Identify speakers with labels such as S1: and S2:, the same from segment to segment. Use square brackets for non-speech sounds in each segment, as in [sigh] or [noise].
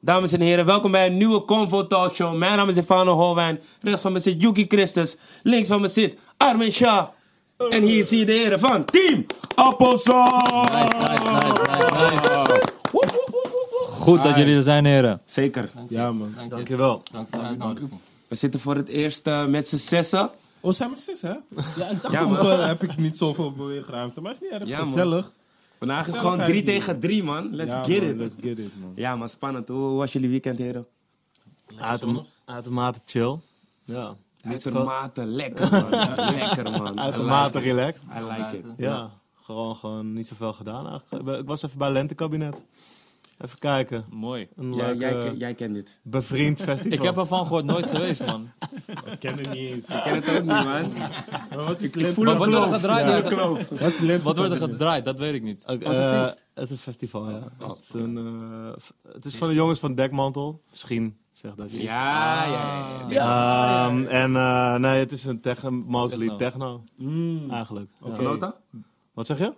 S1: Dames en heren, welkom bij een nieuwe Convo Talk Show. Mijn naam is Stefano Holwijn. Rechts van me zit Yuki Christus. Links van me zit Armin Shah. En hier zie je de heren van Team Appelsaal.
S2: Nice, nice, nice, nice, nice. Goed dat jullie er zijn, heren.
S1: Zeker. Ja, man.
S3: Dankjewel.
S4: Dank voor de uitnodiging.
S1: We zitten voor het eerst eh, met z'n zessen.
S5: Oh, zijn we zes, hè? Ja, ik dacht,
S1: Ja,
S5: soms
S1: man.
S5: eh, heb ik niet zoveel beweegruimte, maar het is niet erg
S1: Ja, man.
S5: gezellig.
S1: Vandaag is gewoon 3 tegen 3, man. Let's
S5: Ja,
S1: get
S5: man,
S1: it.
S5: Let's get it,
S1: [laughs]
S5: man.
S1: Ja, man, spannend. Hoe was jullie weekend, heren?
S3: Uitem- Uitermate chill. Ja.
S1: Uitermate lekker, [laughs] man. lekker, man. I
S3: Uitermate
S1: like it.
S3: relaxed.
S1: I like it.
S3: Ja. Gewoon, gewoon niet zoveel gedaan eigenlijk. Ik ben- Ik was even bij Lentekabinet. Even kijken.
S2: Mooi.
S3: Een
S1: Ja,
S3: leuk
S1: jij,
S3: eh,
S1: ken- jij kent dit.
S3: bevriend festival.
S2: Ik heb ervan gehoord, nooit geweest, [laughs] man.
S5: Ik ken het niet eens.
S1: Ik ken het ook niet, man.
S5: Maar wat is
S1: Ik
S5: lente-
S1: voel een
S2: Wat wordt er
S1: kloof.
S2: gedraaid?
S1: Ja, een [laughs] kloof.
S5: Wat is lente-
S2: Wat wordt er gedraaid? Dat weet ik niet.
S3: Ook,
S1: Was een
S3: eh,
S1: feest?
S3: Het is een festival, ja. Het is, een, eh, f- het is van de jongens van Dekmantel. Misschien zegt dat je.
S1: Ja,
S5: Ah,
S1: ja, ja. ja.
S3: Ehm, en eh, nee, het is een techno, mostly
S2: Techno.
S3: techno,
S5: Hmm, Mm.
S3: eigenlijk. Ja.
S1: Genoten?
S3: Wat zeg je?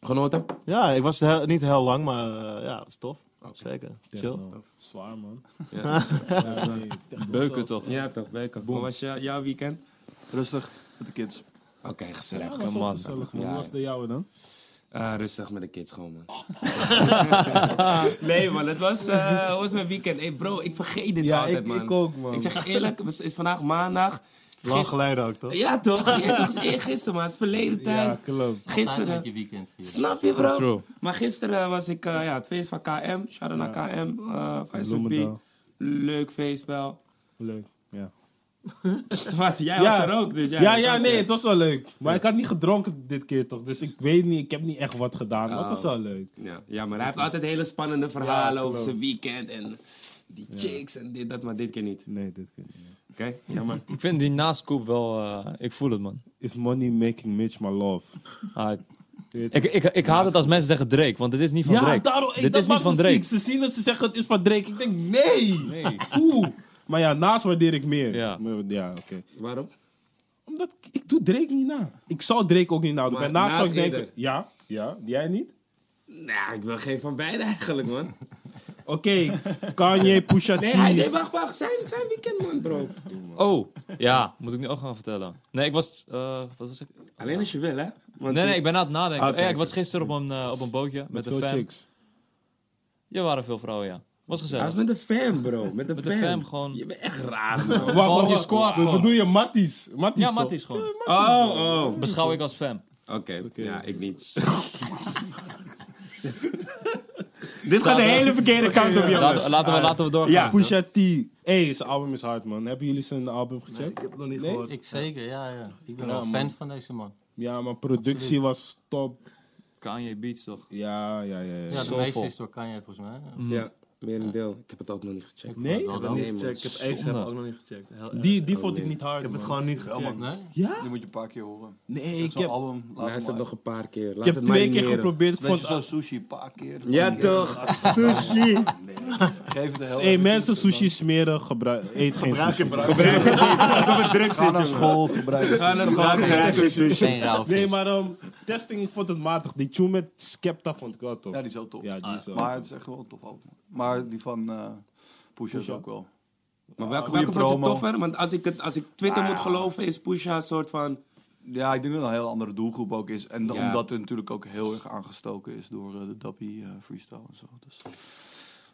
S1: Genoten?
S3: Ja, ik was heel- niet heel lang, maar eh, ja, het is tof. Zeker. Chill.
S5: Techno. Zwaar, man.
S1: Ja,
S5: Ja, nee.
S2: Beuken toch?
S1: ja toch, lekker. Hoe was jou- jouw weekend?
S6: Rustig met de kids.
S1: Oké, gezellig.
S5: Dat was wel
S2: man.
S5: gezellig, man.
S1: Ja,
S5: Hoe was
S1: ja.
S5: de jouwe dan?
S1: Eh, rustig met de kids gewoon, man.
S5: [laughs]
S1: nee, man, het was, eh, het was mijn weekend. Hey, bro, ik vergeet dit
S5: Ja,
S1: altijd,
S5: ik-
S1: man.
S5: ik ook, man.
S1: Ik zeg je eerlijk, het is vandaag maandag.
S3: Lang
S1: Gister-
S3: geleden ook, toch?
S1: Ja, toch? Ja, toch? Het is eergisteren, man. Het is verleden
S5: Ja,
S1: tijd.
S5: klopt.
S1: Gisteren.
S4: je weekend
S1: Snap je, bro?
S2: True.
S1: Maar gisteren was ik, eh, ja, het feest van KM. Shout-out naar KM, eh van SNP.
S5: Bloemendaal.
S1: Leuk feest wel.
S5: Leuk. Ja.
S1: [laughs] Wat, jij
S5: Ja.
S1: was er ook, dus jij-
S5: Ja, ja, nee, het was wel leuk. Maar ik had niet gedronken dit keer toch, dus ik weet niet, ik heb niet echt wat gedaan. Dat
S1: Oh.
S5: was wel leuk.
S1: Ja, ja, maar hij heeft altijd hele spannende verhalen over
S5: klopt.
S1: zijn weekend en die chicks en dit, dat, maar dit keer niet.
S5: Nee, dit keer niet.
S1: Oké, jammer.
S2: Ik vind die nascoop wel... eh, ik voel het, man.
S5: Is money making Mitch my love?
S2: Ah, ik, ik, ik haat het als mensen zeggen Drake, want dit is niet van Drake.
S5: Ja, daarom. ik-
S2: dit
S5: dat
S2: is niet
S5: maakt
S2: van
S5: me
S2: Drake.
S5: ziek. Ze zien dat ze zeggen het is van Drake. Ik denk, nee. Oeh. Maar ja, naast waardeer ik meer.
S2: Ja.
S5: Maar- Ja, oké.
S1: Waarom?
S5: Omdat ik, ik doe Drake niet na. Ik zal Drake ook niet na doen.
S1: Maar
S5: Bij naast zou
S1: naast
S5: ik denken,
S1: eerder.
S5: ja, ja, jij niet?
S1: Nou, ik wil geen van beide eigenlijk, man.
S5: Oké, Kanye, Pusha T.
S1: Nee, hij, nee wacht, wacht. Zijn, zijn weekend, man, bro.
S2: Oh, ja. Moet ik nu ook gaan vertellen. Nee, ik was... eh, wat was ik?
S1: Alleen als je wil, hè. Want
S2: Nee, nee, ik ben aan het nadenken.
S1: Oké,
S2: Eh, ik
S1: oké.
S2: was gisteren op een, eh, op een bootje met,
S5: Met
S2: de
S5: veel
S2: fam.
S5: chicks.
S2: Ja, waren veel vrouwen, ja. Was
S1: Hij
S2: gezellig.
S1: is met de fam, bro. Met de,
S2: Met de
S1: fam.
S2: fam gewoon.
S1: Je bent echt raar,
S5: [laughs]
S1: man.
S5: Wacht,
S2: Gewoon
S5: wacht,
S2: je
S5: wacht.
S2: squad
S5: Wat
S2: gewoon.
S5: bedoel je? Matties? Matties
S2: Ja,
S5: toch?
S2: Matties gewoon.
S1: Oh, oh. Oké,
S2: Beschouw ik als fam.
S1: ja, ik niet. Dit gaat de
S2: Zou-
S1: hele verkeerde kant op, jongens.
S2: Laten, laten, we, laten we doorgaan.
S1: Ja.
S5: Pusha T. hey, zijn album is hard, man. Hebben jullie zijn album gecheckt?
S3: Ik heb het nog niet gehoord.
S4: Ik zeker, ja, ja. Ik ben wel fan van deze man.
S5: Ja, maar productie was top.
S2: Kanye Beats toch?
S5: Ja, ja, ja. ja.
S4: Ja, de
S2: Soulful.
S4: meeste is door Kanye volgens mij.
S6: Mm.
S4: Ja.
S1: Ja, meer een deel. Ik heb het ook nog niet gecheckt.
S5: Nee?
S4: Wel
S3: Ik
S4: dan.
S3: heb
S1: Nee,
S3: niet
S1: man.
S3: gecheckt. Ik heb Ace
S2: Zonde.
S3: heb ook nog niet gecheckt. Heel erg.
S5: Die, die vond ik niet hard,
S3: ik heb het
S5: man.
S3: gewoon niet gecheckt.
S4: Nee?
S5: Ja?
S6: Die moet je een paar keer horen.
S5: Nee,
S6: Zo'n
S5: ik heb,
S6: album. Laat
S1: Luister
S6: hem
S1: nog een paar keer. Laat
S5: ik heb
S1: het
S5: twee keer
S1: marineren.
S5: geprobeerd. Ik
S6: Weet je,
S5: vond,
S6: zo'n sushi een paar keer.
S1: Ja, toch? Sushi.
S6: Geef het de helft.
S5: hey, mensen, sushi smeren, gebruik, eet geen sushi.
S1: Alsof het druk zit,
S6: Ga naar
S1: jongen.
S6: school, gebruik het.
S1: Ga naar school. Gebruik je sushi.
S4: Geen raal.
S5: Nee, maar ehm, testing, ik vond het matig. Die tune met Skepta vond ik wel tof.
S6: Ja, die is heel tof.
S5: Ja, die is wel
S6: maar het is echt wel een tof album. Maar die van eh Pusha is ook wel.
S1: Maar welke,
S6: Goeie
S1: welke vond je
S6: promo.
S1: toffer? Want als ik, het, als ik Twitter moet geloven, is Pusha een soort van...
S6: Ja, ik denk dat het een heel andere doelgroep ook is. En da-
S1: Ja.
S6: omdat het natuurlijk ook heel erg aangestoken is door eh, de Dappie eh, freestyle en zo. Dus.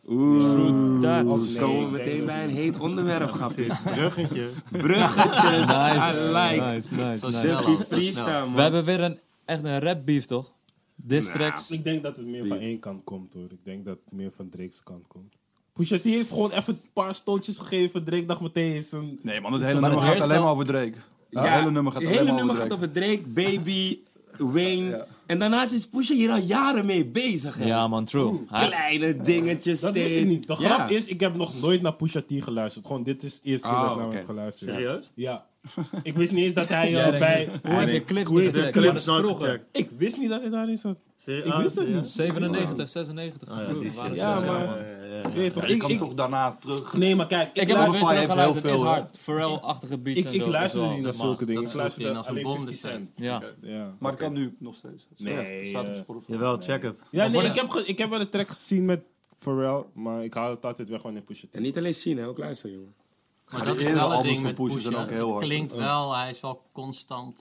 S1: Oeh,
S2: Dat.
S1: komen we meteen bij een heet onderwerp, grapjes.
S3: Bruggetje.
S1: Bruggetjes, I
S2: Nice,
S1: like.
S2: nice, nice,
S4: Zo
S2: nice.
S4: snel
S1: Ducky
S4: al, zo snel.
S1: freestyle,
S2: We
S1: man.
S2: hebben weer een, echt een rap beef, toch? Diss tracks.
S5: Ik denk dat het meer van één kant komt, hoor. Ik denk dat het meer van Drake's kant komt. Pusha T heeft gewoon even een paar stootjes gegeven. Drake dacht meteen is een...
S6: Nee man, het hele
S2: Maar
S6: nummer
S2: het
S6: gaat
S2: herstel-
S6: alleen Dus maar over Drake. Ja, het hele nummer gaat
S1: het
S6: alleen
S1: hele
S6: maar over
S1: nummer gaat
S6: Drake.
S1: over Drake, Baby, Wayne. En daarnaast is Pusha hier al jaren mee bezig, hè.
S2: Ja, man, true. Hij-
S1: Kleine dingetjes
S5: Dat
S1: steeds.
S5: wist ik niet. De
S1: Ja.
S5: grap is, ik heb nog nooit naar Pusha T geluisterd. Gewoon, dit is de eerste keer
S1: Oh,
S5: dat ik naar
S1: oké.
S5: hem heb geluisterd.
S3: Serieus?
S5: Ja. Ik wist niet eens dat hij
S2: Jij
S5: eh,
S2: denkt-
S5: bij...
S2: Hij heeft de clips niet gecheckt.
S3: clips
S2: maar dat is
S3: nooit
S2: vroeger.
S3: gecheckt.
S5: Ik wist niet dat hij daarin zat.
S3: Serieus?
S5: Ik wist het
S3: Ja.
S5: niet.
S2: 97, 96. broer, we waren
S5: Oh, Ja,
S2: zes jaar.
S5: maar... Weet je toch,
S6: Je
S5: ik,
S6: kan
S5: ik-
S6: toch daarna terug.
S5: Nee, maar kijk,
S2: Ik
S5: ik,
S2: heb ook
S5: luister-
S2: weer
S6: Spotify heeft
S2: teruggeluisterd.
S6: heel
S2: Het is
S6: veel,
S2: hard. Pharrell-achtige beats
S5: ik,
S2: en
S5: ik
S2: zo,
S5: luisterde
S2: is wel
S5: niet naar
S2: normaal.
S5: zulke dingen.
S4: dat
S5: Ik
S4: is
S5: luisterde
S4: ook als een
S5: alleen
S4: bom
S5: 50
S4: destijds.
S5: cent.
S2: Ja.
S5: Ja.
S6: [laughs] Maar het kan nu nog steeds. Het staat-
S5: Nee,
S6: het staat op
S5: eh,
S6: Spotify.
S3: Jawel, check het.
S5: Ja, nee, ik heb, ge- ik heb wel een track gezien met Pharrell, maar ik haal het altijd weg wanneer Pusha T.
S1: En niet alleen zien, hè, ook luisteren, jongen.
S4: Maar dat
S6: die
S4: is
S6: eerste
S4: wel het
S6: albums
S4: ding
S6: van
S4: met
S6: Pusha
S4: Pusha.
S6: zijn ook heel
S4: Het
S6: hard.
S4: klinkt wel, hij is wel constant...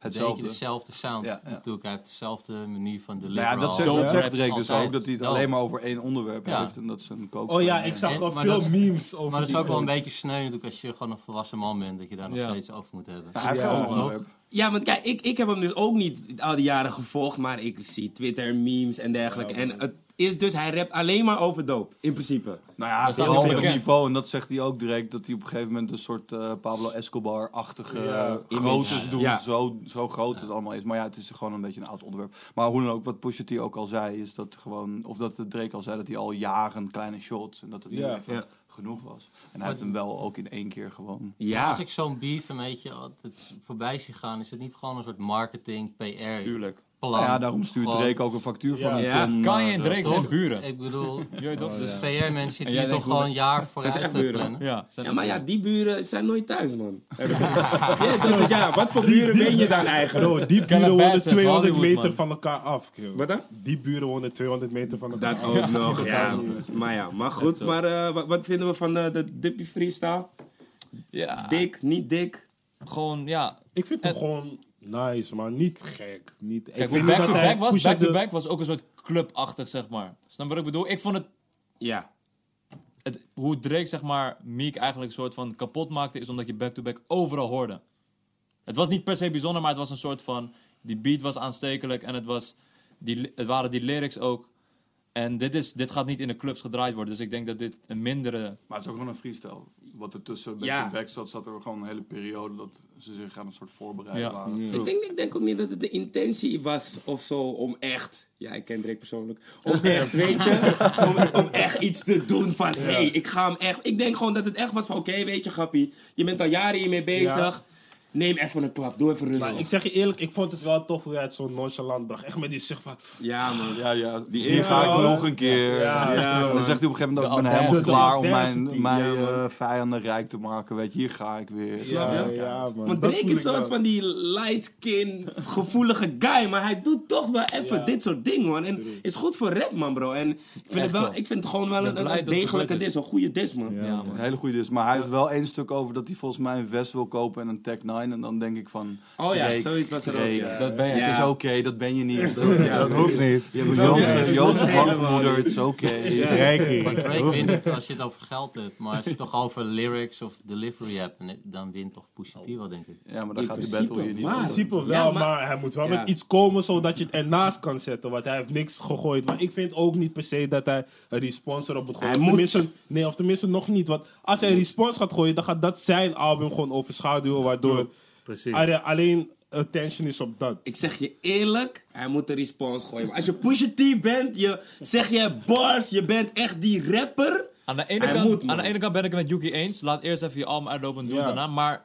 S4: Een
S6: Hetzelfde.
S4: beetje dezelfde sound
S6: Ja, ja.
S4: natuurlijk. Hij heeft dezelfde manier van
S6: Nou
S4: delivery.
S6: ja, dat zegt,
S4: al.
S6: dat zegt
S4: Rap
S6: Drake dus
S4: altijd.
S6: ook, dat hij het
S4: Dope.
S6: alleen maar over één onderwerp
S4: Ja.
S6: heeft en dat is een kook.
S5: Oh ja, ik
S4: En-
S5: zag wel
S4: maar
S5: veel
S4: dat is-
S5: memes over
S4: Maar dat is
S5: die
S4: ook wel een
S5: film.
S4: beetje sneu natuurlijk als je gewoon een volwassen man bent. Dat je daar nog
S2: Ja.
S4: steeds over moet hebben.
S6: Hij heeft
S5: Ja.
S6: wel een onderwerp.
S1: Ja, want kijk, ik, ik heb hem dus ook niet al die jaren gevolgd, maar ik zie Twitter, memes en dergelijke. en het is dus, hij rapt alleen maar over doop, in principe.
S6: Nou ja, hij
S1: staat
S6: heeft wel
S1: niet
S6: een
S1: bekend.
S6: niveau en dat zegt hij ook direct, dat hij op een gegeven moment een soort eh, Pablo Escobar-achtige eh,
S1: image.
S6: groottes
S1: Ja.
S6: doet.
S1: Ja.
S6: Zo, zo groot het allemaal is. Maar ja, het is gewoon een beetje een oud onderwerp. Maar hoe dan ook, wat Pusha T ook al zei, is dat gewoon, of dat Drake al zei, dat hij al jaren kleine shots en dat het nu
S5: Ja.
S6: even
S1: Ja.
S6: genoeg was. En hij heeft hem wel ook in één keer gewoon.
S1: Ja,
S4: Als ik zo'n beef een beetje altijd voorbij zie gaan, is het niet gewoon een soort marketing, PR
S1: tuurlijk.
S4: plan?
S6: Nou ja, daarom stuurt
S4: Gewoon-
S6: Drake ook een factuur van
S5: Ja. Oh,
S6: een
S1: Ja.
S6: ton,
S2: Kanye
S6: eh,
S2: en Drake zijn
S4: Toch?
S2: buren.
S4: Ik bedoel,
S2: Je weet toch?
S4: de
S2: Dus-
S4: PR-mensen zitten
S2: En jij denkt,
S4: hier toch
S2: hoe-
S4: gewoon een jaar vooruit
S1: echt
S4: te
S1: buren?
S4: plannen.
S2: Ja, zijn
S1: Ja,
S2: er
S1: maar ja,
S2: buren.
S1: die buren zijn nooit thuis, man. [laughs] ja, dat is, ja, wat voor buren ben je dan eigenlijk?
S5: Bro, die buren wonen
S2: Calabasas,
S5: 200
S2: Hollywood,
S5: meter
S2: man.
S5: van elkaar af. kerel.
S1: Wat dan?
S5: Die buren wonen 200 meter van elkaar
S1: Dat
S5: af.
S1: ook nog, ja. Maar ja, maar goed. Maar eh, wat, wat vinden we van de, de Dippy Freestyle?
S2: Ja,
S1: Dik, niet dik?
S2: gewoon, ja.
S5: Ik vind hem gewoon nice, maar niet gek. Niet, ik
S2: Kijk,
S5: vind
S2: hoe
S5: niet dat hij
S2: back-to-back was,
S5: Pusha de-
S2: back-to-back was ook een soort clubachtig, zeg maar. Snap je wat ik bedoel? Ik vond het
S1: Ja.
S2: het, hoe Drake zeg maar Meek eigenlijk een soort van kapot maakte, is omdat je back-to-back overal hoorde. Het was niet per se bijzonder, maar het was een soort van die beat was aanstekelijk en het, was die, het waren die lyrics ook. En dit, is, dit gaat niet in de clubs gedraaid worden, dus ik denk dat dit een mindere.
S6: Maar het is ook gewoon een freestyle. Wat er tussen back
S1: Ja.
S6: to back zat, zat er gewoon een hele periode dat ze zich aan een soort voorbereiden
S2: Ja.
S6: waren.
S1: Ik denk, ik denk ook niet dat het de intentie was of zo om echt... Ja, ik ken Drake persoonlijk. Om echt, weet je? Om, om echt iets te doen van... Hé, hey, ik ga hem echt... Ik denk gewoon dat het echt was van... Oké, weet je, grappie. Je bent al jaren hiermee bezig. Neem even een klap. Doe even
S5: Maar ik
S1: rustig.
S5: zeg je eerlijk, ik vond het wel tof hoe hij het zo nonchalant bracht. Echt met die zucht van...
S1: Ja, man.
S6: Ja, ja. Die ga ik nog een keer.
S5: Ja,
S1: ja,
S6: dan
S1: man.
S6: zegt hij op een gegeven moment ook, ik ben
S2: audacity.
S6: helemaal klaar om
S5: De audacity,
S6: mijn, mijn
S5: ja, man.
S6: eh, vijanden rijk te maken. Weet je, hier ga ik weer.
S1: Snap je?
S5: man.
S1: Want Drake
S5: Dat voel
S1: is
S5: ik
S1: een soort
S5: wel.
S1: van die light-skin, gevoelige guy. Maar hij doet toch wel even
S5: Ja.
S1: dit soort dingen, man. En is goed voor rap, man, bro. En ik vind,
S2: Echt
S1: het, wel,
S2: zo.
S1: ik vind het gewoon wel een,
S2: blij
S1: een
S2: dat het
S1: degelijke
S2: gebeurd is.
S1: dis. Een goede dis, man.
S2: Ja, man.
S6: Een hele goede dus. Maar hij heeft wel één stuk over dat hij volgens mij een vest wil kopen en een Tech 9. En dan denk ik van.
S1: Oh ja,
S6: Drake,
S1: zoiets was er ook,
S6: Drake,
S1: ja.
S6: Dat ben je.
S1: Ja.
S6: Het is oké, dat ben je niet. dat hoeft niet. Je hebt een
S1: Snap je?
S6: Joodse- Joodse grootmoeder, het is oké.
S7: [laughs]
S4: Maar Drake wint het als je het over geld hebt. Maar als je het toch over lyrics of delivery hebt, dan- dan wint toch Pusha T wel, denk ik.
S6: Ja, maar dan
S1: In
S6: gaat die
S1: principe,
S6: battle hier niet
S1: maar-
S5: In
S6: over.
S5: principe wel,
S1: Ja, maar-
S5: maar, hij moet wel
S1: Ja.
S5: met iets komen zodat je het ernaast kan zetten. Want hij heeft niks gegooid. Maar ik vind ook niet per se dat hij een respons erop moet gooien.
S1: Hij
S5: Of
S1: moet.
S5: tenminste- Nee, of tenminste nog niet. Want als hij een respons gaat gooien, dan gaat dat zijn album gewoon overschaduwen. Waardoor
S7: Precies.
S5: er alleen attention is op dat.
S1: Ik zeg je eerlijk, hij moet een respons gooien. Maar als je Pusha T bent, je, zeg je bars, je bent echt die rapper.
S2: Aan de, ene
S1: Hij
S2: kant,
S1: moet, man.
S2: aan de ene kant ben ik het met Yuki eens. Laat eerst even je album uitlopen en doen
S5: Ja.
S2: daarna. Maar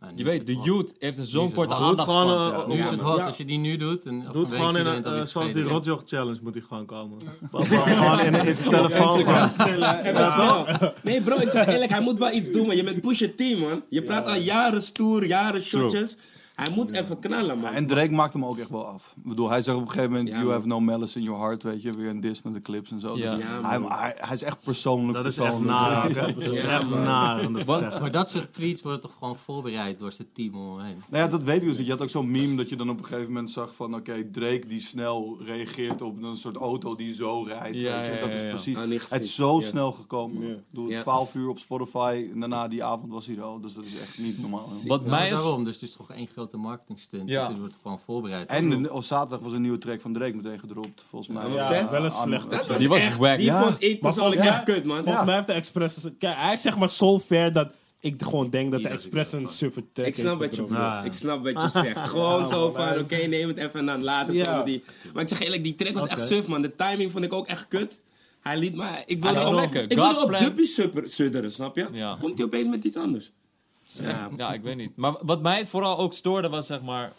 S4: Nou, nu
S2: je
S4: is
S2: weet,
S4: het
S2: de
S4: hot.
S2: youth heeft een
S4: Nu
S2: zo'n
S4: is
S2: korte
S4: het
S7: Doe het gewoon,
S2: aandachtspan.
S7: eh,
S4: Nu
S7: op-
S4: is het hot
S5: Ja.
S4: als je die nu doet. En over
S7: doe het
S4: een
S7: gewoon
S4: weekje
S7: in,
S4: bent
S7: een,
S4: alweer
S7: eh, zoals die
S4: tevreden.
S7: Rodjog Challenge moet hij gewoon komen. gewoon in, in [laughs] zijn telefoon.
S1: En dan snel. Nee, bro, ik zeg eerlijk, hij moet wel iets doen, man. Je bent Pusha T, man. Je praat al jaren stoer, jaren shotjes. Hij moet even knallen, man.
S6: En Drake maakt hem ook echt wel af. Ik bedoel, hij zegt op een gegeven moment...
S1: Ja,
S6: you
S1: man.
S6: have no malice in your heart, weet je. Weer een diss naar de clips en zo.
S2: Ja.
S6: Dus
S1: Ja,
S6: hij,
S1: man.
S6: hij, hij is echt persoonlijk.
S7: Dat is echt
S6: persoonlijk.
S7: naar. oké? Dat is echt naar om dat te zeggen.
S4: Maar dat soort tweets worden toch gewoon voorbereid door zijn team om hem heen.
S6: Nou ja, dat weet ik dus niet. Je had ook zo'n meme dat je dan op een gegeven moment zag van... Oké, Drake die snel reageert op een soort auto die zo rijdt.
S2: Ja,
S6: weet je.
S2: ja,
S6: Dat
S2: ja,
S6: is
S2: ja.
S6: precies...
S1: Ah, niet
S6: het
S1: gezien.
S6: is zo
S1: Ja.
S6: snel gekomen.
S5: Ja.
S6: Ik bedoel,
S1: Ja.
S6: 12 uur op Spotify. En daarna die avond was hij er al. Dus dat is echt niet normaal.
S2: Wat mij
S4: Ja,
S2: is.
S4: daarom, dus het is toch één grote marketingstunt.
S2: Ja.
S4: Ja. Het wordt gewoon voorbereid.
S6: En de, op zaterdag was een nieuwe track van Drake meteen gedropt. Volgens mij.
S1: Ja, Opzet?
S5: wel een slechte
S1: Dat was
S2: Die was
S1: echt,
S2: wack,
S1: die
S2: ja.
S1: vond ik persoonlijk
S5: volgens
S1: echt kut, man.
S5: Volgens mij heeft hij expres... Kijk, hij is zeg maar zo ver dat ik gewoon denk dat hij
S4: dat
S5: expres een suffer track
S1: Ik snap wat
S5: heeft
S1: je
S5: gedropt.
S1: bedoelt. Ik snap wat je
S5: [laughs]
S1: zegt. Gewoon zo van, oké, neem het even en dan later
S5: Ja.
S1: komen die. Maar ik zeg eerlijk, die track was echt suf, man. De timing vond ik ook echt kut. Hij liet maar... Ik
S5: Ah,
S1: wilde
S2: Hij
S1: op,
S2: ging lekker.
S1: ik wilde op
S2: Gasplan.
S1: Duppy supper- sudderen, snap je?
S2: Ja.
S1: Komt hij opeens met iets anders.
S2: Ja.
S1: Ja.
S2: ik weet niet. Maar wat mij vooral ook stoorde was zeg maar.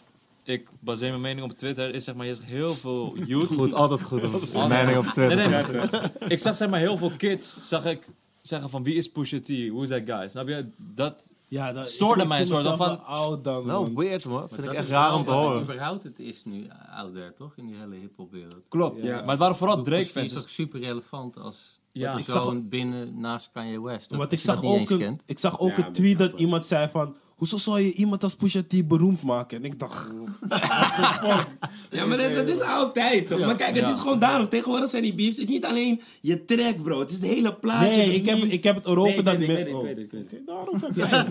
S2: Ik baseer mijn mening op Twitter. Is zeg maar, je zegt heel veel
S7: [laughs]
S2: youth.
S7: Goed, altijd goed. om
S2: Altijd.
S7: Mening op Twitter.
S2: Nee, nee, ik zag zeg maar heel veel kids zag ik zeggen van wie is Pusha T? Who's that guy? Snap je? Dat,
S5: Ja, dan,
S2: Stoorde
S5: ik- ik
S2: mij een
S5: voel
S2: soort
S5: mezelf
S2: van-
S5: wel Oud dan,
S1: Nou,
S3: Wel
S5: man.
S3: weird, man. Vind ik
S4: dat
S3: echt
S4: is
S3: raar
S4: wel
S3: om te
S4: wat
S3: horen.
S4: überhaupt het is nu eh, out there, toch? In die hele hiphopwereld.
S2: Klopt.
S1: Ja.
S2: Maar het waren vooral
S4: wereld Het
S2: Drake-fans. Dus
S4: is ook super relevant als
S2: Ja.
S4: ja.
S2: Ik
S5: zag
S4: persoon binnen naast Kanye West.
S5: Want
S4: Dat
S5: ik
S4: je dat
S5: zag,
S4: niet
S5: ook
S4: eens
S5: een,
S4: kent.
S5: ik zag ook
S1: Ja,
S5: een
S1: moet
S5: tweet
S1: snappen.
S5: dat iemand zei van... Hoezo zou je iemand als Pusha T beroemd maken? En ik dacht...
S1: Ja, maar dat, dat is altijd toch? Maar kijk, het
S2: Ja.
S1: is gewoon daarom. Tegenwoordig zijn die beefs. Het is niet alleen je track, bro. Het is het hele plaatje.
S5: nee,
S1: de
S5: ik heb,
S1: beef.
S5: ik heb het erover
S1: Nee, ik
S5: dat...
S1: weet
S5: me-
S1: het, ik
S5: oh.
S1: weet het, ik weet het.
S5: Daarom heb jij het,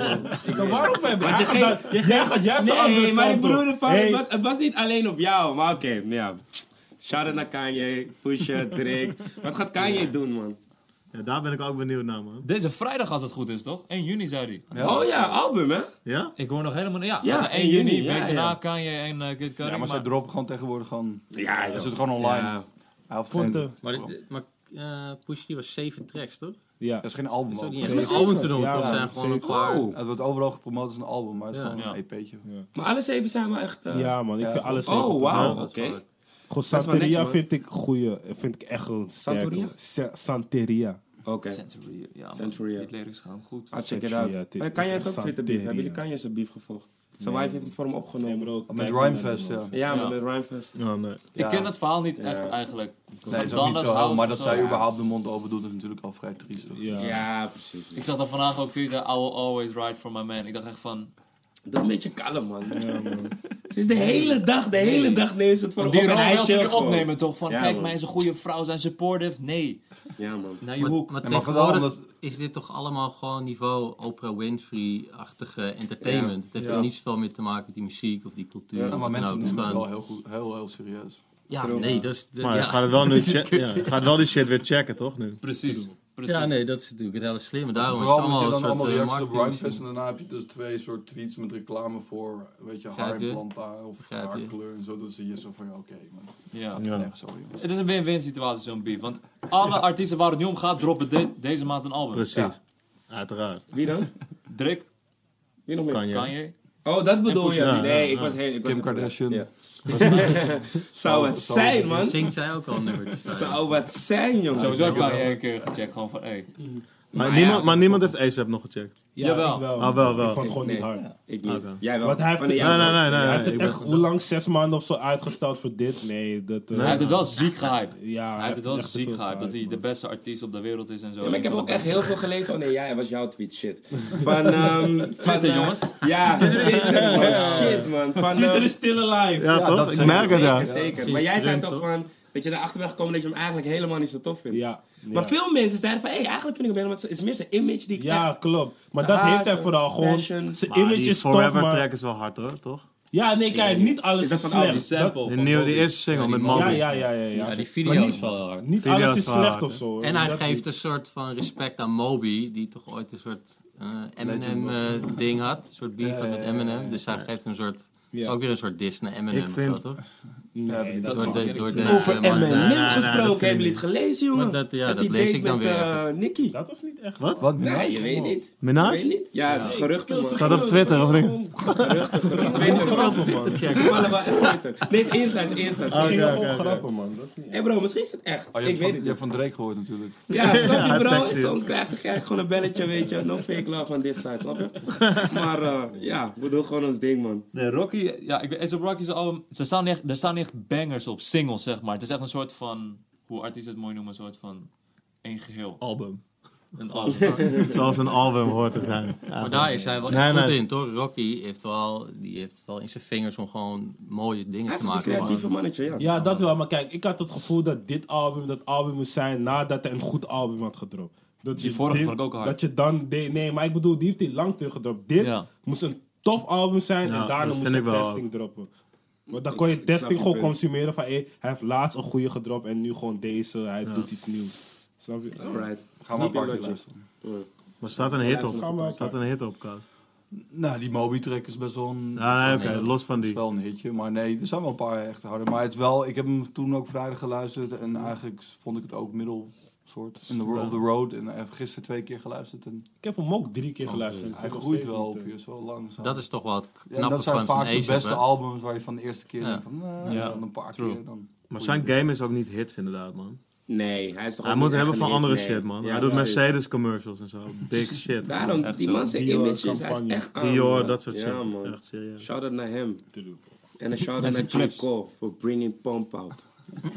S5: man. Dan Waarom heb
S1: Want je
S5: jij
S1: ging-
S5: gedaan? Jij gaat juist de andere
S1: Nee, maar ik
S5: kant op.
S1: bedoel ervan,
S5: Hey,
S1: het, was, het was niet alleen op jou. Maar oké, ja. Shout out naar Kanye, Pusha, Drake. Wat gaat Kanye doen, man?
S7: Ja, daar ben ik ook benieuwd naar, man.
S2: Deze vrijdag, als het goed is, toch? 1 juni, zei hij.
S1: Oh ja, album, hè?
S7: Ja?
S2: Ik hoor nog helemaal... Ja,
S1: Ja,
S2: ja 1
S1: 1
S2: juni.
S1: juni, ja,
S2: week
S1: ja.
S2: daarna kan je en eh, Kid Cudi.
S6: Ja, maar
S2: maar
S6: zij droppen gewoon tegenwoordig gewoon...
S1: Ja, joh.
S6: Is het gewoon online?
S1: Ja.
S6: Hij hoeft geen-
S5: vond, eh,
S6: Ja,
S4: Maar, dit- maar eh, Pusha T was zeven tracks, toch?
S5: Ja.
S6: Dat is geen album.
S4: Dat is ook
S6: ook.
S4: niet
S6: Ja,
S4: echt een
S1: maar
S4: album te
S5: zeven.
S4: noemen,
S5: Ja,
S4: toch? Het zijn
S5: ja,
S4: gewoon een
S5: zeven.
S4: paar...
S1: Oh,
S6: Het wordt overal gepromoot als een album, maar het is
S4: Ja.
S6: gewoon een E
S2: Ja.
S6: EP'tje.
S1: maar alle zeven zijn wel echt... eh,
S5: Ja, man. Ik vind alles... even
S1: Oh,
S5: te-
S1: wauw, oké.
S5: Gewoon
S1: wel niks,
S5: Santeria
S1: man.
S5: vind ik goeie. Vind ik echt een sterke.
S1: Santeria?
S5: Sa- Santeria.
S1: Oké.
S2: Century. Ja, man,
S1: Century, ja.
S2: Dit lyrics gaan goed.
S1: Ah, check it
S5: Santeria,
S1: out.
S5: dit
S1: Maar Kanye
S5: is
S1: heeft ook
S5: echt
S1: Twitter beef. Hebben jullie
S5: Santeria.
S1: Kanye zijn beef gevochten? Zijn wife heeft het voor hem opgenomen.
S6: Met Rhymefest, ja.
S1: Ja, maar
S2: Ja.
S1: met Rhymefest.
S7: Oh, nee.
S6: Ja.
S2: Ik ken dat verhaal niet echt, eigenlijk.
S6: Nee,
S2: Van
S6: is ook niet
S2: Dallas
S6: zo
S2: House
S6: helemaal, maar
S2: of
S6: dat
S2: zo.
S6: zij überhaupt de mond open doet is natuurlijk al vrij triest. toch?
S5: Ja.
S1: Ja, precies.
S2: Ik zat er vandaag ook tweeten, I will always ride for my man. Ik dacht echt van...
S1: Dat een beetje kalm, man. Ze is de hele dag, de hele dag neemt ze het voor
S2: Die
S1: hem op
S2: rol
S1: en hij
S2: wil ze
S1: chillt
S2: weer
S1: gewoon.
S2: opnemen, toch? Van,
S1: Ja,
S2: kijk,
S1: man.
S2: mij is een goede vrouw, zijn supportive. Nee,
S1: Ja, man.
S2: naar je
S4: Maar,
S2: hoek.
S4: maar
S6: Ja, maar
S4: tegenwoordig
S6: gewoon omdat-
S4: is dit toch allemaal gewoon niveau Oprah Winfrey-achtige entertainment. Het heeft er niet zoveel meer te maken met die muziek of die cultuur.
S1: Ja,
S6: Ja,
S4: of
S6: maar
S4: wat dan
S6: mensen
S4: ook.
S6: doen
S4: Nou, Het is
S6: het wel
S4: gewoon-
S6: heel, goed, heel, heel serieus.
S4: Ja, nee, dat is... de-
S7: Maar je
S4: ja.
S7: gaat het wel nu che- [laughs] ja, je gaat wel die shit weer checken, toch? Nu?
S2: Precies, precies.
S4: Ja, nee, dat is natuurlijk het hele slimme. Daarom is het
S6: Vooral omdat
S4: allemaal
S6: je
S4: een
S6: dan
S4: soort
S6: allemaal
S4: eh,
S6: reacties op
S4: marketingmachine.
S6: Rhymefest en daarna heb je dus twee soort tweets met reclame voor, weet je,
S4: Begrijp je?
S6: haarimplantaat of
S4: Begrijp je?
S6: haarkleur en zo. Dat zie je zo van, ja, oké, man.
S2: Ja.
S6: Dat is echt zo, jongens.
S2: Het is een win-win situatie, zo'n beef. Want alle artiesten waar het nu om gaat, droppen de- deze maand een album.
S7: Precies. Uiteraard.
S1: Wie dan?
S2: Drake,
S1: Wie nog meer?
S7: Kan je.
S2: Kanye.
S1: Oh, dat bedoel je?
S7: Pusha.
S1: nee,
S7: Ja,
S1: ik was heel... Ik was
S6: Kim Kardashian.
S1: Ja. [laughs] Zou het zijn, man?
S4: Zingt zij ook al nummertjes?
S1: Zou het zijn, jongen?
S2: Sowieso heb Kanye een keer gecheckt, gewoon van, hey.
S7: Maar, niemand, maar niemand heeft ASAP nog gecheckt.
S5: Ja,
S2: Jawel.
S5: ik wel.
S7: Ah, wel, wel.
S5: Ik vond het gewoon
S1: Nee.
S5: niet hard.
S1: Ik niet.
S7: Oké.
S1: Jij wel.
S5: Want hij heeft-
S1: Wanneer jij
S7: Nee,
S1: wel.
S7: nee, nee. nee,
S5: Hij heeft
S7: nee,
S5: het
S7: ik
S5: echt,
S7: ben-
S5: hoe lang? Zes maanden of zo uitgesteld voor dit? Nee, dat... eh,
S2: Hij heeft het wel ziek gehyped.
S5: Ja,
S2: Hij heeft het wel
S5: echt te
S2: ziek
S5: veel
S2: gehyped, dat hij
S5: gehyped,
S2: de beste artiest op de wereld is en zo.
S1: Ja, maar ik heb ook echt heel veel gelezen. Oh nee, ja, het was jouw tweet, shit.
S7: [laughs]
S1: Van, ehm van,
S2: Twitter,
S1: eh,
S2: jongens.
S1: Ja, Twitter, man. Shit, man. Van,
S5: man.
S1: ehm,
S5: Twitter is still alive.
S7: Ja,
S6: dat
S7: toch?
S6: is
S7: Ik merk het,
S1: zeker,
S7: ja.
S1: Zeker. Maar jij zei toch van, dat je erachter bent gekomen dat je hem eigenlijk helemaal niet zo tof vindt.
S5: Ja.
S1: Maar
S5: ja.
S1: veel mensen zeiden van, hé, hey, eigenlijk vind ik hem helemaal... Het is meer zijn image die ik
S5: Ja,
S1: echt...
S5: klopt. Maar
S1: Zijn
S5: dat heeft
S1: haar,
S5: hij vooral
S1: zijn
S5: gewoon.
S1: fashion.
S5: Zijn
S7: Maar
S5: image
S7: die
S5: is tof,
S7: Forever
S5: maar...
S7: track is wel hard, hoor, toch?
S5: Ja, nee, kijk, niet alles
S1: Is dat
S5: is,
S1: van
S5: slecht.
S1: Aldi
S2: sample.
S7: De
S2: van
S7: nieuwe, die
S2: Bobby.
S7: eerste single met
S5: Dat-
S7: Moby.
S5: ja, ja, ja, ja. ja.
S4: Ja, die
S5: Maar
S4: video
S5: niet-
S4: is wel heel hard.
S5: Niet
S7: Video's
S5: alles is
S7: van
S5: slecht
S7: haar,
S5: of
S7: hè.
S5: zo. hoor.
S4: En hij
S5: Dat-
S4: geeft een soort van respect aan Moby, die toch ooit een soort eh, Eminem eh, ding had. Een soort beef had met Eminem. Dus hij geeft een soort... Het is ook weer een soort dis naar Eminem.
S7: Ik
S4: of
S7: vind-
S4: zo, toch?
S1: Nee, dat
S4: Door, de, door deze
S1: Over M&M.
S4: man.
S1: Eminem
S7: nee, nee,
S1: gesproken,
S7: dat vind
S1: hebben
S7: ik
S1: jullie het gelezen, jongen?
S4: Maar dat- ja, dat
S1: die
S4: lees
S1: date
S4: ik dan
S1: met
S4: weer
S1: eh,
S4: ergens.
S1: Nicky.
S5: Dat was niet echt.
S7: Wat?
S6: Wat?
S1: Nee, je weet niet.
S7: Minaj?
S1: Je weet niet. Ja, het is geruchten, man.
S7: Staat op Twitter, of niet?
S1: Ik weet het wel.
S4: Twitter check.
S1: Toevallig wel echt Twitter. Nee, het is Insta, het is Insta. het is
S5: Ik
S1: Insta.
S5: ging gewoon grappen, man. Dat is niet
S1: Hé bro, misschien is het echt.
S6: Oh, je,
S1: Ik weet
S6: hebt van,
S1: het
S6: je
S1: niet.
S6: hebt van Drake gehoord natuurlijk.
S1: Ja, snap je bro?
S7: tekst hier.
S1: Soms krijgt de gek gewoon een belletje, weet je. No fake love on this side, snap je? Maar eh, ja, we doen gewoon ons ding, man.
S2: Nee, Rocky, ja, ik weet, A$AP Rocky's album, ze staan echt, er staan echt bangers op, singles zeg maar. Het is echt een soort van, hoe artiesten het mooi noemen, een soort van één geheel.
S7: Album.
S2: Een
S5: [laughs]
S2: album.
S7: Zoals een album hoort te zijn. Ja.
S4: Maar daar is hij wel
S7: Nee,
S4: echt goed
S7: nee.
S4: in, toch? Rocky heeft wel, die heeft het wel in zijn vingers om gewoon mooie dingen
S1: Hij is
S4: te
S1: een
S4: maken.
S1: creatieve
S4: man.
S1: mannetje, ja.
S5: Ja, dat wel. Maar kijk, ik had het gevoel dat dit album dat album moest zijn nadat hij een goed album had gedropt. Dat
S2: Die
S5: je
S2: vorige
S5: dit-
S2: vond ik ook hard.
S5: Dat je dan deed. Nee, maar ik bedoel, die heeft hij lang terug gedropt. Dit
S2: Ja.
S5: moest een tof album zijn
S7: Ja,
S5: en daarna
S7: dat
S5: moest
S7: vind
S5: hij
S7: ik wel.
S5: testing droppen. Want dan kon
S1: Ik-
S5: je
S1: ik snap
S5: testing
S1: je
S5: gewoon
S1: punt.
S5: consumeren van hé, hij heeft laatst een goede gedropt en nu gewoon deze. Hij doet iets nieuws. Snap je?
S1: Alright.
S6: Gaan we een
S1: Snap je
S6: paar keer
S1: lotje.
S6: luisteren.
S7: Maar staat een hit
S5: Ja,
S7: op.
S5: maar-
S7: staat een hit op, Kaas.
S6: Nou, die Moby-track is best wel een...
S7: Ja, nee, oké. los van
S6: Het is
S7: die.
S6: wel een hitje, maar nee, er zijn wel een paar echt harde. Maar het is wel, ik heb hem toen ook vrijdag geluisterd en eigenlijk vond ik het ook middelsoort. In the World of the Road en eh, gisteren twee keer geluisterd en
S5: Ik heb hem ook drie keer geluisterd. en ik
S6: hij
S5: vond het
S6: groeit
S5: steeds
S6: wel
S5: niet,
S6: op
S5: eh.
S6: je, is wel langzaam.
S4: Dat is toch wel het
S6: Ja, en
S4: knappe
S6: dat zijn
S4: van
S6: vaak
S4: zijn
S6: de beste
S4: ASAP.
S6: albums waar je van de eerste keer
S4: Ja.
S6: denkt van, eh,
S2: Ja.
S6: en dan een paar
S2: True.
S6: keer dan.
S7: Maar zijn game is ook niet hits, inderdaad, man.
S1: Nee, hij is toch
S3: Hij
S1: ook
S3: moet
S1: niet echt
S3: hebben van
S1: geleerd?
S3: andere
S1: Nee.
S3: shit, man.
S1: Ja,
S3: hij doet
S1: precies.
S3: Mercedes commercials en zo. Big shit.
S1: Daarom, die man zijn
S5: Dior
S1: images, hij is
S5: campagne.
S1: echt aan.
S3: Dior,
S1: man.
S3: dat soort
S1: Ja,
S3: shit.
S1: man.
S3: Echt serieus.
S1: Shout-out naar hem. En een
S2: En
S1: shout-out
S2: zijn
S1: naar J.
S2: clips.
S1: Cole voor bringing Pump Out.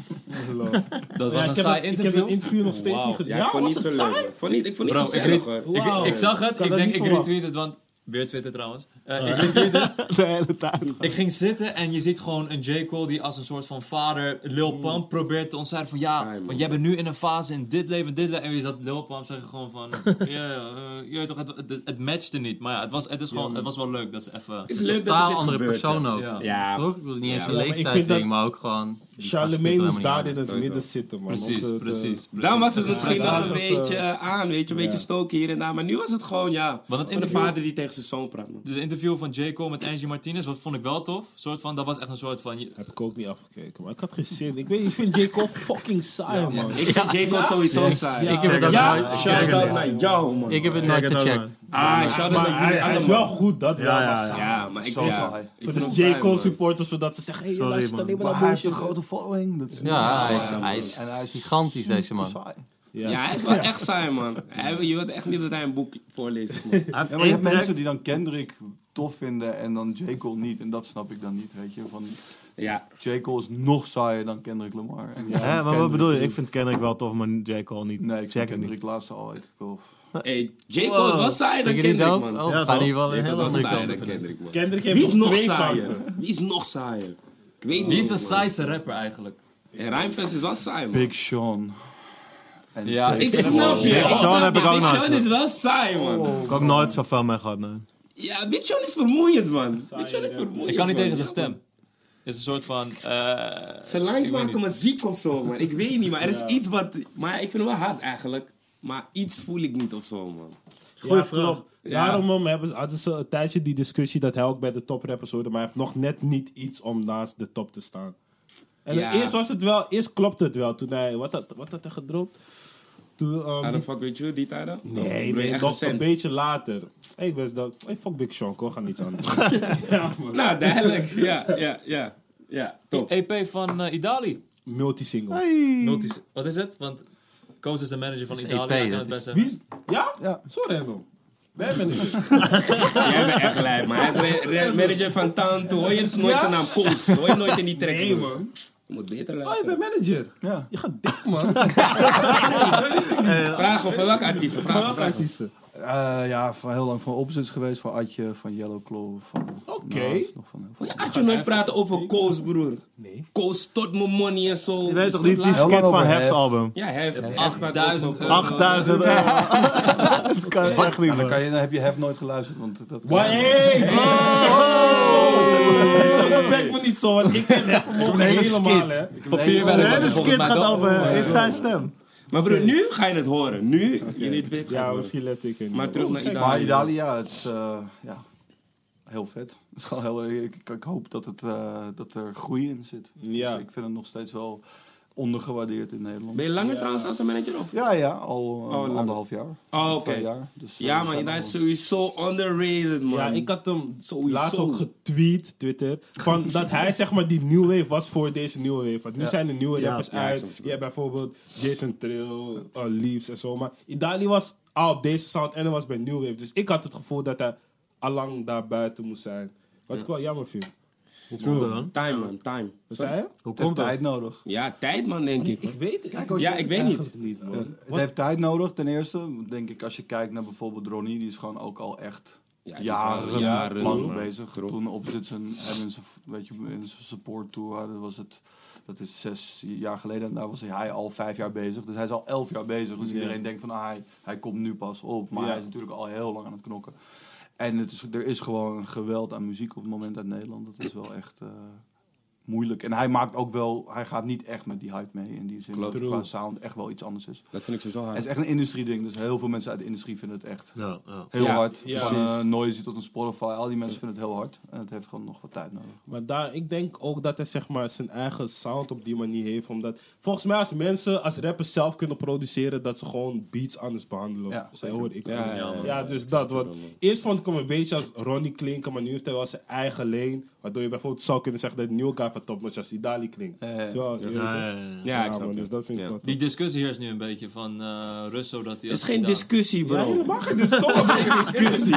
S2: Dat
S5: eh, Ja,
S2: was een
S5: ik, heb
S2: saai
S5: het- ik heb
S2: interview.
S5: het interview nog steeds
S2: Wauw.
S5: niet gedaan.
S1: Ja, ik vond
S5: was
S1: niet
S5: het
S1: zo
S5: saai?
S1: leuk. Ik vond niet, ik vond niet
S2: Bro, ik
S1: gezellig,
S2: weet-
S1: hoor.
S5: Wauw.
S2: Ik, ik zag het,
S5: Kan
S2: ik
S5: dat
S2: denk
S5: niet
S2: ik
S5: verwachten.
S2: retweet het, want... Weer Twitter trouwens. Eh, ik retweet het.
S3: De hele tijd.
S2: Ik ging zitten en je ziet gewoon een J. Cole die als een soort van vader Lil Pump probeert te ontzetten van... Ja,
S1: Saai, man.
S2: want jij bent nu in een fase in dit leven, dit leven. En wie is dat Lil Pump zeggen gewoon van... [laughs] Ja, ja, eh, je weet toch, het, het, het matchte niet. Maar ja, het was, het is gewoon, het was wel leuk dat ze even...
S1: Het is leuk dat
S4: Totaal
S1: het is
S4: andere
S1: gebeurd.
S4: persoon
S1: ja.
S4: ook.
S2: Ja.
S1: Ja,
S4: Toch? Ik wil niet eens
S1: Ja,
S4: een
S5: maar ik vind
S4: leeftijdsding,
S5: dat-
S4: maar ook gewoon... die
S5: Charlemagne
S4: gasten
S5: moest
S4: kunnen
S5: daar
S4: helemaal
S5: in het
S1: Sowieso.
S5: midden zitten, man.
S2: Precies,
S5: Anders, eh,
S2: precies.
S1: dan was het misschien
S5: Ja,
S1: nog een
S5: dat is het,
S1: beetje eh, aan, weet je. Een beetje stoken hier en daar. Maar nu was het gewoon, ja.
S2: Want het
S1: Van de
S2: interview-
S1: vader die tegen zijn zoon praat, man.
S2: De interview van J. Cole met Angie Martinez, wat vond ik wel tof. Soort van, dat was echt een soort van... je-
S5: Heb ik ook niet afgekeken, maar ik had geen zin. Ik, weet, ik vind J. Cole fucking saai, man.
S1: Ik vind J. Cole sowieso saai.
S4: niet- Ik heb het ook
S1: Ja,
S4: nooit-
S1: shout out naar jou, man.
S4: Ik heb het
S3: Check
S4: nooit
S3: it out,
S4: gecheckt.
S3: man.
S1: Ah, shout out
S5: Maar
S1: naar
S5: hij,
S1: jullie
S5: hij is
S1: allemaal.
S5: wel goed, dat wel,
S3: Ja, ja,
S5: maar
S3: ja.
S5: saai.
S1: Ja, maar ik
S6: Zo saai.
S1: ja, ik
S5: Voor
S1: vind hem
S5: de
S1: saai,
S5: J. Cole
S1: man.
S5: supporters, zodat ze zeggen, hé, hey,
S3: Sorry,
S5: luister
S3: man.
S5: alleen maar
S6: Maar
S5: naar
S6: hij heeft
S5: bullshit.
S6: een grote following. Dat is
S4: Ja, hij is,
S1: Ja,
S4: hij is
S6: En hij is
S4: gigantisch, deze man.
S6: saai.
S1: Ja, hij is wel echt saai, man. Hij- Je wilt echt niet dat hij een boek voorleest, man.
S3: Hij heeft
S6: Ja, maar je
S3: één
S6: hebt
S3: track.
S6: mensen die dan Kendrick tof vinden en dan J. Cole niet. En dat snap ik dan niet, weet je. Van,
S1: Ja,
S6: J. Cole is nog saaier dan Kendrick Lamar. En ja,
S3: Hè, maar
S6: Kendrick
S3: wat bedoel je?
S6: is-
S3: Ik vind Kendrick wel tof, maar J. Cole niet.
S6: Nee,
S3: check
S6: ik vind
S3: het
S6: Kendrick
S3: niet.
S6: laatste al uitgekocht.
S1: hey, J. Cole is wel saaier dan
S4: Denk je die
S1: Kendrick,
S4: dope?
S1: man.
S4: Oh,
S3: Ja,
S4: gaat
S3: toch?
S4: hij wel een
S1: Dat
S4: hele
S1: was
S4: andere kant
S1: saaier dan
S4: op.
S1: Kendrick, man.
S5: Kendrick
S1: Wie is
S5: heeft nog
S1: nog
S5: twee
S1: saaier?
S5: kanten.
S1: Wie is nog saaier? Ik weet niet.
S2: Die is een
S1: man.
S2: saaiste rapper eigenlijk.
S1: En Rijnfest is wel saai, man.
S6: Big Sean. En
S2: Ja,
S6: Jake
S1: Ik snap je.
S3: Big
S1: ik
S3: Sean
S1: snap
S3: heb
S1: je.
S3: ik ook
S1: Big
S3: nooit
S1: Sean
S3: gezien.
S1: is wel saai, man.
S3: Ik heb ook nooit zoveel mee gehad, nee.
S1: Ja, Big Sean is vermoeiend, man. Big Sean is vermoeiend,
S2: Ik kan niet
S1: man.
S2: tegen zijn
S1: Ja,
S2: stem. Is een soort van... eh,
S1: Zijn lines maken me ziek of zo, man. Ik weet niet, maar er is iets wat... Maar ik vind hem wel hard, eigenlijk. Maar iets voel ik niet of zo, man.
S5: Goeie
S3: vraag.
S5: Daarom man, hebben ze, hadden ze een tijdje die discussie dat hij ook bij de toprappers hoorde, maar hij heeft nog net niet iets om naast de top te staan. En
S1: Ja.
S5: eerst was het wel, eerst klopte het wel toen hij, wat had, wat had hij gedropt? Toen, ehm,
S1: I don't fuck with you, die tijd dan? Of ben
S5: nee,
S1: je
S5: nee,
S1: echt
S5: nog een
S1: recent?
S5: beetje later. Hey, ik ben dat, hey, fuck Big Sean, we gaan iets anders. ja, man.
S1: Nou, duidelijk. Ja, ja, ja. Ja, top.
S2: EP van eh, Idali.
S5: Multisingle.
S2: Multis. Wat is het? Want Koos is E de manager van
S4: is
S2: Italië.
S4: EP,
S2: hij kan
S4: dat
S2: het
S4: is-
S2: best
S5: Wie
S2: zeggen.
S5: is, ja?
S6: Ja.
S5: Zo random. Wij hebben het.
S1: Jij bent echt lijp, maar hij is re- re- manager van Tanto. Hoor je dus nooit zijn naam Koos? Hoor je nooit in die tracks?
S5: Nee,
S1: broer?
S5: man.
S1: Je moet beter
S5: Oh, je
S1: luisteren.
S5: bent manager.
S6: Ja.
S5: Je gaat dik, man.
S1: Vraag over welke artiesten? Vraag over vraag.
S5: Welke
S1: over.
S5: artiesten?
S6: Eh, ja, van heel lang van Opposites geweest. Van Adje, van Yellow Claw. Van
S5: Oké.
S6: Nas, nog van heel veel.
S1: Hoor je Atje nooit praten over Koos, broer?
S5: Nee.
S1: Koos tot mijn money en zo.
S3: Je
S1: Dus
S3: weet toch
S1: dat
S3: niet, die
S1: laat-
S6: laat-
S3: skit
S6: Helemaal
S3: van
S6: over
S3: Hef's
S6: Hef.
S3: album.
S1: Ja, hij heeft echt
S2: 8000 euro.
S3: 8000 euro. [laughs] Dat kan echt niet,
S6: En dan,
S3: man.
S6: kan je, dan heb je Hef nooit geluisterd. Want dat
S5: Why, hey, bro! Respect me niet zo, want ik ken hem vermogen helemaal, hè.
S2: Papierwerk
S3: De
S2: was
S3: hele
S2: het volgens
S3: skit
S2: mij
S3: gaat
S2: wel.
S3: over eh, is zijn stem.
S1: Maar broer, nu ga je het horen. Nu, je niet weet, ga je het
S5: Ja,
S1: horen.
S5: misschien let ik er niet
S1: Maar
S5: op.
S1: terug
S5: Oh,
S1: naar
S5: kijk.
S6: Maar
S1: Italië.
S6: Idalia, het is eh, ja, heel vet. [laughs] Het is wel heel, ik, ik- ik hoop dat, het, eh, dat er groei in zit.
S5: Ja.
S6: Dus ik vind het nog steeds wel ondergewaardeerd in Nederland.
S1: Ben je langer trouwens als een manager? Of?
S6: Ja, ja, al eh,
S1: Oh, lang.
S6: anderhalf jaar.
S1: Oh, oké.
S6: Twee jaar. Dus, eh,
S1: Ja,
S6: we
S1: man,
S6: zijn
S1: hij
S6: nog
S1: is
S6: wel-
S1: sowieso underrated, man.
S5: Ja, ik had hem
S1: Sowieso.
S5: laatst ook getweet, Twitter, [laughs] van dat hij zeg maar die new wave was voor deze nieuwe wave. Want nu zijn de nieuwe rappers
S1: ja, ik
S5: uit.
S1: snap wat je
S5: Je hebt bijvoorbeeld Jason Trill, eh, Leaves en zo. Maar Idali was al op deze sound en hij was bij new wave. Dus ik had het gevoel dat hij allang daar buiten moest zijn. Wat ik wel jammer vind.
S3: Hoe komt dat dan?
S1: Time, man, time.
S5: Wat zei je?
S3: Hoe
S6: Het heeft
S3: komt dat?
S6: tijd nodig.
S1: Ja, tijd, man, denk ik.
S5: Ik weet het
S6: Kijk, als
S1: Ja,
S6: je-
S1: ik weet niet.
S5: eigenlijk niet, man.
S6: Het heeft tijd nodig, ten eerste. Denk ik, als je kijkt naar bijvoorbeeld Ronnie, die is gewoon ook al echt
S1: Ja, die is al
S6: jaren,
S1: jaren,
S6: lang
S1: man.
S6: bezig. Toen op zit zijn, en in zijn, weet je, in zijn support tour hadden, was het, dat is zes jaar geleden. En daar was hij al vijf jaar bezig. Dus hij is al elf jaar bezig. Dus iedereen denkt van, ah, hij, hij komt nu pas op. Maar
S5: Ja.
S6: hij is natuurlijk al heel lang aan het knokken. En het is, er is gewoon geweld aan muziek op het moment uit Nederland. Dat is wel echt... eh, Moeilijk. En hij maakt ook wel, hij gaat niet echt met die hype mee. In die zin dat het
S5: True.
S6: qua sound echt wel iets anders is.
S1: Dat vind ik sowieso
S6: Het
S1: hard.
S6: is echt een industrieding, dus heel veel mensen uit de industrie vinden het echt
S3: Ja, ja.
S6: heel
S1: Ja,
S6: hard.
S5: ja.
S6: Van
S5: Precies.
S6: eh, Noisy tot een Spotify, al die mensen vinden het heel hard. En het heeft gewoon nog wat tijd nodig.
S5: Maar daar, ik denk ook dat hij zeg maar, zijn eigen sound op die manier heeft. Omdat volgens mij als mensen, als rappers zelf kunnen produceren, dat ze gewoon beats anders behandelen.
S6: Ja,
S5: Zo
S6: zeker.
S5: hoor ik.
S1: Ja,
S5: het.
S1: ja, man.
S5: dus dat. Want eerst vond ik hem een beetje als Ronnie klinken, maar nu heeft hij wel zijn eigen lane. Wat Waardoor je bijvoorbeeld zou kunnen zeggen dat de nieuwe guy van Top Notch als Idali klinkt.
S6: Ja, ja.
S5: Terwijl, je weet het.
S1: Ja, ik snap
S5: man,
S1: je.
S5: Dus dat vind ik
S1: Ja.
S5: wel tof.
S2: Die discussie hier is nu een beetje van eh Russo dat hij...
S1: Het is
S2: had
S1: geen
S2: gedaan.
S1: discussie,
S5: Ja,
S1: bro.
S5: jullie
S1: [laughs]
S5: mag dus
S1: Het
S5: soms.
S1: is geen
S5: [laughs]
S1: discussie.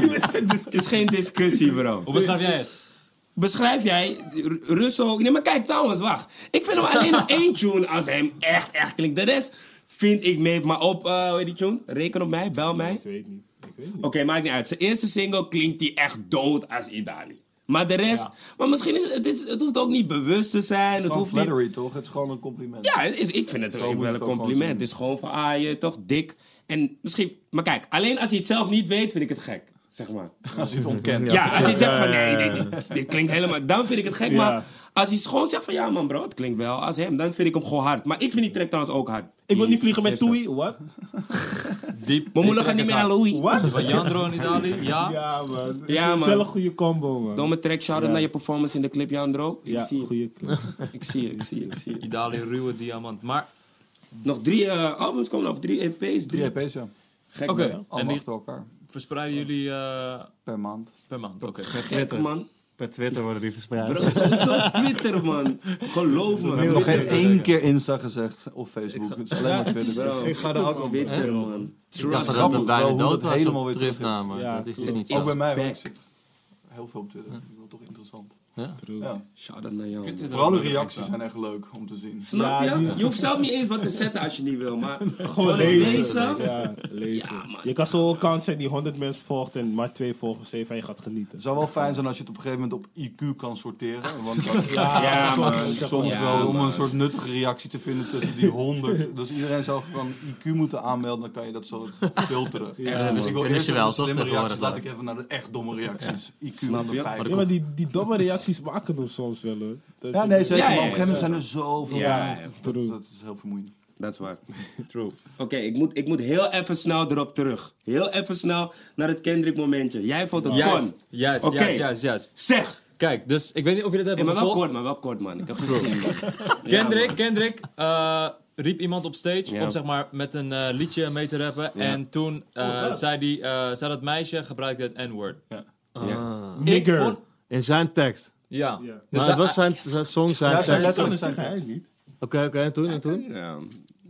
S1: Het is geen discussie, bro.
S2: Hoe beschrijf jij het?
S1: Beschrijf jij R- Russo... Nee, maar kijk, trouwens, wacht. Ik vind hem alleen
S5: [laughs]
S1: op één tune als hem echt, echt klinkt. De rest vind ik mee. Maar op, eh, hoe heet die tune? Reken op mij, bel mij.
S5: Ik weet niet. Ik weet niet.
S1: Oké, maakt niet uit. Zijn eerste single klinkt hij echt dood als Idali. Maar de rest... Maar misschien is het, is- het hoeft ook niet bewust te zijn. Het
S6: Gewoon
S1: hoeft niet...
S6: flattery, toch? Het is gewoon een compliment.
S1: Ja, het is, ik vind het ook
S6: moet
S1: wel
S6: het
S1: een
S6: ook gewoon
S1: compliment.
S6: zien.
S1: Het is gewoon van, ah, je toch dik. En misschien... Maar kijk, alleen als hij het zelf niet weet, vind ik het gek. Zeg maar.
S6: Als je het ontkent.
S1: Ja, als hij zegt van nee, nee, dit, dit klinkt helemaal... Dan vind ik het gek,
S5: Ja.
S1: maar als hij gewoon zegt van ja man bro, het klinkt wel als hem, dan vind ik hem gewoon hard. Maar ik vind die track trouwens ook hard.
S5: Ik wil niet vliegen met
S1: Eerste.
S5: Toei. Wat?
S2: Diep.
S1: Mijn moeder gaat niet meer naar Louis.
S5: Wat?
S2: Van Jandro en Idali, ja.
S5: Ja, man.
S1: Ja, man.
S5: Wel een goede combo, man.
S1: Domme track, shout-out naar je performance in de clip, Jandro. Ik
S5: ja,
S1: zie je,
S5: goede clip.
S1: ik zie je, ik zie je, ik zie je.
S2: Idali, ruwe diamant. Maar,
S1: Nog drie eh, albums komen, of drie EP's, drie...
S6: Drie EP's, ja.
S1: Gek,
S2: oké.
S1: man.
S2: En
S6: Allemaal
S2: die
S6: achter elkaar.
S2: verspreiden jullie eh,
S6: Per maand.
S2: per maand. Oké.
S1: Gek, man.
S3: Per Twitter worden die verspreid.
S1: Bro, sowieso Twitter, man. Geloof me. Twitter
S6: Nog geen
S1: is-
S6: één keer Insta gezegd of Facebook. Het is alleen maar Twitter.
S1: Bro,
S3: Ik ga er ook op.
S1: Twitter, man.
S4: Ik dacht
S1: Trust
S4: dat
S6: grappig,
S4: het een
S6: bro,
S4: bijna
S6: hoe dat
S4: dood was
S6: helemaal
S4: op
S6: weer
S4: Tripna, maar
S5: Ja,
S4: dat is dus
S1: klopt.
S4: niet
S1: Ook
S4: zo.
S6: Ook bij mij.
S1: back.
S6: hoor. Ik zit heel veel op Twitter. Dat is wel toch interessant.
S4: Ja.
S6: Ja.
S1: Shout-out naar jou, man.
S6: Vooral de reacties zijn echt leuk om te zien.
S1: Snap
S5: Ja,
S1: je?
S5: die-
S1: Je hoeft zelf niet eens wat te zetten als je niet wil, maar
S5: Gewoon
S1: gewoon het
S5: lezen.
S1: lezen.
S5: Ja, lezen.
S1: Ja, man.
S5: Je kan zo kans zijn die 100 mensen volgt en maar twee volgers heeft en je gaat genieten.
S6: Het zou wel fijn zijn als je het op een gegeven moment op IQ kan sorteren.
S1: [laughs]
S6: Want dan-
S1: Ja, man.
S6: soms
S1: Ja,
S6: wel om
S1: man.
S6: een soort nuttige reactie te vinden tussen die
S1: [laughs]
S6: 100. Dus iedereen zou gewoon IQ moeten aanmelden, dan kan je dat zo filteren.
S4: man.
S6: dus ik wil
S4: Kunnen
S6: eerst
S4: ze
S6: even
S4: wel,
S6: de
S4: toch,
S6: slimme reacties,
S4: tegenwoordig
S6: laat ik even naar de echt domme reacties. IQ
S1: Snap
S6: onder
S1: je?
S6: 50.
S5: Ja, maar die, die domme reacties maken ons soms wel hoor. Dat
S6: Ja,
S5: is-
S6: nee, zeker.
S1: Ja, ja,
S6: maar op
S1: ja,
S6: een gegeven moment zijn er zoveel.
S1: Ja,
S6: dingen.
S5: ja.
S6: dat, dat is heel vermoeiend.
S1: Dat is waar. True. Oké, ik, moet, ik moet heel even snel erop terug. Heel even snel naar het Kendrick momentje. Jij vond het
S2: Juist,
S1: kon.
S2: juist,
S1: Oké.
S2: juist, juist, juist.
S1: Zeg!
S2: Kijk, dus ik weet niet of jullie dat
S1: Hey,
S2: hebben
S1: maar wel
S2: gevolgd.
S1: kort, maar wel kort, man. Ik heb gezien, man. Ja, man.
S2: Kendrick, Kendrick eh, riep iemand op stage
S1: Ja.
S2: om zeg maar met een eh, liedje mee te rappen. En toen eh,
S6: Oh,
S2: zei, die, eh, zei dat meisje gebruikte het N-word. Ah.
S1: Ja.
S2: Ik
S5: Nigger.
S2: vond-
S3: In zijn tekst.
S2: Ja.
S5: Ja.
S2: Dus
S3: Maar
S2: hij-
S3: het was zijn, zijn song, zijn
S6: Ja,
S3: tekst.
S6: zijn-
S5: Dat kan het zeggen, hij niet.
S3: Oké, oké, en toen, en toen?
S1: Ja.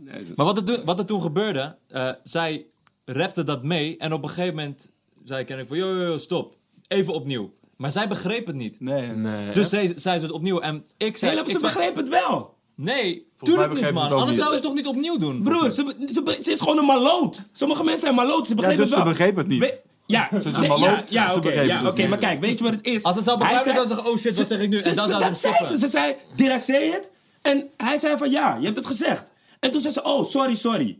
S1: Ja, is-
S2: maar wat er, toen- wat er toen gebeurde, eh, zij rapte dat mee. En op een gegeven moment zei Kendrick van, yo, yo, yo, stop. Even opnieuw. Maar zij begreep het niet.
S6: Nee, nee.
S3: Nee.
S2: Dus zij zei ze het opnieuw. En ik zei...
S1: Hey, lopen,
S2: ik
S1: ze
S2: zei-
S1: begreep het wel.
S2: Nee,
S6: mij
S2: tuurlijk niet,
S6: begrepen ze
S2: man.
S6: het ook
S2: Anders zouden
S6: niet.
S2: ze het toch niet opnieuw doen?
S1: Broer, ze, be- ze, be- ze is gewoon een maloot. Sommige mensen zijn maloot, ze
S6: Ja,
S1: begrepen
S6: dus
S1: het
S6: ze
S1: wel.
S6: begrepen het niet.
S1: We- ja, ze-
S6: een
S1: nee, ja,
S6: maloot,
S1: ja,
S6: ze
S1: oké,
S6: begrepen
S1: ja,
S6: het
S1: oké,
S6: niet.
S1: maar kijk, weet je wat het is?
S2: Als ze het
S1: Hij
S2: zou begrijpen,
S1: zei-
S2: zou ze zeggen, oh shit, wat zeg ik nu?
S1: Ze-
S2: En dan
S1: ze-
S2: zou ze
S1: dat zei ze.
S2: stoppen.
S1: Ze zei, did I say it? En hij zei van, ja, je hebt het gezegd. En toen zei ze, oh, sorry, sorry.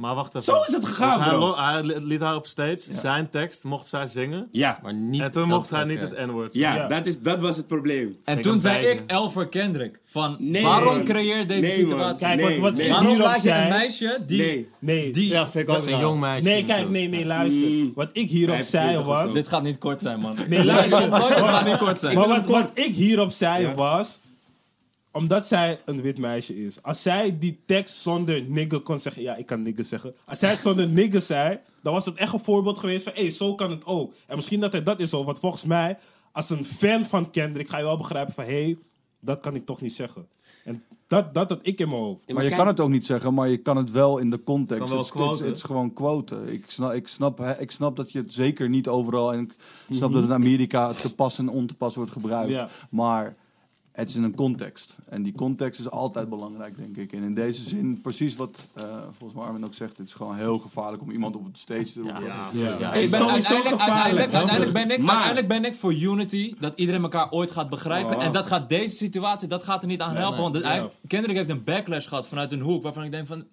S3: Maar wacht even.
S1: Zo is het gegaan,
S3: Dus hij,
S1: bro.
S3: lo- hij li- liet haar op stage, zijn tekst, mocht zij zingen.
S1: Ja,
S4: Maar niet
S3: En toen
S4: dat-
S3: mocht hij niet
S4: oké.
S3: het N-woord
S1: ja,
S5: Ja.
S1: Dat, is, dat was het probleem.
S2: En
S3: Ik
S2: toen
S3: heb
S2: zei
S3: beide.
S2: ik Elver Kendrick van
S1: Nee,
S2: waarom
S1: man.
S2: creëer deze
S1: Nee, man.
S2: situatie?
S5: Kijk,
S1: Nee,
S5: wat, wat
S1: nee.
S5: ik
S2: Waarom
S5: hierop
S2: laat je een
S5: zei-
S2: meisje die...
S1: Nee.
S5: Nee.
S3: Die, ja, vind ik
S4: Dat
S3: ook
S4: is een
S3: raar.
S4: jong meisje.
S5: nee, kijk,
S4: natuurlijk.
S5: nee, nee, luister.
S1: Mm.
S5: Wat ik
S1: Hij
S5: hierop
S1: heeft
S5: zei
S1: veertig of
S5: was...
S1: zo.
S2: Dit gaat niet kort zijn, man.
S5: Nee, luister.
S2: Dit
S5: wat-
S2: gaat niet kort zijn.
S5: Maar wat,
S1: kort.
S5: wat ik hierop zei
S1: Ja.
S5: was... Omdat zij een wit meisje is. Als zij die tekst zonder nigger kon zeggen... Ja, ik kan nigger zeggen. Als zij het zonder nigger zei... Dan was het echt een voorbeeld geweest van... Hé, hey, zo kan het ook. En misschien dat hij dat is zo. Want volgens mij... Als een fan van Kendrick ga je wel begrijpen van... Hé, hey, dat kan ik toch niet zeggen. En dat dat, dat ik in mijn hoofd.
S1: Ja,
S6: Maar je
S1: kijk-
S6: kan het ook niet zeggen, maar je kan het wel in de context.
S3: Kan wel
S6: Het is-
S3: quoten.
S6: Het, het is gewoon quote. Ik snap, ik, snap, hè, ik snap dat je het zeker niet overal... En ik snap
S1: Mhm.
S6: dat in Amerika het te pas en on te pas wordt gebruikt.
S5: Ja.
S6: Maar het is in een context. En die context is altijd belangrijk, denk ik. En in deze zin, precies wat eh, volgens mij Armin ook zegt... het is gewoon heel gevaarlijk om iemand op het stage te roepen.
S1: Ja,
S2: Ik
S1: is
S2: ben,
S1: sowieso
S2: uiteindelijk, uiteindelijk,
S1: gevaarlijk.
S2: uiteindelijk ben ik,
S1: Maar-
S2: uiteindelijk ben ik voor unity, dat iedereen elkaar ooit gaat begrijpen.
S1: Oh.
S2: En dat gaat deze situatie, dat gaat er niet aan helpen. Want het- hij- Kendrick heeft een backlash gehad vanuit een hoek waarvan ik denk van...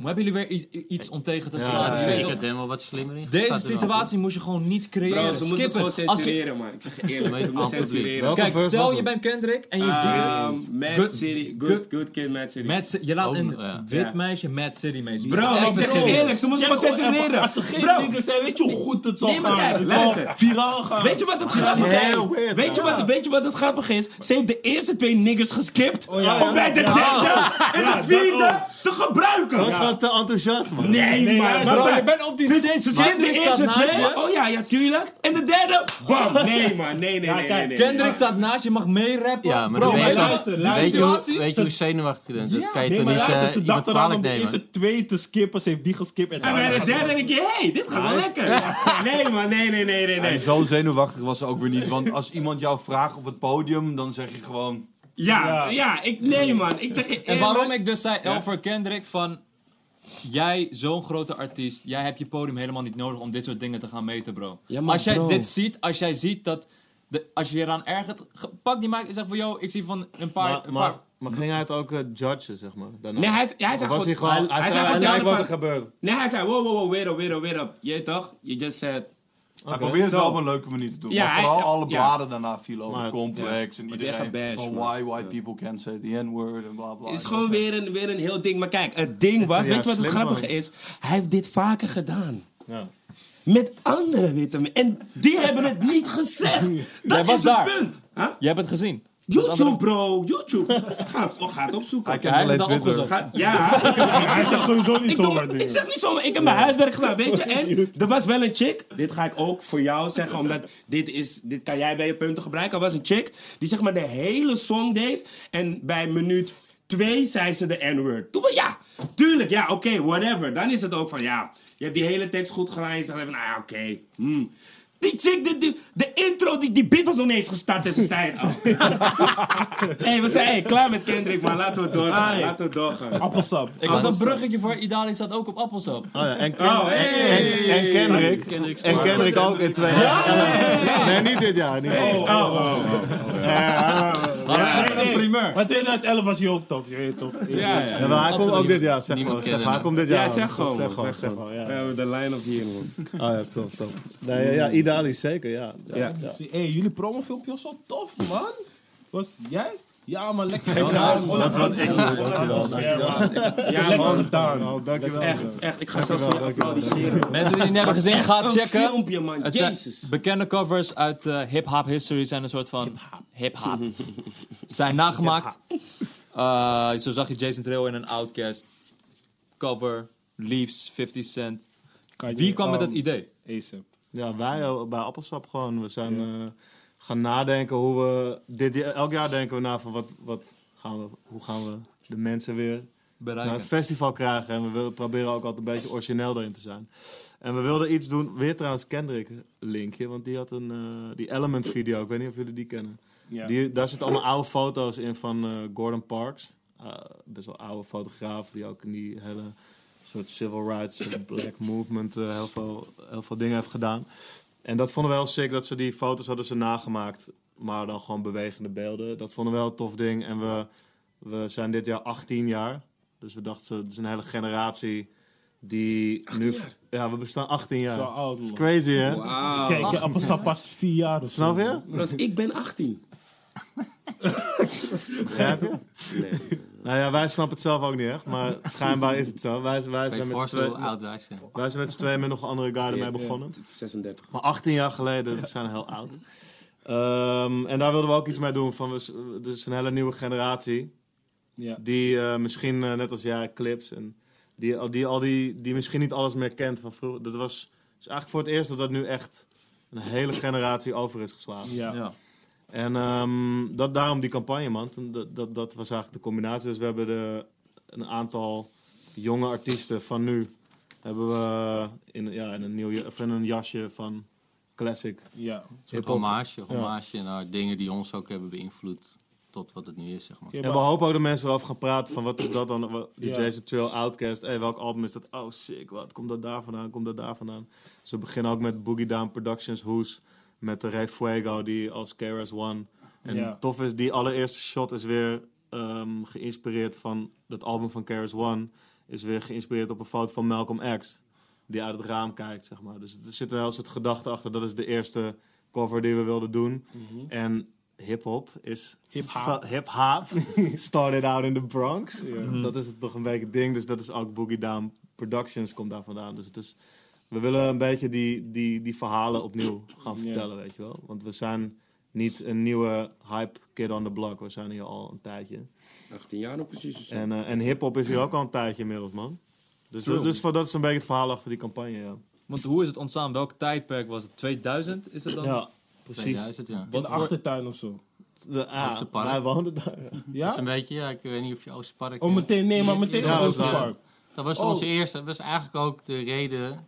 S2: "Hoe Hebben jullie weer iets, iets om tegen te slaan?
S4: Ja,
S2: Je weet
S4: Ik
S2: toch,
S4: heb helemaal wat slimmer in.
S2: Deze situatie moest je gewoon niet
S1: Bro,
S2: creëren.
S1: ze moesten het
S2: Skippen.
S1: gewoon
S2: Als je-
S1: censureren, man. Ik zeg je eerlijk, ze
S4: Met
S1: moesten
S4: amper publiek.
S1: censureren.
S3: Welke
S2: Kijk,
S3: verse was
S2: stel je
S3: het?
S2: bent Kendrick en je
S1: Ehm,
S2: ziet...
S1: Mad
S2: Good-
S1: City,
S2: good-
S1: good, good Kid, Mad City.
S2: Mad Ci- je laat
S4: Oh,
S2: een
S4: ja.
S2: wit
S1: Ja.
S2: meisje Mad City meespelen.
S1: Bro, ik
S2: Even
S1: zeg je
S2: serieus.
S1: eerlijk, ze moesten het gewoon censureren.
S5: Als ze geen
S1: Bro,
S5: nigger zijn, weet je hoe goed het zal
S1: Nee, maar
S5: gaan.
S1: kijk,
S5: het zal
S1: luister.
S5: viraal gaan.
S1: Weet je wat het grappige is?
S3: heel weird,
S1: weet, je wat, weet je wat het Oh, grappige is? Ze heeft de eerste twee niggers geskipt.
S5: ja, ja,
S1: om bij de
S5: ja.
S1: derde en de vierde te gebruiken.
S7: was gewoon te enthousiast, man.
S1: Nee, maar, maar-
S2: je bent op die stage.
S1: Ken
S2: Dus
S1: de
S2: Kendrick staat
S1: eerste
S2: naast
S1: twee?
S2: je.
S1: Oh ja, ja, tuurlijk. En de derde? Bam! Nee, maar nee, nee, nee, nee. nee, nee.
S2: Kendrick staat naast je, mag meerappen.
S4: Ja, maar
S2: Bro,
S4: dan
S2: maar
S4: weet je-
S2: luister,
S5: weet
S4: Weet je, hoe-
S2: situatie?
S4: weet je hoe zenuwachtig het is? Dat kan je
S5: Nee,
S4: toch
S5: maar
S4: niet
S5: luister,
S4: eh,
S5: ze
S4: iemand
S5: dacht eraan
S4: kwalijk
S5: om de
S4: nemen?
S5: eerste twee te skippen. Ze heeft die geskipt. En
S1: En bij de derde denk je, hé, hey, dit gaat wel lekker. Nee, maar nee, nee, nee, nee, nee.
S6: En zo zenuwachtig was ze ook weer niet. Want als iemand jou vraagt op het podium, dan zeg je gewoon...
S1: Ja, ja, ik, nee man. Ik zeg je
S2: En
S1: eerlijk.
S2: waarom ik dus zei over Kendrick van... Jij, zo'n grote artiest, jij hebt je podium helemaal niet nodig om dit soort dingen te gaan meten, bro.
S1: Ja, maar
S2: als jij
S1: bro.
S2: dit ziet, als jij ziet dat... De, als je eraan ergert, ge- pak die mic en zeg van... Yo, ik zie van een paar...
S7: Maar,
S2: een
S7: maar,
S2: paar-
S7: maar ging hij het ook eh, judgen, zeg maar? Daarna?
S1: Nee, hij, hij zei
S7: Of was hij gewoon... Hij,
S1: hij
S7: zei,
S1: zei
S7: hij
S1: gewoon
S7: lijkt wat er
S1: van-
S7: gebeurde.
S1: Nee, hij zei, wow, wow, wow, wait up, wait up, wait up. Je toch? You just said...
S6: Hij probeert het
S1: Zo.
S6: wel op een leuke manier te doen.
S1: Ja,
S6: maar
S1: hij-
S6: vooral
S1: ja,
S6: alle
S1: ja.
S6: bladen daarna vielen over
S7: Maar-
S6: complex. En
S1: Het is echt
S6: iedereen
S1: een bash,
S6: van
S1: man.
S6: why, why people can't say the n-word en bla bla.
S1: Het is gewoon weer een, weer een heel ding. Maar kijk, het ding was,
S7: Ja,
S1: weet je wat het
S7: slim,
S1: grappige
S7: man.
S1: is? Hij heeft dit vaker gedaan.
S7: Ja.
S1: Met andere witte men- En die hebben het niet gezegd. Dat
S2: was
S1: is
S2: daar.
S1: het punt. Huh?
S2: Jij hebt het gezien.
S1: YouTube, bro. YouTube. [laughs] Ga, het- oh, ga het opzoeken.
S2: Hij heeft het al opgezocht.
S5: [laughs]
S1: Ga- ja, ik heb
S5: Hij zegt sowieso niet
S1: Ik, doe-
S5: zomaar
S1: ik
S5: dingen.
S1: zeg niet zomaar, ik heb mijn huiswerk gedaan,
S5: [laughs]
S1: weet je. En er was wel een chick, dit ga ik ook voor jou zeggen, omdat dit, is, dit kan jij bij je punten gebruiken. Er was een chick die zeg maar de hele song deed en bij minuut twee zei ze de N-word. Toen we- ja, tuurlijk, ja, oké, whatever. Dan is het ook van, ja, je hebt die hele tekst goed gedaan. Je zegt even, nou ja, oké, hmm. Die chick, de, de, de intro, die, die beat was nog niet eens gestart en ze zei het al.
S5: [laughs]
S1: hey, we zijn hey, klaar met Kendrick, maar laten we doorgaan. Laten we doorgaan.
S5: Appelsap.
S2: Ik had een bruggetje voor Idali, staat ook op appelsap.
S7: Oh ja, en,
S1: Oh, hey.
S7: en, en Kendrick.
S4: Kendrick
S7: En
S4: Lamar.
S7: Kendrick ook in 2011. Nee, niet dit jaar. Niet dit jaar.
S1: Oh, oh, oh.
S2: Ja, een primeur.
S5: Maar 2011 was hij ook tof, je weet toch?
S1: Ja, Nou, ja.
S7: Ja, maar hij komt ook dit jaar, zeg
S4: Niemand
S7: gewoon. Zeg,
S4: kennen
S7: maar, hij komt dit jaar.
S1: Ja, zeg gewoon,
S7: Zeg
S1: man,
S7: gewoon,
S1: zeg
S7: zeg
S1: gewoon.
S7: gewoon, ja.
S1: We hebben de line-up hier, man.
S7: Ah ja, top, top. Nee, ja, ja, Idali zeker, ja. Ja,
S1: Ja. Nou,
S7: ja.
S5: Hé, hey, jullie promofilmpje was zo tof, man. Was jij? Ja, man, lekker
S7: Dat is wat ik doe, dankjewel. dankjewel.
S1: Ja,
S5: Lekker
S1: man.
S5: gedaan.
S7: Oh, dankjewel.
S1: Echt, echt. Ik ga zelfs voor je
S7: dankjewel.
S1: applaudisseren.
S2: Mensen die het niet hebben gezien, ga het
S1: Een
S2: checken.
S1: filmpje, man.
S2: Het zijn
S1: Jezus.
S2: Bekende covers uit eh, hip-hop history zijn een soort van. Hip-hop. [laughs] zijn nagemaakt. Eh, zo zag je Jason Trail in een Outcast cover. Leaves, 50 Cent. Wie kwam met dat
S7: Um,
S2: idee?
S5: ASAP.
S7: Ja, wij eh, bij Appelsap gewoon. We zijn eh, gaan nadenken hoe we... Dit, jaar- elk jaar denken we na van wat, wat gaan we, hoe gaan we de mensen weer naar
S2: Bereiken.
S7: Nou, het festival krijgen. En we willen proberen ook altijd een beetje origineel erin te zijn. En we wilden iets doen, weer trouwens Kendrick linkje, want die had een, eh, die Element video, ik weet niet of jullie die kennen.
S5: Ja.
S7: Die, daar zitten allemaal oude foto's in van eh, Gordon Parks. Eh, best wel oude fotograaf die ook in die hele soort civil rights en black movement eh, heel, veel, heel veel dingen heeft gedaan. En dat vonden we heel sick dat ze die foto's hadden ze nagemaakt, maar dan gewoon bewegende beelden. Dat vonden we wel een tof ding. En we, we zijn dit jaar 18 jaar, dus we dachten het is een hele generatie die nu. Ja, we bestaan 18 jaar.
S5: Zo oud,
S7: It's
S5: man.
S7: crazy hè?
S1: Wauw.
S5: Kijk, je appelsap pas vier jaar of zo.
S7: Snap je?
S1: Bros, ik ben 18.
S7: Begrijp je? Nou ja, wij snappen het zelf ook niet echt, maar schijnbaar is het zo. Wij, wij,
S4: Kan je
S7: zijn,
S4: je
S7: met z'n
S4: voorstellen
S7: tweeën,
S4: hoe oud wij zijn?
S7: wij zijn met z'n tweeën met nog een andere guy ermee begonnen.
S1: 36.
S7: Maar 18 jaar geleden, we zijn heel oud. Ehm, en daar wilden we ook iets mee doen. Van, we, s- er is een hele nieuwe generatie.
S5: Ja.
S7: Die eh, misschien, eh, net als jij, clips. En die, al die, al die, die misschien niet alles meer kent van vroeger. Dat was is eigenlijk voor het eerst dat dat nu echt een hele generatie over is geslagen.
S5: Ja.
S2: Ja.
S7: En ehm, dat, daarom die campagne, man. Toen- Dat, dat, dat was eigenlijk de combinatie. Dus we hebben de, een aantal jonge artiesten van nu... hebben we in, ja, in, een, nieuw, of in een jasje van classic
S5: ja.
S4: Een
S7: hip-hop.
S4: hommage, hommage naar dingen die ons ook hebben beïnvloed tot wat het nu is, zeg maar.
S5: Oké,
S7: En we
S5: maar-
S7: hopen ook dat mensen erover gaan praten van wat is dat dan, Wat- die
S5: Ja.
S7: Jason Trail, Outcast, hey, welk album is dat? Oh sick, wat komt dat daar vandaan, komt dat daar vandaan? Dus we beginnen ook met Boogie Down Productions, Hoes, met de Ray Fuego die als KRS-One. En
S5: Ja.
S7: tof is, die allereerste shot is weer ehm, geïnspireerd van dat album van KRS-One, is weer geïnspireerd op een foto van Malcolm X, die uit het raam kijkt, zeg maar. Dus er zit een heel soort gedachte achter, dat is de eerste cover die we wilden doen. En hip-hop is
S5: Mhm. Hip-hop.
S7: Sta-
S5: [laughs]
S7: hip-hop. Started out in the Bronx. Dat is toch een beetje het ding. Dus dat is ook Boogie Down Productions komt daar vandaan. Dus het is, we willen een beetje die, die, die verhalen opnieuw gaan
S5: Ja.
S7: vertellen, weet je wel. Want we zijn niet een nieuwe hype kid on the block. We zijn hier al een tijdje.
S1: 18 jaar nog precies.
S7: En, eh, en hip-hop is hier ook al een tijdje inmiddels, man. Dus, dat, dus voor- dat is een beetje het verhaal achter die campagne. Ja,
S2: Want hoe is het ontstaan? Welk tijdperk was het? 2000 is het dan?
S7: ja precies.
S4: 2000, ja.
S5: In
S2: Wat
S5: de
S2: voor-
S5: achtertuin of zo.
S7: De, ah,
S4: Oosterpark.
S7: wij woonden daar. ja.
S4: Dus een
S5: Ja?
S4: beetje, ja, ik weet niet of je Oosterpark...
S5: Oh, meteen, nee, maar
S4: Ja,
S5: meteen
S7: ja,
S5: naar
S7: dat is
S5: Oosterpark.
S4: Dat was
S5: Oh.
S4: onze eerste. Dat was eigenlijk ook de reden.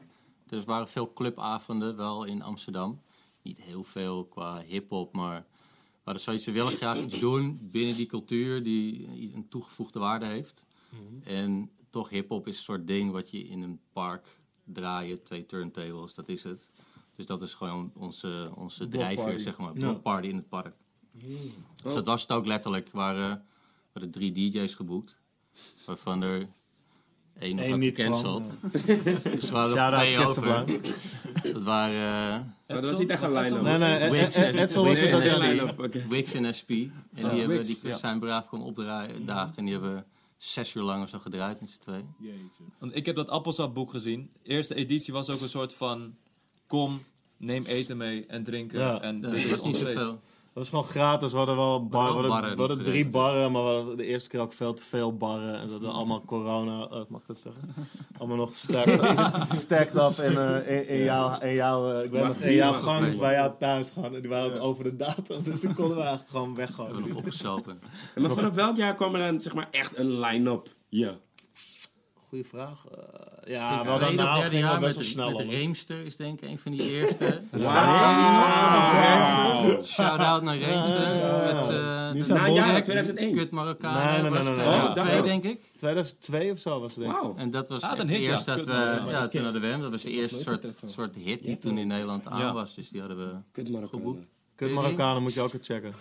S4: Er waren veel clubavonden wel in Amsterdam. Niet heel veel qua hip-hop, maar we hadden zoiets. We willen graag iets doen binnen die cultuur die een toegevoegde waarde heeft. En toch, hip-hop is een soort ding wat je in een park draaien, twee turntables, dat is het. Dus dat is gewoon onze, onze drijfveer, zeg maar. Block party in het park. Dus dat was het ook letterlijk. We waren, we hadden drie DJ's geboekt, waarvan er één nog
S7: Eén
S4: had
S7: niet kwam,
S4: gecanceld. [laughs] Dus er waren er
S7: Shout-out
S4: twee
S7: Ketsenblank.
S4: over. Dat waren
S1: Maar dat was niet echt een line-up.
S7: Nee, nee,
S4: eh, Wix
S7: Ed- Ed-
S4: en-
S7: Edsel was het
S1: Nee, nee,
S7: dat
S4: nee.
S1: line-up, oké.
S4: eh, Wix en SP. En die, hebben,
S1: Wix,
S4: die
S1: ja.
S4: zijn braaf komen opdraaien dagen. En die hebben zes uur lang of zo gedraaid met z'n tweeën.
S2: Want ik heb dat appelsapboek gezien. De eerste editie was ook een soort van... Kom, neem eten mee en drinken.
S7: Ja.
S2: En dit
S4: Ja, dat
S2: is
S4: was niet
S2: ons feest.
S4: zoveel.
S7: Dat was gewoon gratis. We hadden wel bar,
S4: hadden
S7: we hadden,
S4: barren
S7: we hadden
S4: niet
S7: drie
S4: geregeld.
S7: barren, maar we hadden de eerste keer ook veel te veel barren. En we hadden allemaal corona, eh, mag ik dat zeggen? Allemaal nog stacked, stacked up in, eh, in, in jouw, in jouw, eh, ik weet
S1: Mag
S7: nog, in
S1: niet,
S7: jouw
S1: mag
S7: gang
S4: niet.
S7: bij jou thuis gaan. En die waren over de datum, dus toen konden we eigenlijk gewoon
S4: We hebben
S7: weggooien.
S4: nog opgesopen.
S1: En Maar vanaf welk jaar kwam er dan zeg maar echt een line-up? Ja.
S7: Goeie vraag. Eh, ja,
S4: Ik
S7: wel
S4: weet dat
S7: daarna
S4: derde
S7: ging
S4: jaar
S7: het best wel
S4: met,
S7: snel.
S4: met
S7: om, hoor.
S4: Reemster is denk ik een van die eerste.
S1: Wauw.
S4: Shout-out naar Reemster. Met, eh, de
S1: Na een jaar,
S4: Bollek,
S1: 2001.
S4: Kut Marokkaan
S7: Nee, nee, nee, nee,
S4: was het
S7: nee,
S1: nee.
S4: eh,
S1: Oh,
S4: twee,
S1: dat-
S4: denk ik.
S7: 2002 of zo was het denk ik.
S1: Wauw.
S4: En dat was
S2: Ah,
S4: echt
S2: een
S4: de
S2: hit, ja.
S4: eerste dat
S2: Kut
S4: we,
S2: Marokkaan.
S4: ja, toen hadden we hem. Dat was de eerste soort, soort hit die toen in Nederland aan
S2: Ja.
S4: was. Dus die hadden we...
S1: Kut Marokkanen.
S4: Geboekt.
S7: Kut Marokkanen moet je ook eens checken.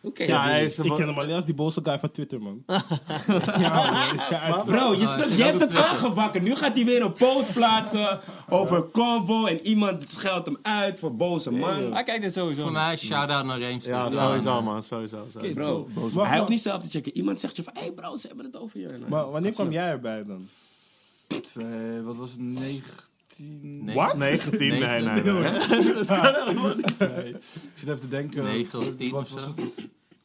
S1: Oké.
S7: Ja, hij is
S5: Ik ken hem alleen als die boze guy van Twitter, man. ja, man. Ja, hij is-
S1: Bro, je, snapt, je hebt het
S4: Twitter.
S1: aangewakkerd. Nu gaat hij weer een post plaatsen over Convo. En iemand scheldt hem uit voor boze man.
S2: Hij kijkt dit sowieso
S4: Voor
S2: niet.
S4: mij shout-out naar Reemster.
S7: Ja, sowieso man, sowieso. sowieso.
S1: Bro,
S5: Maar-
S1: hij hoeft niet zelf te checken. Iemand zegt je van, hé hey bro, ze hebben het over je. Nou,
S5: Maar wanneer kwam jij erbij dan?
S6: Twee, eh, wat was het? 19.
S4: Nee.
S5: Wat?
S7: 19, nee, nee, nee.
S6: Ik zit even te denken.
S4: Negen of
S6: wat-
S4: tien
S6: wat
S4: of
S6: was
S4: zo.
S6: het?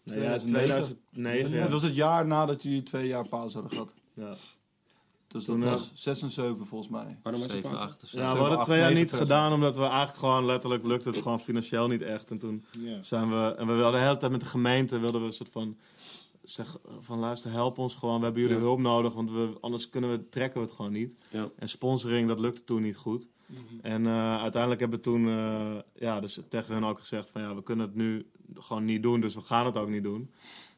S7: Nee, ja,
S6: 2009.
S7: 2009.
S6: Het
S7: ja.
S6: was het jaar nadat jullie twee jaar pauze hadden gehad.
S7: Ja.
S6: Dus
S7: Toen,
S6: dat
S7: ja.
S6: was 6 en 7 volgens mij.
S1: Waarom was het
S4: 7,
S1: pas?
S4: 8 of zo.
S7: Ja,
S6: Zeven,
S7: we hadden
S6: acht,
S7: twee jaar
S6: negen
S7: niet
S6: percent.
S7: gedaan, omdat we eigenlijk gewoon letterlijk lukte het gewoon financieel niet echt. En toen
S5: Ja.
S7: zijn we, en we wilden de hele tijd met de gemeente, wilden we een soort van, zeg van luister, help ons gewoon, we hebben jullie hulp nodig, want we, anders kunnen we, trekken we het gewoon niet.
S1: Ja.
S7: En sponsoring, dat lukte toen niet goed. En eh, uiteindelijk hebben we toen, eh, ja, dus tegen hun ook gezegd van ja, we kunnen het nu gewoon niet doen, dus we gaan het ook niet doen.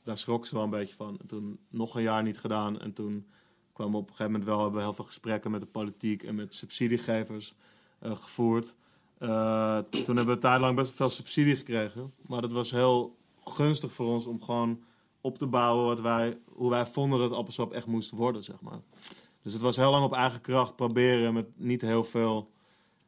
S7: Daar schrok ze wel een beetje van. En toen nog een jaar niet gedaan en toen kwam op een gegeven moment wel, hebben we heel veel gesprekken met de politiek en met subsidiegevers eh, gevoerd. Eh, toen hebben we een tijd lang best wel veel subsidie gekregen, maar dat was heel gunstig voor ons om gewoon op te bouwen wat wij, hoe wij vonden dat appelsap echt moest worden, zeg maar. Dus het was heel lang op eigen kracht proberen met niet heel veel.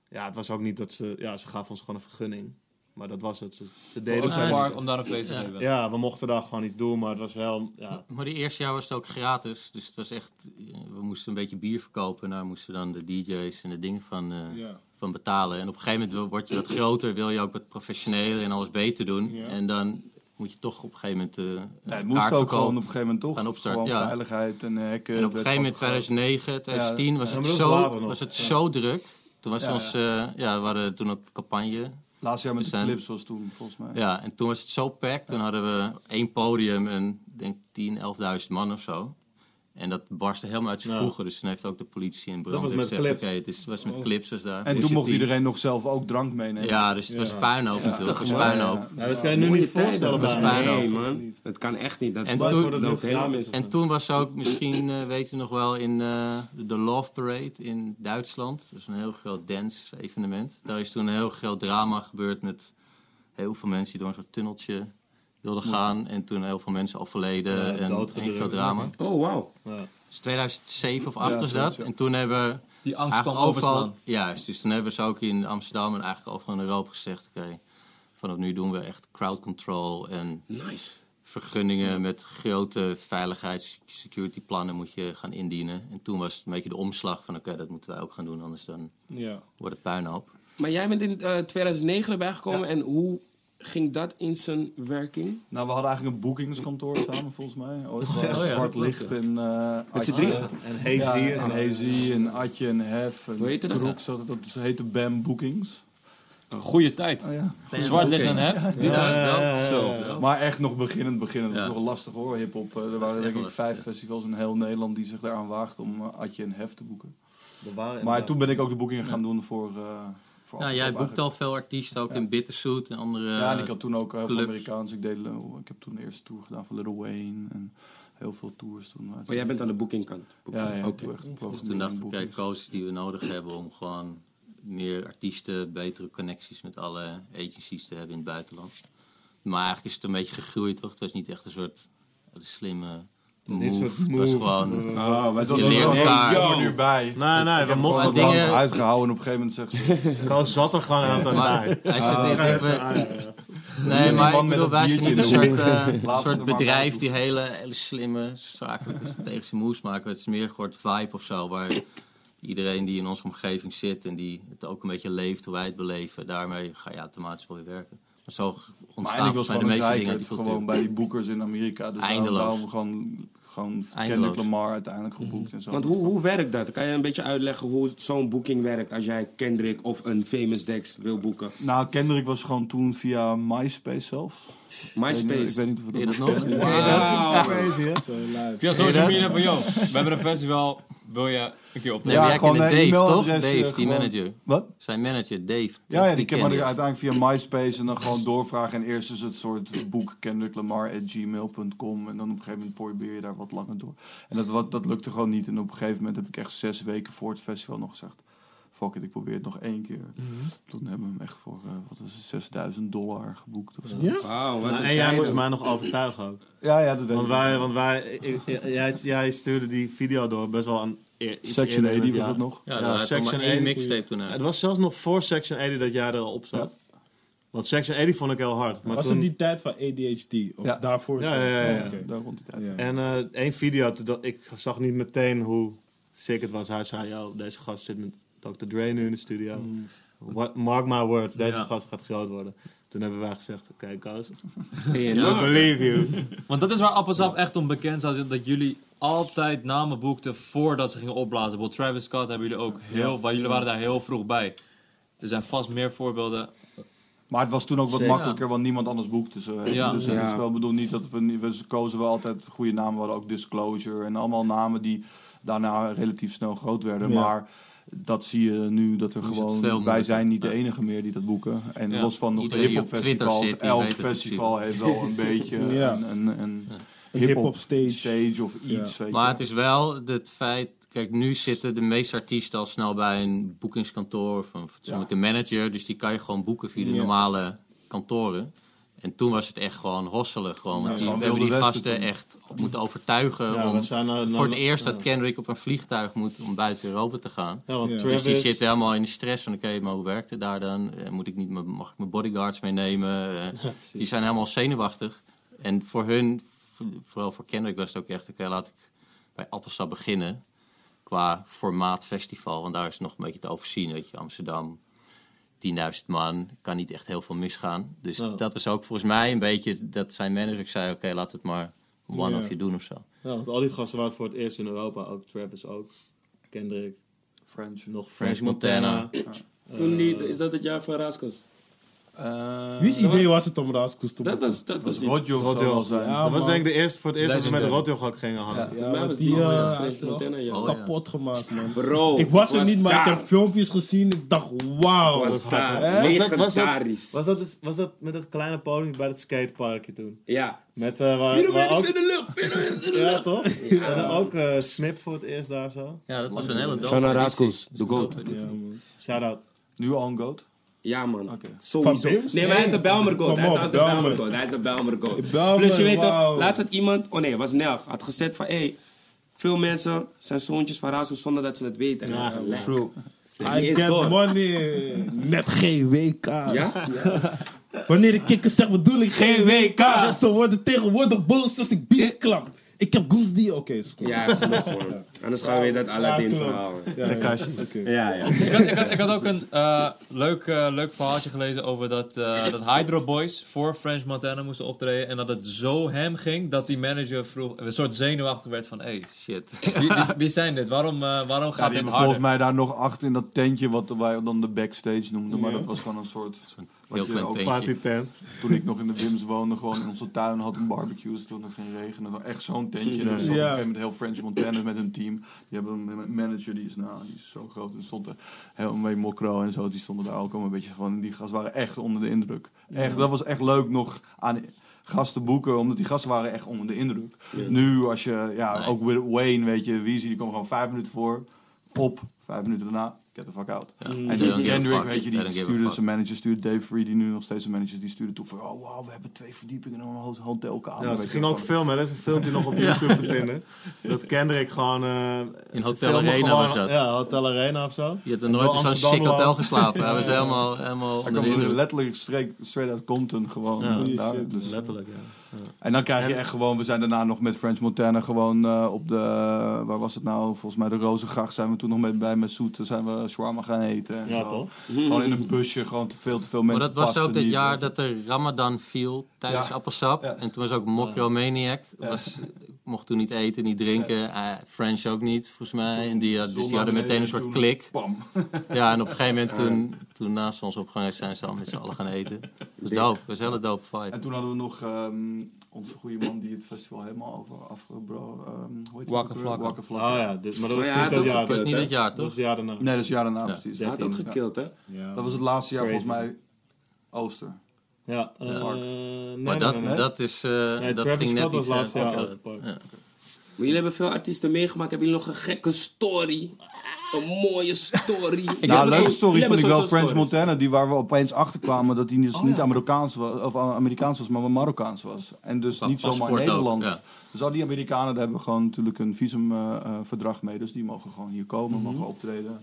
S7: Ja, het was ook niet dat ze. Ja, ze gaven ons gewoon een vergunning. Maar dat was het. Ze, ze deden
S2: Op
S7: het
S4: zijn
S2: zo'n
S4: Ja.
S2: park om daar een feest te
S4: Ja.
S2: geven.
S7: Ja, we mochten daar gewoon iets doen, maar het was heel. Ja,
S4: Maar de eerste jaar was het ook gratis. Dus het was echt... eh, We moesten een beetje bier verkopen. En daar moesten we dan de DJ's en de dingen van, eh,
S5: Ja.
S4: van betalen. En op een gegeven moment wil- word je wat groter. Wil je ook wat professioneler en alles beter doen.
S5: Ja.
S4: En dan moet je toch op een gegeven moment eh
S6: Nee, het
S4: nee,
S6: moest ook gewoon op een
S4: kaartverkoop.
S6: gegeven moment toch.
S4: gaan opstarten,
S6: Gewoon
S4: ja.
S6: veiligheid en hekken.
S4: En op een gegeven moment,
S6: werd opgegroeid.
S4: 2009, 2010, was,
S7: Ja,
S4: het
S7: maar dat
S4: zo,
S7: was later nog.
S4: was het zo druk. Toen was
S6: Ja,
S4: ons... eh, ja, we hadden toen ook campagne.
S6: Laatste jaar met
S4: We
S6: de
S4: zijn-
S6: clips was toen, volgens mij.
S4: Ja, en toen was het zo packed. Toen hadden we één podium en ik denk 10, 11.000 man of zo. En dat barstte helemaal uit zijn
S7: Ja.
S4: voegen. Dus toen heeft ook de politie en brand
S7: was met
S4: gezegd...
S7: clips.
S4: Oké, het is- was met clips was daar.
S6: En toen
S4: Pusha
S6: mocht
S4: T.
S6: iedereen nog zelf ook drank meenemen.
S4: dus Ja, dus het was puinhoop natuurlijk. Het was puinhoop.
S7: Nou, dat kan je nu
S1: Mooie
S7: niet voorstellen.
S1: tijden.
S7: bijna.
S4: bijna.
S1: Nee, man. Het kan echt niet. Dat
S4: En
S1: dat
S4: toen-
S1: loopt
S7: dat
S1: helemaal
S7: loopt
S1: mis.
S7: helemaal
S4: En toen was ook misschien, eh, weet je nog wel, in eh, de Love Parade in Duitsland. Dat is een heel groot dance-evenement. Daar is toen een heel groot drama gebeurd met heel veel mensen die door een soort tunneltje wilden gaan. En toen heel veel mensen overleden.
S7: Ja,
S4: en
S7: doodgedrukt.
S4: een groot drama.
S1: Oh, wauw.
S4: Dus 2007 of 8
S6: Ja,
S4: was dat.
S6: zoiets, ja.
S4: En toen hebben we
S2: Die angst kwam
S4: eigenlijk overal...
S2: overslaan.
S4: Juist, dus toen hebben ze ook in Amsterdam en eigenlijk overal in Europa gezegd... Oké, vanaf nu doen we echt crowd control en
S1: Nice.
S4: vergunningen met grote veiligheids- security plannen moet je gaan indienen. En toen was het een beetje de omslag van oké, dat moeten wij ook gaan doen, anders dan
S5: Ja.
S4: wordt het puinhoop.
S1: Maar jij bent in eh, 2009 erbij gekomen en hoe ging dat in zijn werking?
S6: Nou, we hadden eigenlijk een boekingskantoor samen, volgens mij. Ooit waar Zwart Licht en... eh,
S1: Met z'n
S6: Atje.
S1: drieën?
S7: En Hazy
S6: Ja,
S7: is
S6: en Hazy en Atje en Hef en
S1: Hoe heette dat?
S4: nou?
S6: Kroeks. Dat, dat heette BAM Bookings.
S2: Een goede tijd.
S6: Oh, ja.
S2: Zwart liggen en hef.
S4: Ja, wel. Zo. wel.
S6: Maar echt nog beginnend, beginnend. Dat
S4: Ja.
S6: was nog lastig hoor, hip-hop. Eh, Er
S4: is
S6: waren
S4: echt
S6: denk ik
S4: lastig,
S6: vijf
S4: ja.
S6: festivals in heel Nederland die zich daaraan waagden om eh, Atje en Hef te boeken.
S7: We waren
S6: Maar toen ben ik ook de boekingen gaan doen voor. eh voor
S4: Nou,
S6: Amsterdam
S4: jij
S6: eigenlijk.
S4: boekt al veel artiesten, ook in Bittersuit en andere...
S6: Ja, en ik had toen ook heel veel
S4: clubs.
S6: Amerikaans. Ik, deed, Lil- ik heb toen de eerste tour gedaan van Little Wayne. En heel veel tours toen.
S1: Oh, jij bent aan de boekingkant.
S6: Ja, ja.
S1: Oké.
S6: Oké.
S4: Dus toen dacht ik, kijk, coaches die we nodig hebben om gewoon meer artiesten, betere connecties met alle agencies te hebben in het buitenland. Maar eigenlijk is het een beetje gegroeid, toch? Het was niet echt een soort een slimme move.
S7: niet zo'n
S4: Het was
S7: move. [laughs]
S4: gewoon...
S1: Oh, wat
S4: Je leert elkaar.
S6: Kom er nu bij.
S3: Nee, nee, we
S6: Mocht
S3: mochten
S6: Nou, dat
S4: Maar
S6: lang
S4: dingen-
S6: uitgehouden en op een gegeven moment zegt
S4: [laughs]
S6: ze...
S7: Koos zat er gewoon aan het
S4: Maar
S7: bij.
S4: hij zit in- ik ben-
S6: Dus
S4: nee,
S6: die
S4: maar
S6: man
S4: ik
S6: met
S4: bedoel,
S6: dat
S4: wij zijn niet een
S6: biertje
S4: soort,
S6: in de
S4: eh,
S6: hoek. Laat
S4: soort
S6: het maar
S4: bedrijf
S6: bij.
S4: die hele, hele slimme, zakelijke strategische moves maakt. Het is meer een soort vibe of zo, waar iedereen die in onze omgeving zit en die het ook een beetje leeft, hoe wij het beleven, daarmee ga je automatisch wel weer werken. Maar zo
S6: Maar
S4: ontstaan
S6: en ik
S4: volgens
S6: was
S4: mij de
S6: gewoon een
S4: meeste dingen uit die
S6: zeikert
S4: cultuur.
S6: gewoon bij die boekers in Amerika. Dus daarom-
S4: Eindeloos.
S6: daarom gewoon, gewoon Kendrick
S4: Eindeloos.
S6: Lamar uiteindelijk geboekt en zo.
S1: Want hoe, hoe werkt dat? Kan je een beetje uitleggen hoe zo'n boeking werkt als jij Kendrick of een Famous Dex wil boeken?
S6: Nou, Kendrick was gewoon toen via MySpace zelf. Ik
S1: MySpace.
S6: weet niet of we
S4: Ken je
S6: dat
S4: dat nog?
S1: Wauw.
S7: Crazy, hè?
S2: Via social media van, joh, we hebben een festival. Wil je een keer
S4: Nee,
S2: opnemen?
S6: Ja,
S4: maar jij
S6: gewoon
S4: kende
S6: een
S4: Dave, toch?
S6: e-mailadres,
S4: Dave,
S6: eh,
S4: die
S6: gewoon.
S4: manager.
S6: Wat?
S4: Zijn manager, Dave.
S6: Ja, ja, die ken maar
S4: kende je.
S6: uiteindelijk via MySpace en dan gewoon doorvragen. En eerst is het soort boek kendricklamar.gmail.com. En dan op een gegeven moment probeer je daar wat langer door. En dat, wat, dat lukte gewoon niet. En op een gegeven moment heb ik echt zes weken voor het festival nog gezegd... Fuck it, ik probeer het nog één keer. Toen hebben we hem echt voor, eh, wat was het, 6000 dollar geboekt of zo. Ja,
S1: Wauw, wat
S7: Nou,
S1: een
S7: en jij
S1: tijden.
S7: moest mij nog overtuigen ook.
S6: ja, dat weet
S7: Want
S6: ik.
S7: wij, want wij ik- ik- jij, jij stuurde die video door best wel een. e- iets
S6: Section
S7: eerder in
S6: 80
S7: het
S6: was
S7: jaar.
S6: het nog.
S4: Ja, daar had ik nog maar één
S7: 80.
S4: mixtape toen uit.
S7: Het was zelfs nog voor Section 80 dat jij er al op zat. Want Section 80 vond ik heel hard. Maar
S5: Was
S7: toen,
S5: het die tijd van ADHD? Of
S6: Ja.
S5: daarvoor?
S7: Ja,
S5: zo?
S7: ja, ja, ja.
S5: Oh, oké.
S6: Daar rond die tijd.
S5: Ja.
S7: En eh, één video, toen dat, ik zag niet meteen hoe sick het was. Hij zei, yo, deze gast zit met Dr. Dre nu in de studio. What- mark my words, deze
S4: Ja.
S7: gast gaat groot worden. Toen hebben wij gezegd, oké, [laughs] guys,
S1: Hey,
S7: I
S1: nou,
S7: believe you.
S2: Want dat is waar Appelsap echt om bekend staat. Dat jullie altijd namen boekten voordat ze gingen opblazen. Bijvoorbeeld Travis Scott hebben jullie ook heel... waar Jullie waren daar heel vroeg bij. Er zijn vast meer voorbeelden.
S6: Maar het was toen ook wat
S7: Zeker.
S6: makkelijker, want niemand anders boekt. Dus, eh,
S2: Ja.
S6: dus het
S1: Ja.
S6: is wel bedoeld niet dat we, niet- we kozen wel altijd goede namen. We hadden ook Disclosure en allemaal namen die daarna relatief snel groot werden.
S5: Ja.
S6: Maar dat zie je nu, dat er
S4: Nu is het veel
S6: gewoon, wij
S4: moeilijker.
S6: zijn niet de enige meer die dat boeken. En
S2: Ja.
S6: los van nog de
S4: Iedereen die
S6: hip
S4: op Twitter
S6: festivals,
S4: zit, die
S6: elk
S4: weet het
S6: festival heeft wel een beetje
S5: [laughs] Ja.
S6: een, een, een
S5: Een
S6: hip-hop
S5: hip-hop stage.
S6: stage of iets. Weet
S4: Maar
S6: je.
S4: het is wel het feit... Kijk, nu zitten de meeste artiesten al snel bij een boekingskantoor... of een fatsoenlijke manager. Dus die kan je gewoon boeken via de
S5: Ja.
S4: normale kantoren. En toen was het echt gewoon hosselen. Gewoon, want die,
S6: gewoon
S4: we hebben die
S6: wilde
S4: gasten
S6: westen
S4: echt moeten overtuigen...
S7: Ja,
S4: om,
S7: want zij nou- nou-
S4: voor het eerst dat Kendrick op een vliegtuig moet om buiten Europa te gaan.
S7: Ja, want
S5: Ja. Dus
S7: Travis,
S4: Dus die zitten helemaal in de stress van, oké, maar hoe werkt het daar dan? Eh, Moet ik niet, mijn- mag ik mijn bodyguards meenemen? Eh, die zijn helemaal zenuwachtig. En voor hun, voor- vooral voor Kendrick was het ook echt, oké, laat ik bij Appelsap beginnen. Qua formaat festival, want daar is het nog een beetje te overzien. Weet je, Amsterdam, 10.000 man, kan niet echt heel veel misgaan. Dus
S7: Ja.
S4: dat was ook volgens mij een beetje, dat zijn manager ik zei, oké, laat het maar one-off
S5: Ja.
S4: je doen of zo.
S7: ja, want al die gasten waren voor het eerst in Europa. Ook Travis, ook Kendrick,
S6: French.
S7: nog
S4: French
S7: French Montana.
S1: toen die, is dat het jaar van Raskos?
S6: Eh,
S5: Wie's idee was het om Raskus te
S1: Dat
S5: boeken?
S1: was, dat was die.
S6: Rodjo of zo
S7: Rodjo.
S6: wel zijn.
S5: Ja,
S7: dat was
S5: man.
S7: denk ik de eerste, voor het eerst dat we met
S2: Legendary.
S7: Rotjoch ook gingen hangen.
S5: Ja,
S1: Volgens mij
S5: want
S1: was
S5: die,
S1: die al, ja,
S5: eh,
S1: French
S5: hij
S1: Montana, ja.
S4: Oh, ja.
S5: kapot gemaakt, man.
S1: Bro,
S5: ik was er niet, maar ik
S1: daar.
S5: heb filmpjes gezien. Ik dacht, wauw.
S1: was daar.
S5: Hè?
S7: Was dat, was, dat,
S1: Legendarisch.
S7: was, dat, was dat met dat kleine podium bij dat skateparkje toen?
S1: Ja.
S7: Met eh waar, waar
S1: Pyramides
S7: ook-
S1: in de lucht, pyramides in de lucht.
S7: Ja, toch? En dan ook eh Snip voor het eerst daar zo.
S4: Ja, dat was een hele dope.
S1: Shout naar
S4: editie.
S1: Raskos,
S4: Dat is
S1: de
S4: een
S1: goat.
S4: dope editie.
S7: Shout-out.
S6: Nu al een goat.
S1: Ja, man.
S6: Oké.
S1: Sowieso.
S5: Van Beers?
S1: Nee, maar hij is de Belmer Goat.
S5: Kom
S1: Hij is
S5: op,
S1: de
S5: Belmer.
S1: Belmer Goat. Hij is de Belmer Goat.
S5: Belmer,
S1: Plus, je weet
S5: wauw.
S1: toch, laatst had iemand... Oh nee, was Nelg. Had gezet van, hé... Hey, veel mensen zijn zoontjes van Razo zonder dat ze het weten. Ja, true. Hij
S5: I
S1: is
S5: get
S1: door.
S5: money. Net GWK. [laughs]
S1: Ja?
S5: Wanneer de kikker zegt, bedoel ik
S1: GWK.
S5: Ze worden tegenwoordig boos als ik beats klap. Ik heb Goose D. Oké, is goed.
S1: Ja, is genoeg gewoon. Anders gaan we weer dat Aladdin verhaal.
S5: Ja, ja, oké.
S1: Ja, ja.
S2: ik, had, ik, had, ik had ook een eh, leuk, eh, leuk verhaaltje gelezen over dat,
S6: [laughs]
S2: eh, dat Hydro Boys voor French Montana moesten optreden. En dat het zo hem ging dat die manager vroeg, een soort zenuwachtig werd van: hé, hey,
S4: Shit.
S2: wie, wie, wie zijn dit? Waarom, eh, waarom
S6: Ja,
S2: gaat
S6: die hebben
S2: dit
S6: volgens
S2: harder?
S6: mij daar nog acht in dat tentje wat wij dan de backstage noemden. Maar dat was dan een soort...
S4: Heel
S6: Wat je
S4: klein
S6: ook-
S4: tentje.
S7: Party tent.
S6: Toen ik nog in de Wims woonde, gewoon in onze tuin hadden barbecues dus toen het ging regenen. Dan Echt zo'n tentje. En er stond op een gegeven moment heel French Montana met hun team. Die hebben een manager, die is, nou, die is zo groot. En stond er heel mee mokro en zo. Die stonden daar ook allemaal een beetje van. En die gasten waren echt onder de indruk. Echt, dat was echt leuk nog aan gasten boeken, omdat die gasten waren echt onder de indruk. Nu als je, ja,
S4: Nee.
S6: ook Wil- Wayne, weet je, Weezy, die kwam gewoon vijf minuten voor. Op, vijf minuten daarna, get the fuck out.
S4: Ja.
S6: En
S4: They don't give a
S6: Kendrick,
S4: fuck.
S6: weet je,
S4: They
S6: die
S4: don't give a
S6: stuurde
S4: fuck.
S6: zijn manager, stuurde Dave Free, die nu nog steeds zijn manager, is, die stuurde toe van, oh wow, we hebben twee verdiepingen en een ho- hotelkamer.
S7: Ja,
S6: Weet
S7: ze
S6: je,
S7: gingen
S6: dat
S7: ook
S6: is
S7: filmen. Er is een filmpje nog op YouTube te vinden. Dat Kendrick gewoon... eh, ze
S4: Hotel
S7: filmen
S4: Arena
S7: gewoon-
S4: was dat.
S7: Ja, Hotel Arena of zo.
S4: Je hebt er
S7: En
S4: nooit
S7: door
S4: in zo'n
S7: Amsterdam
S4: chic hotel
S7: lopen.
S4: geslapen. Hij was helemaal, helemaal
S6: gewoon-
S4: onder de
S6: Hij kwam
S4: indruk.
S6: letterlijk straight, straight out Compton gewoon.
S7: Ja.
S6: eh, daar,
S5: Shit,
S6: dus.
S7: Letterlijk, ja.
S6: En dan krijg je echt gewoon, we zijn daarna nog met French Montana gewoon eh, op de, waar was het nou, volgens mij de Rozengracht zijn we toen nog met, bij met Soet, daar zijn we shawarma gaan eten. En
S7: Ja,
S6: zo.
S7: toch?
S6: Gewoon in een busje, gewoon te veel, te veel mensen
S4: Maar dat was
S6: pasten
S4: ook het
S6: niet.
S4: jaar dat er Ramadan viel tijdens
S6: Ja.
S4: Appelsap.
S6: Ja.
S4: En toen was ook Mokromaniac. Was, mocht toen niet eten, niet drinken. Eh, French ook niet, volgens mij. En die, had- dus die
S6: zondag
S4: hadden meteen een
S6: beneden
S4: soort
S6: toen.
S4: klik.
S6: Bam.
S4: Ja, en op een gegeven moment toen, toen na zonsopgang zijn ze al met z'n allen gaan eten. Dat was dope. Dat was een hele dope
S6: En
S4: fight.
S6: toen hadden we nog ehm, onze goede man die het festival helemaal over afgebroken. ehm hoe heet die
S2: Wakka
S6: ook weer?
S2: Flakka.
S6: Wakka Flakka.
S7: Oh ja, dit, maar dat was
S1: Oh ja,
S7: niet
S1: dat
S7: dat jaar.
S4: Dat was niet
S7: hè?
S4: dit jaar,
S7: Dat was
S4: toch?
S7: het jaar daarna.
S6: Nee, dat is het jaar daarna
S4: Ja.
S6: precies.
S1: Hij had ook gekild, hè?
S7: Ja.
S6: Dat was het laatste jaar
S7: Crazy.
S6: volgens mij Ooster.
S7: Ja, eh,
S4: Park.
S7: nee, nee,
S4: Maar dat,
S7: nee, nee.
S4: dat is... eh,
S7: Nee,
S4: dat
S7: Travis
S4: ging net
S7: Scott was
S4: iets... eh,
S7: laatste jaar
S4: afgelopen.
S7: Oosterpark.
S4: Ja.
S1: Maar jullie hebben veel artiesten meegemaakt. Hebben jullie nog een gekke story? Een mooie story. ik
S6: Ja, nou, leuke story vond ik wel. French Montana, die waar we opeens achter kwamen dat hij dus niet Amerikaans was, of eh, Amerikaans was, maar Marokkaans was. En dus
S4: Qua
S6: niet zomaar
S4: paspoort ook,
S6: Nederland.
S4: ja.
S6: Dus al die Amerikanen, daar hebben we gewoon natuurlijk een visumverdrag mee. Dus die mogen gewoon hier komen, mogen optreden.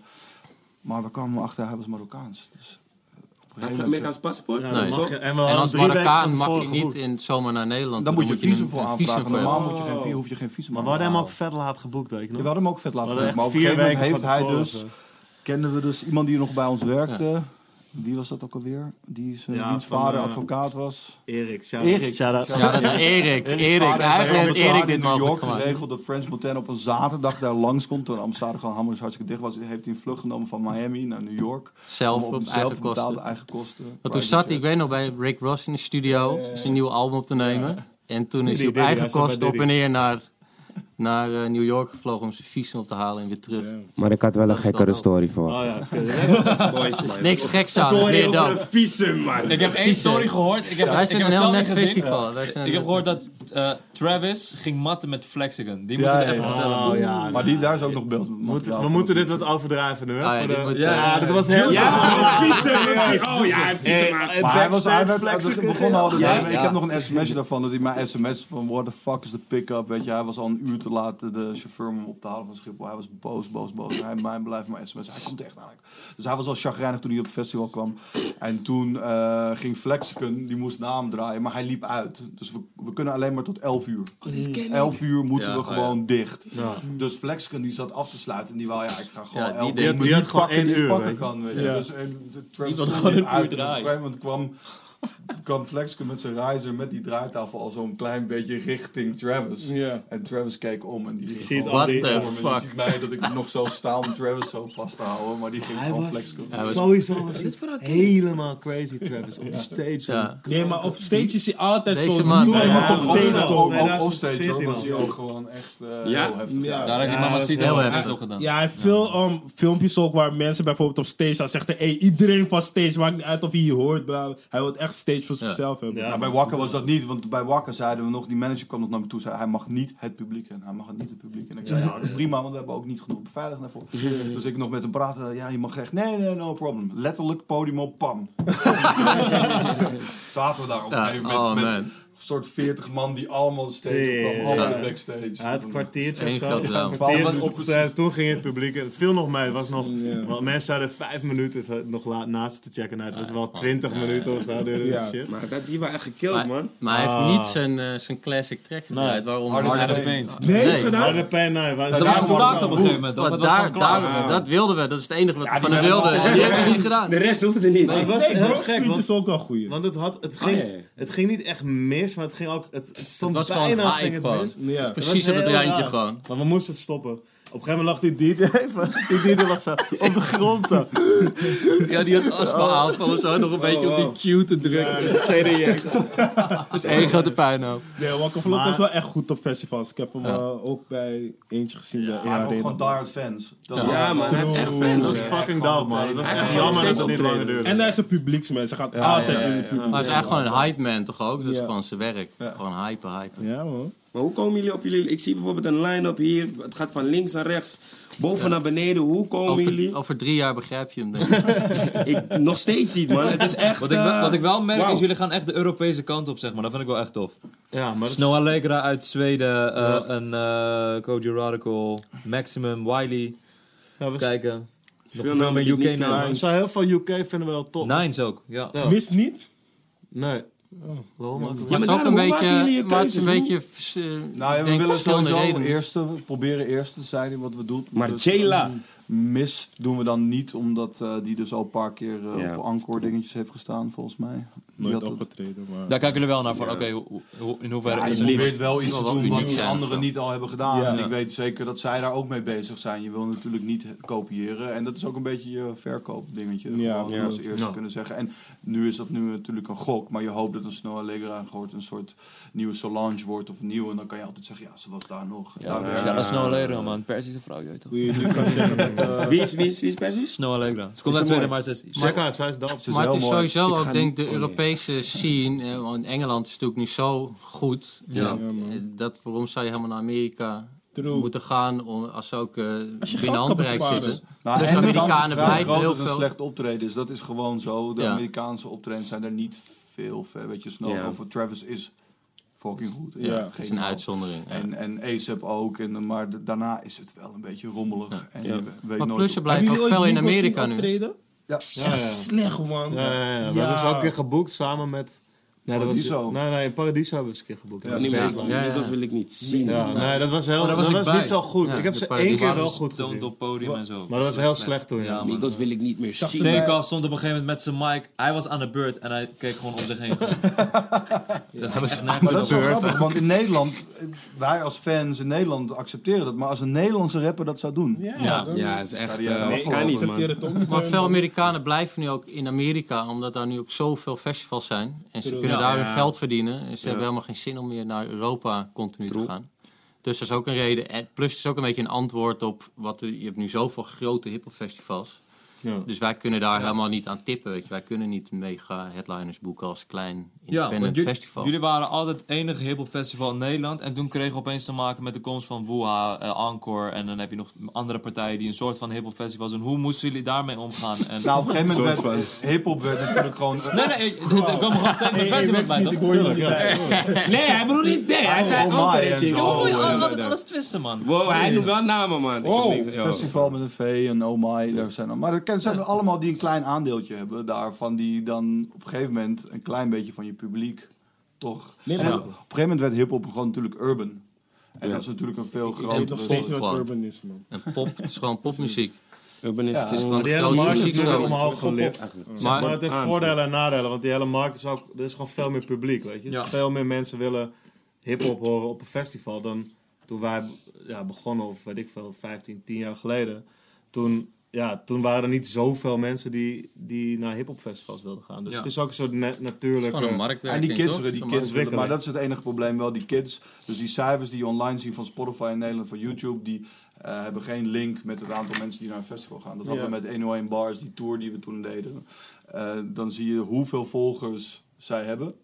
S6: Maar we kwamen achter, hij was Marokkaans. Dus eh, op een
S1: Hij
S6: gegeven
S1: heeft een
S6: moment-
S1: Amerikaans paspoort.
S7: Ja,
S1: Zo.
S7: dat mag je- en we
S4: En
S7: hadden
S4: als
S7: drie weken
S4: Marokkaan
S7: van
S4: mag je
S7: tevoren
S4: niet
S7: geboekt.
S4: in, zomaar naar Nederland.
S6: Dan moet je
S4: een-
S6: visum voor
S4: een visum
S6: aanvragen.
S4: voor
S6: Normaal
S4: hebben.
S6: moet je geen, vi- hoef je geen visum
S7: Maar we
S6: aan te
S7: hadden hem ook
S6: vragen.
S7: vet laat geboekt, weet je
S6: Ja,
S7: nog?
S6: we hadden hem ook vet laten
S7: hadden
S6: maken.
S7: echt
S6: Maar op een
S7: vier
S6: gegeven moment
S7: weken
S6: heeft
S7: van
S6: hij
S7: tevoren
S6: dus... Kenden we dus iemand die nog bij ons werkte. Wie was dat ook alweer? Die zijn
S7: Ja,
S6: wiens
S7: van,
S6: vader
S7: eh,
S6: advocaat was.
S7: Erik, shout
S6: Erik.
S7: Shout-out.
S4: Ja, dat Erik. Erik.
S6: Vader
S4: Eigenlijk
S6: heeft bij
S4: heeft
S6: Robert
S4: Erik
S6: Zwaar
S4: dit
S6: in New
S4: mogelijk
S6: York
S4: gemaakt.
S6: geregeld dat French Montana op een zaterdag daar langskomt. Toen Amsterdam gewoon hammer hartstikke dicht was. Heeft hij een vlucht genomen van Miami naar New York.
S4: Zelf
S6: Allemaal
S4: op
S6: zelf
S4: eigen
S6: betaalde
S4: kosten.
S6: eigen kosten.
S4: Want toen
S6: Private
S4: zat hij,
S6: jet.
S4: ik weet nog, bij Rick Ross in de studio zijn nieuwe album op te nemen. En toen is
S7: Diddy,
S4: hij op
S7: Diddy,
S4: eigen
S7: hij staat bij
S4: kosten op
S7: Diddy.
S4: en neer naar, naar eh, New York gevlogen om zijn visum op te halen en weer terug.
S1: Maar ik had wel een
S4: is gekkere wel dope.
S1: story voor.
S7: Oh ja, kut.
S1: Boys, man.
S4: Niks geks aan,
S1: Story
S4: meer
S1: over
S4: dan.
S1: een visum, man.
S2: Ik heb één story gehoord. Ik heb,
S4: Wij
S2: ik
S4: zijn
S2: heb
S4: een
S2: het zelf
S4: heel net
S2: niet gezien.
S4: festival. Wij zijn
S2: Ik heb
S4: een-
S2: gehoord dat eh, Travis ging matten met Flexigan. Die moet
S6: Ja,
S2: ik
S6: ja,
S2: even
S6: ja.
S2: vertellen.
S7: Oh ja,
S6: Maar die, daar is ook nog beeld.
S7: moeten, [laughs] we moeten dit wat overdrijven nu, hè?
S4: Ah, ja,
S7: voor
S4: dit
S7: de-
S4: moet-
S7: ja,
S4: ja,
S7: dat was heel...
S1: Ja, een visum. een visum. Oh ja, een visum.
S7: Eh,
S1: maar-
S7: eh,
S6: Maar hij was hij
S7: backstage
S6: werd- hij
S7: flexen.
S6: begon al.
S4: Ja,
S6: ik
S4: ja.
S6: heb nog een sms'je daarvan dat hij mij sms van what the fuck is de pick-up, weet je. Hij was al een uur te laat de chauffeur om hem op te halen van Schiphol. Hij was boos, boos, boos. Hij mij blijft maar sms. Hij komt echt aan. Dus hij was al chagrijnig toen hij op het festival kwam. En toen eh, ging Flexicon, die moest naam draaien, maar hij liep uit. Dus we, we kunnen alleen maar tot 11 uur.
S1: Oh, dit ken ik.
S6: 11 uur moeten
S4: Ja,
S6: we
S4: oh ja.
S6: gewoon dicht. Dus Flexicon die zat af te sluiten en die wou ja, ik ga gewoon
S4: Ja, die
S6: 11
S4: deed-
S6: uur.
S7: die had gewoon
S6: pakken,
S7: één
S6: die
S7: uur,
S6: pakken
S7: weet je.
S6: kan, weet je.
S5: Ja.
S6: Dus en de Travis
S2: wil
S6: Scott
S2: gewoon
S6: liep
S2: een
S6: uit
S2: uur
S6: en Op een
S2: draaien.
S6: gegeven moment kwam kwam Flexken met zijn riser met die draaitafel al zo'n klein beetje richting Travis.
S5: Ja.
S6: En Travis keek om en die ging
S7: ziet
S6: gewoon
S7: al
S4: What
S7: die-
S6: om.
S4: the
S6: En
S4: fuck.
S6: die ziet mij dat ik nog zo sta om Travis zo vast te houden, maar die ging
S7: Hij
S6: gewoon
S7: was...
S6: Flexken.
S4: was-
S7: Sowieso was het helemaal crazy, Travis. Op de stage.
S4: Ja.
S5: Nee, maar op stage is hij altijd
S4: Deze
S5: zo.
S4: man.
S5: Doe hem
S4: Ja,
S5: maar
S6: Maar
S5: op
S6: toch
S5: stage.
S7: ook.
S6: offstage, ook, ook
S7: 2014
S6: offstage hoor, was hij
S7: al.
S6: ook gewoon echt eh,
S1: Ja.
S6: heel heftig.
S5: Ja.
S2: Daar heeft die
S7: Ja,
S2: mama
S7: dat is
S2: Cito
S4: heel
S2: ook-
S4: erg.
S2: heeft ook gedaan.
S5: Ja, hij heeft veel ehm, filmpjes ook waar mensen bijvoorbeeld op stage staan. Zegt hij, hey, iedereen van stage, maakt niet uit of hij je hoort. bla, bla. Hij wil het echt stage voor zichzelf hebben.
S7: Ja.
S6: Nou, bij Wakker was dat niet, want bij Wakker zeiden we nog, die manager kwam nog naar me toe, zei hij mag niet het publiek in, hij mag het niet het publiek in. Ik zei, nou, dat is prima, want we hebben ook niet genoeg beveiligd daarvoor.
S7: [laughs]
S6: Dus ik nog met hem praten, ja, je mag echt, nee, nee, no problem.
S7: [laughs]
S6: Letterlijk, podium op, pam. Zaten we daar op een
S4: Ja,
S6: gegeven moment
S4: oh,
S6: met
S4: man.
S6: soort 40 man die allemaal de stage op
S7: Tering.
S6: kwam. Allemaal
S4: Ja.
S6: backstage.
S7: Ja, het kwartiertje
S4: Eén
S7: of zo.
S4: groot drama.
S7: Een kwartier
S6: Waarom was
S7: is
S6: het
S7: opgetreden, toen ging het publiek. en Het viel nog mee. Het was nog, want mensen hadden vijf minuten zo- nog laat, naast te checken. Nou, het was wel twintig minuten of zo. duurde
S5: Ja.
S7: dat shit.
S1: Maar dat, die waren echt gekild,
S4: Maar,
S1: man.
S4: maar hij
S7: Ah.
S4: heeft niet zijn, eh, zijn classic track gedraaid. Waarom?
S6: Harder
S4: Harder
S6: Than
S4: Paint.
S6: Paint.
S5: Nee,
S4: Nee.
S5: gedaan.
S7: Maar de pijn, nee, was-
S2: Dat was gestaakt op een gegeven moment.
S4: Maar
S2: Dat was
S4: daar,
S2: gewoon klaar.
S4: daar- dat wilden we. Dat is het enige wat we van
S7: die
S4: hem
S7: wilden
S4: wilden.
S7: we
S4: Die hebben we niet gedaan.
S1: De rest hoefde niet.
S7: Het was
S5: Hey,
S7: heel
S5: Brock
S7: gek,
S5: Street
S7: want,
S5: is ook wel goeie.
S7: want het, had, het, ging,
S1: ja, ja.
S7: het ging niet echt mis, maar het ging ook. Het, het stond
S4: Het was gewoon
S7: bijna
S4: hype
S7: ging het
S4: gewoon.
S7: mis.
S5: ja.
S7: Dat
S4: Precies
S7: was
S4: op het
S7: heel
S4: randje
S7: raar.
S4: gewoon.
S7: Maar we moesten het stoppen. Op een gegeven moment lag die DJ, van- die DJ lag zo op de grond zo.
S4: [laughs] Ja, die had astma
S1: Oh.
S4: aanval of zo. Nog een beetje op die cue te drukken. Dus een CD-react. Dus één grote puinhoop.
S5: Nee, Waka Flocka is wel echt goed op festivals. Ik heb hem eh, ook bij eentje gezien. bij
S6: Maar ook
S5: EHD.
S6: gewoon diehard fans. Dat
S4: Ja.
S1: Ja, man, hij heeft echt fans.
S7: Dat was fucking dope, man. Dat was
S1: Hij
S7: echt
S1: gaat
S7: jammer dat
S1: steeds
S7: het niet
S1: optreden.
S7: langer duurde.
S5: En hij is een publieksmens. Hij gaat altijd in het publiek.
S4: Maar hij is eigenlijk gewoon een hype man toch ook? Dat is
S5: Ja.
S4: gewoon zijn werk. Gewoon hypen, hypen.
S5: Ja, man.
S1: Maar hoe komen jullie op jullie... Ik zie bijvoorbeeld een line-up hier. Het gaat van links naar rechts. Boven naar beneden. Hoe komen jullie?
S4: Over, over drie jaar begrijp je hem denk ik.
S1: Ik, nog steeds niet, man. Het is echt...
S2: Wat ik, wel-
S1: eh,
S2: wat ik wel merk
S1: wauw.
S2: is, jullie gaan echt de Europese kant op, zeg maar. Dat vind ik wel echt tof.
S7: Ja, maar dat-
S2: Snow Dus Allegra uit Zweden, eh een eh Koji Radical, Maximum, Wiley.
S7: ja, we-
S2: Kijken.
S1: Veel
S2: Nog
S1: namen
S2: veel met
S1: die ik
S2: UK
S1: niet ken,
S7: we
S2: Nines.
S7: zijn heel veel UK vinden we wel top.
S2: Nines ook, ja.
S7: Ja.
S5: Mis niet?
S7: Nee. Waarom ook niet?
S1: Ja,
S4: Het
S1: maar
S4: is ook
S1: daarom,
S4: een
S1: hoe maken jullie
S4: beetje,
S1: je
S4: maar het is
S1: keuzes?
S4: een beetje vers- eh,
S6: Nou ja,
S4: ik
S6: we
S4: denk
S6: willen
S4: verschillende
S6: sowieso
S4: redenen.
S6: eerste, we proberen eerste te zijn in wat we doen.
S1: Maar
S6: Dus,
S1: Jayla.
S6: mm, Mist doen we dan niet, omdat eh, die dus al een paar keer eh,
S1: Ja,
S6: op encore dingetjes heeft gestaan, volgens mij. Die
S5: Nooit
S6: had het-
S5: opgetreden, maar...
S2: Daar kijken jullie wel naar van, oké, hoe- hoe- in hoeverre
S6: Ja,
S2: is
S6: je
S2: Ah, het?
S6: probeert wel iets te
S4: Wel wat
S6: doen
S4: uniek
S6: wat
S4: zijn of
S6: anderen
S4: zo.
S6: niet al hebben gedaan.
S5: Ja.
S6: En ik weet zeker dat zij daar ook mee bezig zijn. Je wil natuurlijk niet het kopiëren. En dat is ook een beetje je verkoopdingetje.
S5: Ja,
S6: Gewoon
S5: ja.
S6: als eerste kunnen zeggen. En nu is dat nu natuurlijk een gok. Maar je hoopt dat een Snow Allegra wordt een soort nieuwe Solange wordt of nieuw. En dan kan je altijd zeggen, ja, ze was daar nog.
S2: Ja,
S6: Daar
S2: ja,
S6: weer.
S2: dat is Snow Allegra, man. Persische vrouw, je weet toch.
S5: Hoe je nu kan zeggen dat... eh,
S1: Wie is, wie is, wie is precies?
S2: Snow Allegra. Ze komt uit Zweden, maar ze is...
S7: Check out, zij is dope. Ze is
S4: Maar
S7: heel
S4: het is
S7: mooi.
S4: sowieso
S1: Ik ga
S4: ook, denk ik,
S1: niet-
S4: de Europese scene. eh, Want Engeland is natuurlijk nu zo goed.
S2: Ja.
S4: eh, dat, waarom zou je helemaal naar Amerika
S5: True.
S4: moeten gaan om, als ze ook eh,
S5: geld
S4: binnen
S5: kan
S4: handbereik
S5: besparen.
S4: zitten?
S6: Nou,
S4: Dus
S6: en de kans is
S4: Amerikanen
S6: vrij
S4: blijven
S6: groot
S4: heel
S6: dat een
S4: veel-
S6: slecht optreden is. Dat is gewoon zo. De
S4: Ja.
S6: Amerikaanse optredens zijn er niet veel. ver. Weet je, Snow
S1: Ja.
S6: over Travis is fucking goed.
S5: Ja, is
S6: echt
S4: Dat is een
S6: geniaal.
S4: uitzondering. ja.
S6: En, en ASAP ook, en, maar da- daarna is het wel een beetje rommelig. En je weet
S4: Maar
S6: nooit
S4: plus, ze
S6: hoe-
S5: hebben
S4: blijven ook
S5: jullie
S4: veel
S5: ooit
S4: in
S5: Migos zien
S4: Amerika nu.
S5: optreden?
S6: Ja.
S7: Ja, ja.
S5: Slecht, man.
S7: Ja, ja, ja. We hebben ze ook een keer geboekt samen met... Nee, dat was-
S6: Paradiso.
S7: nee, nee, in Paradiso hebben we ze een keer geboekt. Ja,
S1: Niet meer.
S7: Baseline.
S4: Ja, ja.
S1: Dat wil ik niet zien.
S7: Ja, nee, dat was, heel,
S2: Oh, daar
S7: dat
S2: was
S7: was,
S2: ik bij.
S7: niet zo goed.
S4: Ja,
S7: ik heb
S4: de
S7: ze
S4: Paradiso.
S7: één
S2: Die
S7: keer
S2: waren
S7: wel goed
S2: stoned
S7: gezien.
S2: op podium en zo.
S7: Maar dat was heel slecht toen, ja.
S2: Ja, man.
S1: Amigos wil ik niet meer zien.
S2: Takeoff stond op een gegeven moment met zijn mic. Hij was aan de beurt en hij keek gewoon om zich
S6: [laughs]
S2: heen. dat hebben ze
S6: Maar dat is wel
S2: nergens op.
S6: grappig, want in Nederland, eh, wij als fans in Nederland accepteren dat. Maar als een Nederlandse rapper dat zou doen,
S5: Ja,
S2: Ja.
S5: dan-
S1: Ja, is echt...
S6: Ja,
S1: eh,
S6: nee,
S1: kan niet,
S5: accepteer
S1: man.
S5: het ook niet
S4: Maar
S5: meer.
S4: veel Amerikanen blijven nu ook in Amerika, omdat daar nu ook zoveel festivals zijn. En ze
S5: True.
S4: kunnen
S2: Ja.
S4: daar
S2: Ja.
S4: hun geld verdienen. En ze hebben helemaal geen zin om meer naar Europa continu te gaan. Dus dat is ook een reden. En plus het is ook een beetje een antwoord op wat er- je hebt nu zoveel grote hiphopfestivals.
S7: Ja.
S4: Dus wij kunnen daar helemaal niet aan tippen. Weet je. Wij kunnen niet mega headliners boeken als klein
S2: Ja, want
S4: independent
S2: jullie,
S4: festival.
S2: jullie waren altijd het enige hip-hop festival in Nederland. En toen kregen we opeens te maken met de komst van Wuha, eh, Encore. En dan heb je nog andere partijen die een soort van hip-hop festival zijn. Hoe moesten jullie daarmee omgaan? En...
S6: Nou, op een gegeven moment werd hip-hop werd natuurlijk gewoon.
S2: Nee, nee, eh, er er komen gewoon steeds meer festivals bij, toch?
S1: Nee, hij bedoelt niet nee. Hij zei
S6: oh my,
S1: Anker.
S6: en zo.
S2: Hoe moet je
S1: Oh,
S2: al-
S1: ja,
S2: altijd
S1: ja.
S2: alles twisten, man?
S1: Wow, hij noemt wel namen, man. Ik heb niks-
S6: Een
S1: ja.
S6: Festival met een V en Oh My, daar zijn al. Maar er zijn er allemaal die een klein aandeeltje hebben daarvan, die dan op een gegeven moment een klein beetje van je publiek toch.
S5: Nee,
S6: En
S5: maar-
S6: op een gegeven moment werd hip-hop gewoon natuurlijk urban. En dat is natuurlijk een veel
S5: Ik weet nog
S6: grotere.
S5: steeds wat
S4: Gewoon.
S5: urban is, man.
S4: En pop, het is gewoon popmuziek.
S1: Urban is gewoon-
S7: Maar die hele
S4: Ja,
S7: markt is
S4: muziek
S7: nu weer
S4: wel.
S7: omhoog gelift.
S4: Maar,
S7: Maar het heeft
S1: Aanspraak.
S7: voordelen en nadelen, want die hele markt is ook... Er is gewoon veel meer publiek, weet je.
S2: Ja.
S7: Veel meer mensen willen hip-hop horen op een festival dan toen wij ja, begonnen, of weet ik veel, 15, 10 jaar geleden. Toen, ja, toen waren er niet zoveel mensen die, die naar hip-hop festivals wilden gaan. Dus
S2: Ja.
S7: het is ook een soort na-
S4: het is
S7: natuurlijke...
S4: gewoon een marktwerking,
S6: En die kids,
S4: toch?
S6: die
S4: Zo'n
S6: kids willen,
S7: ontwikkeling.
S6: maar dat is het enige probleem wel, die kids. Dus die cijfers die je online ziet van Spotify in Nederland, van YouTube, die eh, hebben geen link met het aantal mensen die naar een festival gaan. Dat hadden we met 101 Bars, die tour die we toen deden. Eh, dan zie je hoeveel volgers zij hebben,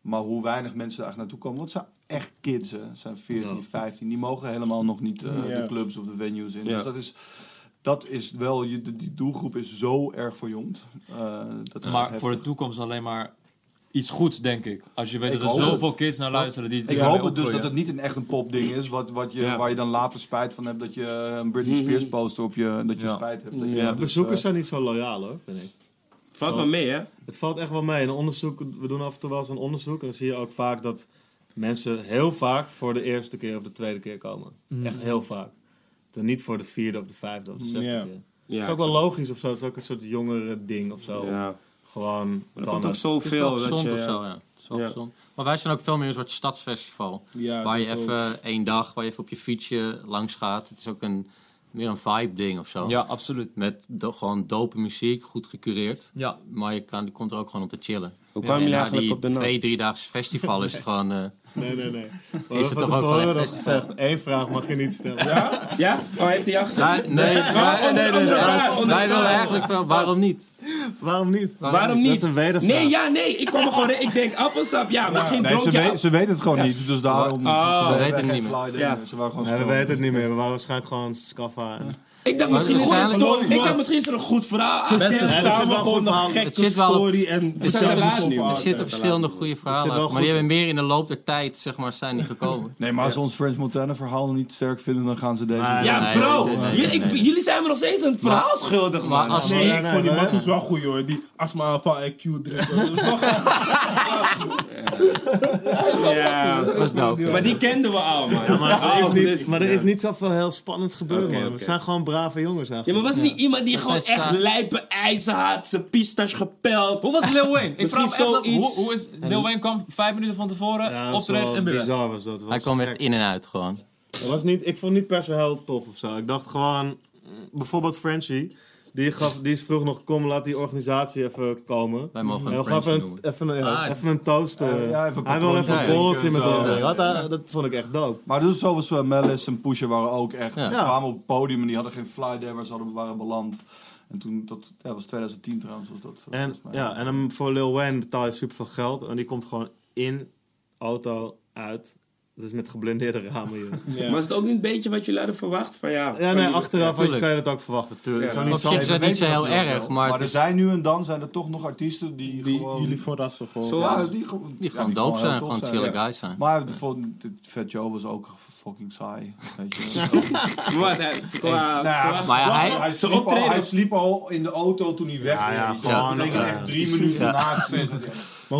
S6: maar hoe weinig mensen daar echt naartoe komen. Want het zijn echt kids, hè. Het zijn 14, 15, die mogen helemaal nog niet eh,
S5: Ja.
S6: de clubs of de venues in.
S1: Ja.
S6: Dus dat is... Dat is wel, je, die doelgroep is zo erg verjongd. Eh, dat is echt
S2: Maar
S6: heftig.
S2: voor de toekomst alleen maar iets goeds, denk ik. Als je weet
S6: Ik
S2: dat er
S6: hoop
S2: zoveel
S6: het.
S2: kids naar luisteren die...
S6: Ik
S2: die
S6: hoop
S2: mee
S6: het dus dat
S2: opgroeien.
S6: het niet een echt een popding is, wat, wat je,
S1: Ja.
S6: waar je dan later spijt van hebt dat je eh, een Britney Spears poster op je, dat je
S2: Ja.
S6: spijt hebt. Dat je
S1: Ja.
S6: dat dus,
S7: Bezoekers
S6: eh,
S7: zijn niet zo loyaal hoor, vind ik.
S1: Valt maar mee, hè?
S7: Het valt echt wel mee. Een onderzoek, we doen af en toe wel eens een onderzoek. En dan zie je ook vaak dat mensen heel vaak voor de eerste keer of de tweede keer komen. Echt heel vaak. Dan niet voor de vierde of de vijfde of de zesde
S5: Ja.
S7: keer.
S1: Ja,
S7: het is ook wel logisch of zo. Het is ook een soort jongere ding of zo.
S1: Ja. Maar er
S7: Gewoon. dan
S1: komt ook
S7: het-
S4: Het is wel
S1: zoveel. Dat
S4: gezond
S1: je,
S4: of zo, ja. Het is wel
S1: Ja.
S4: gezond. Maar wij zijn ook veel meer een soort stadsfestival.
S5: Ja,
S4: waar je
S5: dat is
S4: even één dag, waar je even op je fietsje langs gaat. Het is ook een, meer een vibe ding of zo.
S2: Ja, absoluut.
S4: Met do- gewoon dope muziek, goed gecureerd.
S2: Ja.
S4: Maar je, kan, je komt er ook gewoon om te chillen.
S1: Hoe kwam je
S4: na
S1: eigenlijk
S4: die
S1: op de
S4: twee,
S1: naam?
S4: driedaags festival is het gewoon... eh,
S7: Nee, nee, nee. We
S4: Is het
S7: hebben van
S4: toch ook wel
S7: tevoren
S4: een
S7: dat gezegd. Eén vraag mag je niet stellen.
S1: Ja? Oh, heeft hij jou gezegd?
S4: wij- nee, wij,
S1: nee, nee, nee.
S4: wij willen eigenlijk wel... Waarom niet?
S7: Waarom niet?
S1: Waarom niet?
S7: Dat is een wedervraag.
S1: Nee, ja, nee. Ik kwam er gewoon in. Ik denk appelsap. Ja, misschien
S6: Nee,
S1: dronk
S6: ze,
S1: je
S6: weet-
S1: app-
S6: ze weten het gewoon niet, dus daarom...
S1: Oh,
S6: ze
S4: we weten het
S6: geen
S4: niet
S6: flauw idee
S1: Ja.
S6: meer. eh, Ze waren gewoon
S7: Nee, we
S6: stom.
S7: weten het niet meer. We waren waarschijnlijk gewoon scaffa. en-
S1: Ik dacht misschien is er een
S4: Waarschijnlijk-
S1: story. Ik dacht misschien is er een goed verhaal. achter.
S5: En samen gewoon een
S4: Het
S5: gekke
S4: zit wel op-
S5: story en
S1: zit wel
S5: verschillende
S1: op-
S5: stoppen
S4: Er
S1: Oké,
S4: zitten verschillende goede verhalen.
S7: wel
S4: achter, Maar
S7: goed.
S4: die hebben meer in de loop der tijd, zeg maar, zijn die gekomen.
S6: Nee, maar als ze ons French Montana verhaal niet sterk vinden, dan gaan ze deze...
S7: Maar-
S1: Ja,
S4: Nee,
S1: bro.
S4: nee, nee, nee,
S1: Jullie- ik-
S4: nee.
S1: Jullie zijn me nog steeds een verhaal schuldig,
S4: Maar
S1: man.
S4: als
S5: Nee,
S4: die...
S5: ik
S7: nee,
S5: vond die
S7: nee.
S5: Matthews wel goed, hoor. Die astma van IQ drukken.
S1: Ja. Maar die kenden we al, man. Ja,
S7: Maar er is
S1: Oh,
S7: niet,
S1: dus-
S7: maar er is niet zoveel heel spannends gebeurd,
S1: Oké,
S7: man. We
S1: oké.
S7: zijn gewoon brave jongens eigenlijk.
S1: maar was er niet iemand die gewoon
S4: is, eh,
S1: echt lijpe ijzer had, zijn pistas gepeld?
S2: Hoe was Lil Wayne? Ik vraag me
S1: Misschien
S2: echt af, hoe,
S1: zoiets.
S2: hoe is... Lil Wayne kwam vijf minuten van tevoren,
S7: Ja, dat was
S2: optreden
S7: wel
S2: en weer weg.
S7: bizar was dat. Was
S4: Hij kwam echt
S7: gek.
S4: in en uit gewoon.
S7: Het was niet, ik vond het niet per se heel tof of zo. Ik dacht gewoon, mm, bijvoorbeeld Frenchie. Die, gaf, die is vroeg nog, kom, laat die organisatie even komen.
S4: Wij mogen hem
S7: Hij gaf
S4: Frenchie
S7: een,
S4: noemen.
S7: even, een, ja,
S2: Ah,
S7: even een toast. eh.
S6: ja, even een
S7: hij wil even
S6: patroontje
S7: een
S6: drinken
S7: bolletje
S6: en
S7: met
S6: zo.
S7: ons.
S6: Ja,
S7: Wat, eh, Dat vond ik echt dope.
S6: Maar dus zoals we Mellis en Pusha waren ook echt.
S4: Ja.
S6: Ze kwamen op het podium en die hadden geen fly there waar ze hadden, waren beland. En toen, dat ja, was 2010 trouwens, was dat. eh,
S7: En,
S6: volgens mij.
S7: ja, en hem voor Lil Wayne betaal je super veel geld. En die komt gewoon in, auto, uit. Dus met geblindeerde ramen, joh.
S1: Maar is het ook niet een beetje wat jullie hadden verwacht? Van ja,
S7: Ja, nee, achteraf
S4: tuurlijk.
S7: kan je dat ook verwachten. Tuurlijk.
S1: Ja.
S7: Zo
S4: Op
S7: niet zo
S4: zich is dat
S7: even
S4: niet zo heel erg, maar,
S6: Maar dus-
S4: het
S6: er
S4: is-
S6: zijn nu en dan zijn er toch nog artiesten die,
S5: Die
S6: gewoon...
S5: jullie verrassen gewoon.
S1: Zoals?
S6: ja, die, gewoon-
S4: die
S6: ja,
S4: gewoon dope
S6: heel
S4: zijn,
S6: tof
S4: gewoon chille
S6: ja.
S4: guys zijn.
S6: Maar bijvoorbeeld, dit Fat Joe was ook fucking saai.
S1: [laughs]
S6: Weet je.
S1: Wat, hè, ze qua- qua-
S4: Maar ja, hij,
S6: hij, sliep al,
S1: optreden-
S6: hij sliep al in de auto toen hij weg
S7: Ja, ja,
S6: reed.
S7: gewoon,
S6: dat betekent
S7: ja.
S1: eh,
S6: echt drie minuten na
S1: [laughs]
S6: het feest.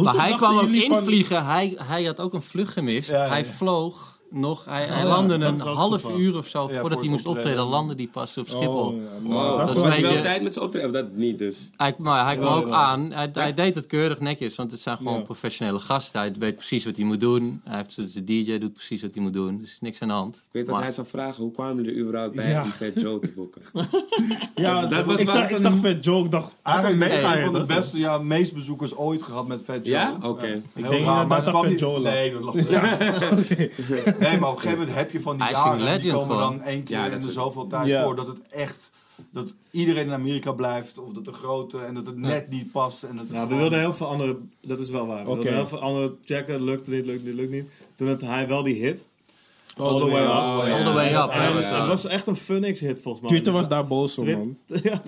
S4: maar hij kwam ook
S5: invliegen.
S4: invliegen. Hij, hij had ook een vlucht gemist.
S6: Ja, ja,
S4: Hij
S6: ja.
S4: vloog nog. Hij, hij
S7: ja,
S4: landde
S7: dat
S4: een
S7: is ook
S4: half
S7: geval.
S4: uur of zo
S6: voor
S4: voordat hij
S6: het
S4: moest
S6: optreden.
S4: optreden. Landde die pas op Schiphol.
S1: Dat
S4: is
S1: was
S4: een beetje-
S1: wel tijd met zijn optreden. Of dat niet dus.
S4: Hij, maar hij kwam ook aan. Hij, hij deed het keurig netjes, want het zijn gewoon professionele gasten. Hij weet precies wat hij moet doen. Hij heeft zijn DJ doet precies wat hij moet doen. Dus er is niks aan de hand.
S1: Ik weet dat
S4: Maar-
S1: hij zou vragen, hoe kwamen jullie er überhaupt bij
S5: Ja.
S1: om die Fat Joe te boeken?
S5: Ja,
S1: Dat was
S5: ik
S1: wel
S5: zag, ik
S1: een-
S5: zag Fat Joe, ik dacht...
S7: Hij had een mega
S6: Een
S7: hit,
S6: van de
S7: hè?
S6: beste, ja, meest bezoekers ooit gehad met Fat Joe.
S1: Ja? Oké.
S5: Ik
S6: Heel
S5: denk
S6: raar,
S5: inderdaad
S6: maar
S5: dat
S6: kwam
S5: Fat
S6: niet-
S5: Joe lag.
S6: Nee,
S1: [laughs]
S6: dat lag Nee, maar op een gegeven moment heb je van die
S4: Hij is een
S6: jaren... die
S4: legend
S6: komen
S4: gewoon.
S6: dan één keer
S1: Ja,
S6: in
S1: dat
S6: de
S1: is-
S6: zoveel tijd
S5: Ja.
S6: voor... dat het echt... dat iedereen in Amerika blijft... of dat de grote... en dat het net niet past. En dat het
S7: Ja, Nou, we
S6: gewoon-
S7: wilden heel veel andere... Dat is wel waar. We
S5: Oké.
S7: wilden heel veel andere checken. Het lukte niet, lukte niet, lukte niet. Toen had hij wel die hit.
S4: Oh,
S7: All the way up.
S4: All the way up. hè,
S7: En
S4: was dat.
S7: Het was echt een Phoenix hit, volgens mij.
S5: Twitter was daar boos om, man. Ja,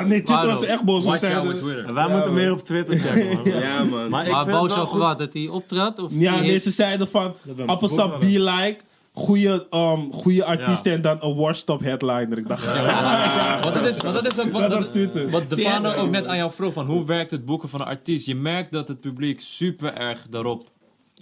S5: nee, Twitter
S4: Waarom?
S5: was echt boos om.
S2: Watch out
S5: zeiden-
S2: with Twitter.
S7: En Wij moeten meer op Twitter checken,
S4: [laughs]
S7: man.
S1: Ja, man.
S7: Maar, ik
S4: Maar
S7: vind het
S4: boos
S7: wel
S4: over
S7: goed.
S4: wat? Dat hij optrad? Of
S5: Ja,
S4: die
S5: nee,
S4: hit?
S5: ze zeiden van...
S7: we hem
S5: Appelsap,
S7: geboekt
S5: be
S7: hadden.
S5: like... Goede, um, goede artiesten en dan een worstop headliner. Ik dacht, ja,
S2: Want dat is, want dat is ook wat,
S5: dat
S2: dat
S5: was Twitter.
S2: wat Defano ook net aan jou vroeg, van hoe werkt het boeken van een artiest? Je merkt dat het publiek super erg daarop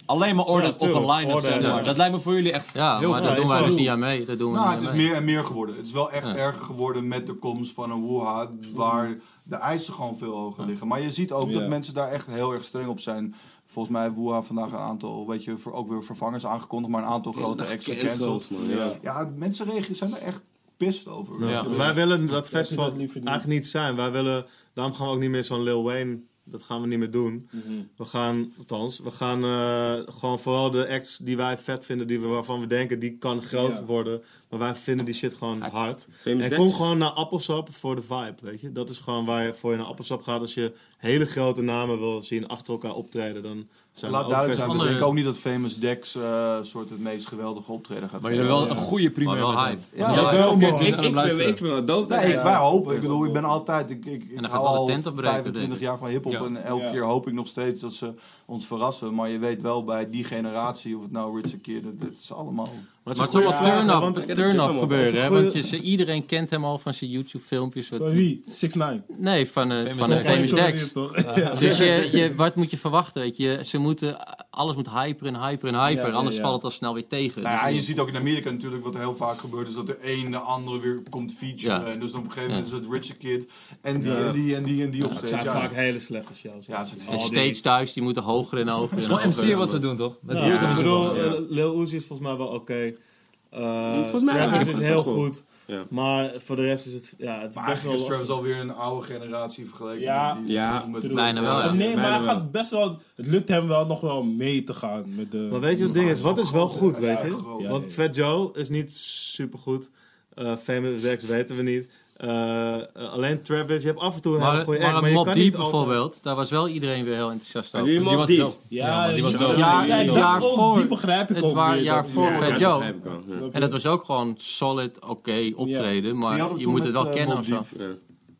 S2: alleen maar
S7: Ja,
S2: ordert op
S7: tuurlijk.
S2: een line-up, zeg
S7: Orderen,
S2: maar.
S7: ja.
S2: Dat lijkt me voor jullie echt
S4: Ja,
S2: heel
S4: maar dat
S7: ik
S4: doen wij
S7: zou-
S4: dus niet aan mee. Dat doen we
S6: Nou,
S4: niet
S6: het is
S4: aan mee.
S6: meer en meer geworden. Het is wel echt erger geworden met de komst van een Wuha, waar de eisen gewoon veel hoger liggen. Maar je ziet ook
S5: Ja.
S6: dat mensen daar echt heel erg streng op zijn. Volgens mij heeft Wuha vandaag een aantal, weet je, voor, ook weer vervangers aangekondigd, maar een aantal grote acts
S1: Cancels,
S6: gecanceld.
S1: man. Ja.
S6: Ja, mensen reageren zijn er echt pissed over.
S7: Ja.
S6: Dus-
S7: Wij willen dat festival
S5: dat liever niet.
S7: eigenlijk niet zijn. Wij willen, daarom gaan we ook niet meer zo'n Lil Wayne. Dat gaan we niet meer doen. We gaan, althans, we gaan eh, gewoon vooral de acts die wij vet vinden, die we, waarvan we denken die kan groot
S5: Ja.
S7: worden. Maar wij vinden die shit gewoon hard.
S1: Famous
S7: En
S1: Dex.
S7: kom gewoon naar Appelsap voor de vibe, weet je. Dat is gewoon waar je voor je naar Appelsap gaat als je hele grote namen wil zien achter elkaar optreden, dan zijn
S6: Laat
S7: er ook
S6: duidelijk zijn,
S7: festivals.
S6: we
S4: andere-
S6: denken ook niet dat Famous Dex eh, soort het meest geweldige optreden gaat
S2: Maar jullie hebben wel een goede
S4: Maar
S2: primeur.
S4: wel
S2: met hem.
S4: hype.
S6: Ja,
S2: Er zijn
S6: ja,
S2: veel
S6: man.
S2: kids die
S1: dus Ik,
S2: naar
S1: ik,
S2: hem
S1: ben, ik
S2: luisteren.
S1: ben wel dood.
S6: Nee, ik wij hopen. Ik bedoel, ik ben altijd. Ik, ik, ik
S4: dan gaat
S6: hou
S4: wel de
S6: al
S4: tent opbreken,
S6: 25
S4: denk ik.
S6: jaar van hip-hop
S2: Ja.
S6: en elke
S5: Ja.
S6: keer hoop ik nog steeds dat ze ons verrassen. Maar je weet wel bij die generatie, of het nou Rich Keer, dat, dat is allemaal.
S7: Maar
S4: Maar
S7: het is
S4: het is
S7: een
S4: allemaal
S7: goede vraag,
S4: turn-up
S7: want
S1: ik heb
S4: turn
S1: een tip om
S4: gebeuren,
S7: op.
S4: hè?
S7: Het is een
S4: Want je, ze- iedereen kent hem al van zijn YouTube-filmpjes. Wat,
S5: Van wie? 6 9
S4: nee, van, eh
S2: Famous
S4: van een
S2: Dex.
S4: Famous Dex.
S5: toch?
S4: Dus je, je, wat moet je verwachten? Weet je? Ze moeten, alles moet hyper en hyper en hyper,
S5: Ja, ja,
S4: anders
S5: ja.
S4: valt het al snel weer tegen.
S6: Nou
S4: Dus
S6: ja, en je
S4: het-
S6: ziet ook in Amerika natuurlijk wat er heel vaak gebeurt, is dat de een de andere weer komt featuren.
S4: Ja.
S6: En dus dan op een gegeven
S4: Ja.
S6: moment is het Richard Kid en die en die en die en die op
S7: Het
S6: stage.
S7: zijn
S6: Ja,
S7: vaak hele slechte shows.
S6: ja, het zijn
S4: en
S7: Oh,
S6: echt-
S4: steeds thuis, die moeten hoger en hoger.
S2: Het is
S4: en
S2: gewoon
S4: hoger.
S2: MC wat ze doen, toch? Met
S7: Ja,
S2: Lil
S7: ik
S2: Uzi
S7: bedoel,
S2: Vert.
S7: eh, Lil Uzi is volgens mij wel oké. Eh,
S1: Volgens mij
S7: Travis
S1: eigenlijk
S7: is
S1: wel
S7: heel
S1: cool.
S7: goed.
S1: Ja.
S7: Maar voor de rest is het, ja, het is
S6: maar
S7: best wel
S6: eigenlijk is Travis
S7: lastig.
S6: alweer een oude generatie vergeleken
S5: Ja.
S6: met die-
S1: Ja.
S6: met
S4: Bijna wel,
S5: Nee,
S4: ja.
S5: maar
S1: Bijna
S5: hij
S1: wel.
S5: gaat best wel... Het lukt hem wel nog wel mee te gaan met de...
S7: Maar weet je wat het ding is? Wat is wel goed,
S6: Ja,
S7: weet
S6: groot.
S7: je?
S5: Ja, ja,
S7: Want
S5: ja.
S7: Fat Joe is niet supergoed. Eh Famous Dex weten we niet. Eh, eh, alleen Travis, je hebt af en toe een hele
S4: Maar,
S7: goede act,
S4: maar
S7: maar je
S4: Mobb
S7: kan
S4: Deep
S7: niet altijd-
S4: bijvoorbeeld, daar was wel iedereen weer heel enthousiast over.
S1: Die
S2: Die
S1: was
S2: was
S1: diep.
S2: dope.
S5: Ja, dus
S2: Ja, maar die was
S5: ja,
S2: dope.
S4: ja,
S2: Die was
S4: ja,
S2: dope.
S5: dat
S4: jaar
S5: is ook-
S4: voor-
S5: Die begrijp ik
S4: het
S5: ook
S4: waar-
S5: weer,
S4: jaar
S5: dat-
S4: voor
S5: Ja,
S4: Fat
S5: ja,
S1: dat
S4: Joe.
S1: begrijp ik al, ja.
S4: En dat was ook gewoon solid, oké optreden,
S6: Die
S4: maar
S6: hadden
S4: je
S6: toen
S4: moet het
S6: met,
S4: wel
S6: eh,
S4: kennen
S6: Mobb
S4: of zo.
S6: Deep.
S1: Ja.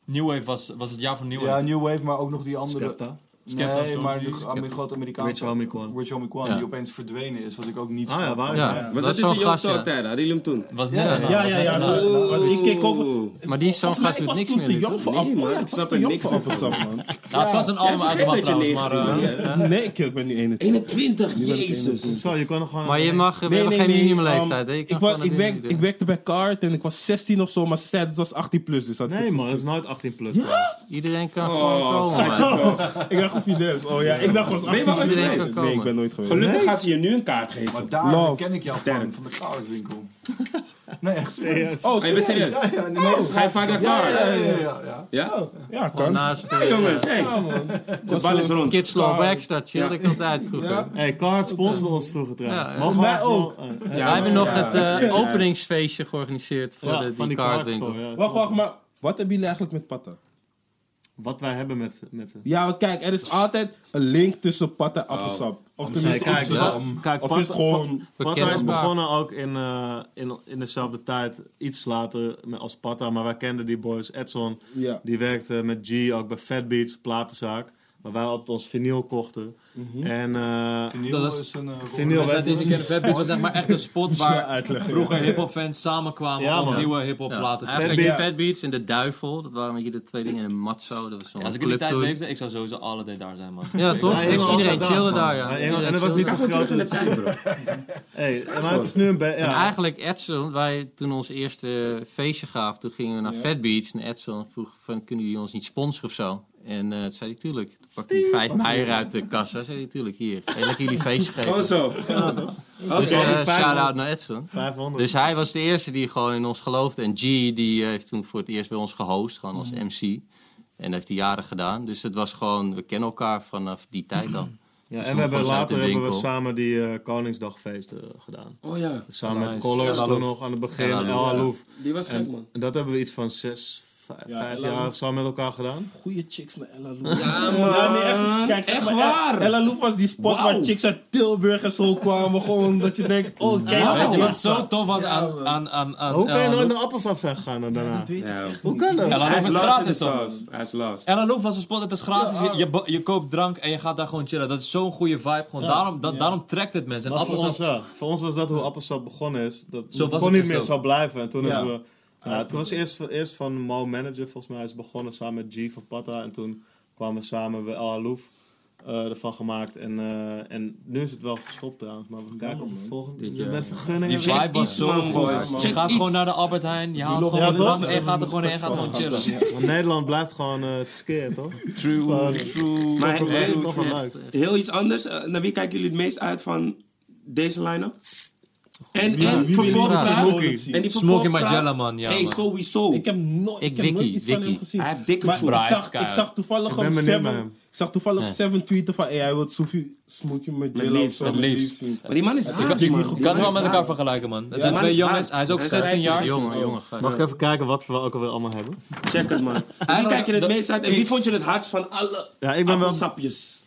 S2: New Wave was, was het jaar van New Wave.
S6: Ja, New Wave, maar ook nog die andere.
S7: Skepta.
S2: Skepta,
S6: nee,
S2: Stone
S6: maar de
S2: Roses, Skepta.
S6: Amer- grote Amerikaan.
S7: Rich Homie Quan.
S6: Rich Homie Quan,
S4: Ja.
S6: die opeens verdwenen is, wat ik ook niet
S7: Ah ja,
S6: snap.
S7: waar is
S4: Ja.
S7: hij?
S1: Was
S4: Dat
S1: dat
S4: is
S1: in
S4: zo'n
S1: zijn Young
S4: gast, ja.
S1: Talk tijd? Hadden jullie hem toen?
S2: was net
S4: Ja,
S2: daarna,
S5: Ja,
S2: was
S5: ja,
S2: net
S5: ja.
S2: daarna.
S5: zo- want Ik keek ook...
S1: Oeh.
S4: Maar die zo'n
S5: Volgens mij, ik
S4: gast doet
S5: was
S4: niks
S5: toen
S4: meer
S5: te
S4: nu,
S5: jong
S4: toch?
S5: voor
S1: Nee,
S5: appel.
S1: man,
S5: Ja,
S1: ik
S5: was
S1: snap
S5: te
S1: er
S5: jong
S1: niks
S5: voor
S1: van.
S5: appelsap, man.
S2: Nou, het was een
S1: Jij
S2: album uit de
S1: vergeet
S2: wacht
S1: dat je
S2: trouwens, maar...
S1: 19
S2: eh,
S1: bent. ja.
S5: Nee, ik ik ben niet 21.
S1: 21, jezus.
S7: Zo, je kan nog gewoon...
S4: Maar je mag, we
S5: Nee,
S4: hebben
S5: nee,
S4: geen
S5: nee,
S4: minimumleeftijd.
S5: um,
S4: hè? Je kan
S5: ik, wa-
S4: gewoon
S5: ik,
S4: dat
S5: werk,
S4: ding
S5: ik
S4: doen.
S5: werkte bij Card en ik was 16 of zo, maar ze zeiden het was 18 plus. Dus dat
S7: Nee man, dat is nooit 18 plus. man.
S4: Iedereen kan
S1: Oh,
S4: gewoon komen. man.
S5: ik dacht op Fidesz. Oh ja, ik dacht was 18
S1: je maar ooit
S5: plus.
S1: geweest?
S5: Nee, ik ben nooit geweest.
S1: Gelukkig gaan ze je nu een kaart geven.
S6: Maar daar
S5: Love.
S6: ken ik jou van,
S1: Sterk.
S6: van de
S5: [laughs]
S6: kaartwinkel. Nee, echt serieus.
S7: Serieus.
S5: Oh,
S1: Oh, je bent serieus?
S6: Ja, ja, nee, nee,
S1: Oh, Ga je vaak naar
S6: ja, ja,
S1: kaart?
S6: ja, ja, ja.
S1: Ja?
S5: Ja,
S4: Gewoon
S5: kan.
S4: naast de
S1: Hey, jongens, hey. De bal is rond.
S4: Kids Slow
S5: Star.
S4: Bags, dat chillde ik altijd vroeger.
S5: Ja.
S7: Hey, Card sponsorde ons vroeger trouwens.
S4: Ja, ja.
S7: Mogen we
S5: Mij
S7: echt
S5: ook.
S7: wel- eh, eh,
S4: Wij hebben nog
S1: ja.
S4: het eh, openingsfeestje georganiseerd voor
S7: ja,
S4: de,
S7: van die
S4: kaartwinkel.
S7: kaartstore. ja.
S5: Wacht, wacht, maar wat hebben jullie eigenlijk met Patta?
S7: Wat wij hebben met, met ze.
S5: Ja, want kijk, er is altijd een link tussen Patta en
S1: Oh.
S5: appelsap. Of tenminste,
S7: kijk,
S5: Amsterdam.
S7: ja. Kijk,
S5: of
S7: Patta-
S5: is het gewoon...
S7: Patta
S4: kennen
S7: is
S4: elkaar.
S7: begonnen ook in, eh, in, in dezelfde tijd, iets later met- als Patta, maar wij kenden die boys. Edson,
S5: Ja.
S7: die werkte met G ook bij Fat Beats, platenzaak, waar wij altijd ons vinyl kochten.
S5: Mhm.
S7: En eh,
S6: Vinyl
S2: Dat is-
S6: is een... eh,
S7: vinyl,
S2: Mensen uit
S7: weet je-
S2: Disney kennen Fat Beats was echt maar echt een spot waar
S5: uitleggen,
S2: vroeger hip-hop fans samenkwamen
S7: Ja,
S2: om
S7: man.
S2: nieuwe hip-hop
S4: Ja.
S2: platen te
S4: Eigenlijk
S7: Fat
S4: die
S7: Beats.
S4: Fat Beats en de Duivel, dat waren een beetje de twee dingen. En Matzo, dat was zo'n
S2: Als ik in die tijd
S4: clubtour.
S2: leefde, ik zou sowieso alle day daar zijn, man.
S4: Ja, toch?
S7: Ja,
S4: dus
S7: helemaal
S4: iedereen
S7: Amsterdam,
S4: chillde
S7: man.
S4: daar, ja.
S7: Ja,
S4: Iedereen
S7: helemaal- en dat was
S4: chillde
S7: niet
S4: daar.
S1: Ga
S7: zo
S1: gewoon terug in
S7: groot.
S1: de tijd, bro.
S7: [laughs] Hey, maar het is nu een be-
S4: En
S7: ja.
S4: eigenlijk Edson, wij toen ons eerste feestje gaf, toen gingen we naar Fat Beach. En Edson vroeg van, kunnen jullie ons niet sponsoren of zo? En eh, toen zei hij, tuurlijk. Toen pakte hij vijf eieren uit de kassa. Toen zei hij, tuurlijk, hier. En dan jullie feestje
S1: Gewoon
S4: geven.
S1: zo. Oké.
S4: Dus eh, shout-out naar Edson.
S7: 500.
S4: Dus hij was de eerste die gewoon in ons geloofde. En G, die eh, heeft toen voor het eerst bij ons gehost, gewoon als
S7: Mhm.
S4: MC. En heeft die jaren gedaan. Dus het was gewoon, we kennen elkaar vanaf die tijd al.
S7: ja,
S4: dus
S7: en
S4: toen
S7: we hebben
S4: was hij uit
S7: later
S4: de
S7: hebben we
S4: winkel.
S7: samen die eh, Koningsdagfeesten eh, gedaan.
S1: Oh ja.
S7: Samen met
S2: Nice.
S7: Colors
S2: El
S7: toen
S2: Alouf.
S7: nog aan het begin,
S4: El
S7: El
S4: Alouf, ja.
S7: Alouf.
S1: Die was gek,
S7: En
S1: man.
S7: dat hebben we iets van zes, vijf,
S5: Ja,
S7: vijf
S5: El Alouf.
S7: jaar of zo met elkaar gedaan.
S5: Goeie chicks naar Ella Lou.
S1: Ja,
S5: Ja, nee, echt,
S1: man.
S5: kijk, zeg
S1: Echt
S5: maar,
S1: waar.
S5: Ella Lou was die spot
S1: Wauw.
S5: waar chicks uit Tilburg en zo kwamen. Gewoon dat je denkt, oh kijk.
S2: Weet je
S5: oh,
S2: wat zo tof was aan... aan, aan, aan eh,
S7: Hoe kan je
S2: El
S7: nooit
S2: Alouf?
S7: naar appelsap zijn gegaan dan daarna?
S1: Ja.
S7: Hoe kan dat?
S2: El Alouf
S1: Hij
S2: is
S1: is lost in de
S2: gratis, toch?
S1: sauce. Hij is lost.
S2: El Alouf was een spot, het is gratis. Je, je, bo- je koopt drank en je gaat daar gewoon chillen. Dat is zo'n goede vibe. Gewoon. Daarom, dat, daarom trekt het mensen. En
S7: Maar voor,
S2: appelsap-
S7: ons, wel. voor ons was dat hoe appelsap begonnen is. Dat
S2: Zo
S7: dat
S2: was
S7: kon
S2: het
S7: niet meer
S2: eerst
S7: zo blijven. En toen
S5: Ja.
S7: hebben we... Ja, toen was eerst, eerst van Mo Manager, volgens mij is begonnen samen met G van Patta. En toen kwamen we samen bij Al Alouf eh, ervan gemaakt. En, eh, en nu is het wel gestopt trouwens. Maar we gaan kijken of we volgende...
S4: Dit
S7: Je
S4: jaar,
S7: bent
S4: ja.
S7: vergunning.
S2: Die
S7: hebben.
S2: vibe was
S1: iets,
S2: zo
S1: man, boys.
S2: goed. Je
S1: Check
S2: gaat gewoon
S1: iets.
S2: naar de Albert Heijn. Je haalt
S7: log-
S2: gewoon
S7: Ja,
S2: de
S7: toch?
S2: drank en je gaat er gewoon en je gaat gewoon chillen.
S7: Want Nederland blijft gewoon eh, het skeer, toch?
S2: True, true.
S1: Maar
S7: Toch wel-
S1: hey,
S7: toch wel leuk.
S1: heel iets anders. Eh, naar wie kijken jullie het meest uit van deze line-up? En, en
S5: wie
S1: vervolgens
S4: wil je
S1: vraag-
S5: Smokey.
S1: En die
S2: Smoking
S1: vervolgvraag-
S2: Magella, man. Ja,
S1: hey,
S2: man.
S1: sowieso.
S5: Ik heb, nooit, ik
S4: Ik
S5: heb
S4: Wiki,
S5: nooit iets van
S4: Wiki.
S5: hem gezien.
S1: Hij heeft dikke
S5: Maar
S1: troep.
S5: ik
S2: Bryce
S5: zag, ik
S2: Kyle.
S5: zag toevallig
S7: Ik ben
S5: hem
S7: benieuwd naar
S5: seven,
S7: hem.
S5: Ik zag toevallig Seven tweeten van, hey, hij wil Soefie smoekje met
S1: Met
S5: Jilla of
S1: liefst,
S5: zo.
S1: met
S5: met
S1: liefst.
S5: liefst zien.
S1: Maar die man is
S2: Ik
S1: hard,
S2: kan,
S1: man.
S2: ik
S1: Die
S2: kan ze
S1: man
S2: wel
S1: is
S2: met elkaar
S1: hard.
S2: vergelijken, man. Het
S1: Ja,
S2: zijn
S1: man
S2: twee
S1: is
S2: jongens.
S1: hard.
S2: Hij is ook
S1: Hij is
S2: 16 jaar.
S1: vijftien,
S4: Jongen, jongen.
S7: Mag ik even kijken wat we ook alweer allemaal hebben?
S1: Check het, man. Wie kijk je het meest uit en wie vond je het hardst van alle
S7: Ja, ik ben wel...
S1: appelsapjes?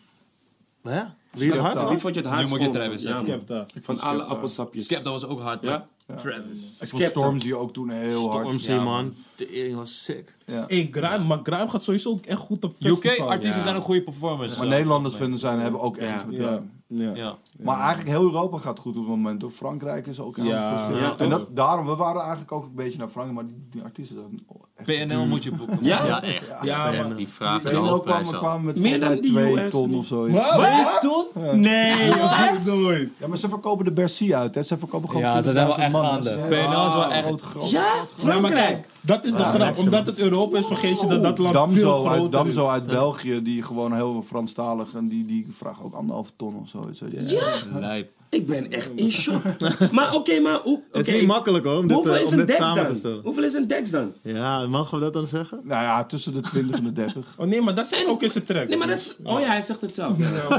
S7: Hè? Wie de hardste?
S1: Wie vond je het hardst?
S2: moet je
S1: gewoon
S2: Travis
S1: van- ja,
S5: Ik heb
S1: man.
S5: daar.
S1: Van alle appelsapjes.
S2: Skep, dat was ook hard, man.
S1: Ja?
S6: Ik vond
S1: Skepta.
S6: Stormzy ook toen heel hard.
S7: Stormzy, man. De was sick.
S6: Ja.
S5: Hey, Grime, maar Grime gaat sowieso ook echt goed op festival.
S2: UK-artiesten zijn ook goede performers.
S6: Maar
S2: eh,
S6: Nederlanders vinden zijn, hebben ook echt met
S5: Ja,
S6: hem.
S5: ja.
S2: Ja.
S6: Maar eigenlijk heel Europa gaat goed op het moment. Hoor. Frankrijk is ook aan
S5: Ja,
S6: het versnellen.
S5: ja,
S6: En dat, daarom, we waren eigenlijk ook een beetje naar Frankrijk, maar die, die artiesten zijn echt...
S2: PNL moet je boeken. man.
S1: Ja?
S4: Ja, echt.
S5: Ja, man.
S4: Die vragen de
S6: PNL kwam,
S4: hoofdprijs al.
S6: kwam met
S1: Meer
S6: volgens mij
S1: dan die
S6: twee
S1: US
S6: ton
S1: niet.
S6: of zo.
S5: Wat? Ton?
S1: Nee,
S5: Dat is nooit.
S6: Ja, maar ze verkopen de Bercy uit, hè. Ze verkopen gewoon
S2: Ja, ze zijn wel
S6: 20.000
S2: echt
S6: man.
S2: gaande.
S6: Ze zijn-
S2: PNL is wel echt-
S6: groot, groot.
S1: Ja,
S5: Ja, maar
S1: Frankrijk.
S5: kijk, dat is de
S6: Ah,
S5: grap. Omdat het Europa is, vergeet je dat dat land veel
S6: Damso
S5: groter
S6: uit,
S5: is.
S6: Damso uit België, die gewoon heel veel Franstalig en die, die vragen ook anderhalf ton of zo. Ja.
S2: Lijp.
S1: Ik ben echt in shock. maar oké, maar hoe...
S7: Het is
S1: oké,
S7: niet makkelijk hoor, om dit,
S1: Hoeveel
S7: eh,
S1: is
S7: om
S1: een
S7: dit
S1: dex
S7: samen te
S1: dan?
S7: stellen.
S1: Hoeveel is een dex dan?
S7: Ja, mogen we dat dan zeggen?
S6: Nou ja, tussen de 20 en
S4: [laughs]
S6: de 30.
S5: Oh nee, maar dat zijn ook eens een track.
S1: Nee, maar dat is... Oh ja, hij zegt het zelf.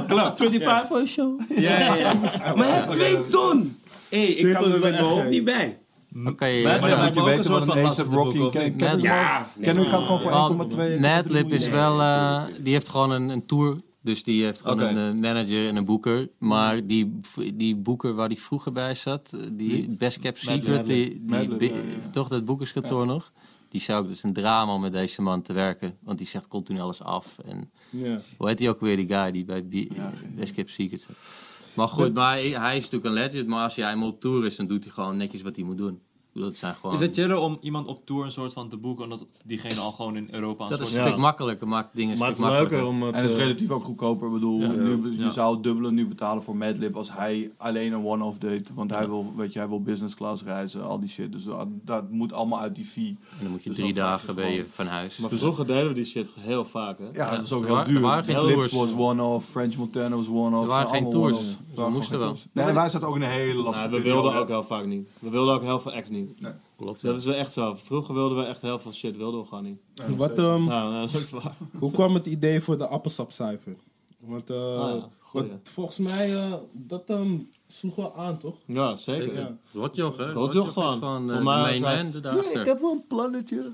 S1: Klopt.
S5: 25 voor een show.
S1: Ja, ja, ja. [laughs] Maar hij heeft twee ton. Hé, hey, ik kan er met mijn hoofd niet bij.
S4: Oké,
S2: Maar ja,
S4: ja.
S6: Moet je
S2: ook een
S6: weten
S2: soort
S6: wat
S2: van
S6: een Ace
S2: lastig
S6: of
S2: te boeken,
S6: Rocky...
S2: of niet?
S6: Ken ken-
S1: Ja,
S6: ken hem gaat gewoon voor
S4: Want
S6: 1,2...
S4: Madlib is wel, eh, die heeft gewoon een, een tour. Dus die heeft gewoon
S2: Oké.
S4: een eh, manager en een boeker. Maar die, die boeker waar die vroeger bij zat, eh, die Best Kept Secret, die, die,
S6: Madlib,
S4: bi-
S6: ja, ja.
S4: toch dat boekerskantoor nog. Die zou ook, dus een drama om met deze man te werken. Want die zegt continu alles af. En
S5: Ja.
S4: hoe heet die ook weer, die guy die bij B- Best Kept Secret zat. Maar goed, maar hij, hij is natuurlijk een legend. Maar als hij helemaal op tour is, dan doet hij gewoon netjes wat hij moet doen. Ik bedoel, het zijn gewoon...
S2: Is het chiller om iemand op tour een soort van te boeken, omdat diegene al gewoon in Europa een
S4: dat is
S2: soort
S4: een stuk makkelijker, maakt dingen een
S7: Maar
S4: stuk
S7: het is leuker
S4: makkelijker.
S7: om het...
S6: En dat is
S7: eh,
S6: relatief ook goedkoper. Ik bedoel, nu, je zou het dubbele nu betalen voor Madlib als hij alleen een one-off deed. Want hij, wil, weet je, hij wil business class reizen, al die shit. Dus dat, dat moet allemaal uit die fee.
S4: En dan moet je
S6: Dus
S4: drie
S6: dan vraag
S4: dagen ben je van huis.
S7: Maar dus vroeger deden we die shit heel vaak, hè?
S6: Ja, dat is ook
S4: er
S6: heel
S4: waren- er
S6: duur.
S4: waren geen
S6: Lips
S4: tours.
S6: was one-off, French Montana was one-off.
S4: Er waren
S6: allemaal
S4: geen tours. Dus
S6: one-offs.
S4: We
S6: Er waren
S4: moesten
S6: gewoon
S4: wel.
S6: geen tours. Nee, wij zaten ook in een hele lastige
S7: Nou, we
S6: periode.
S7: wilden ook heel vaak niet. We wilden ook heel veel acts niet.
S4: Klopt.
S7: Dat is wel echt zo. Vroeger wilden we echt heel veel shit, wilden we gewoon niet.
S5: Wat, ehm,
S7: Nou, nou, [laughs] dat is waar.
S5: hoe kwam het idee voor de appelsapcijfer? Want, eh,
S4: Ah,
S7: ja, goeie.
S5: want volgens mij, eh, dat ehm, sloeg wel aan, toch?
S7: Ja, zeker.
S5: Ja.
S4: Rotjoch, hè?
S7: Rotjoch
S4: Rotjoch is
S7: gewoon.
S4: gewoon eh,
S7: Voor mij
S4: de main
S7: was hij-
S4: man de dag achter.
S7: wel een plannetje.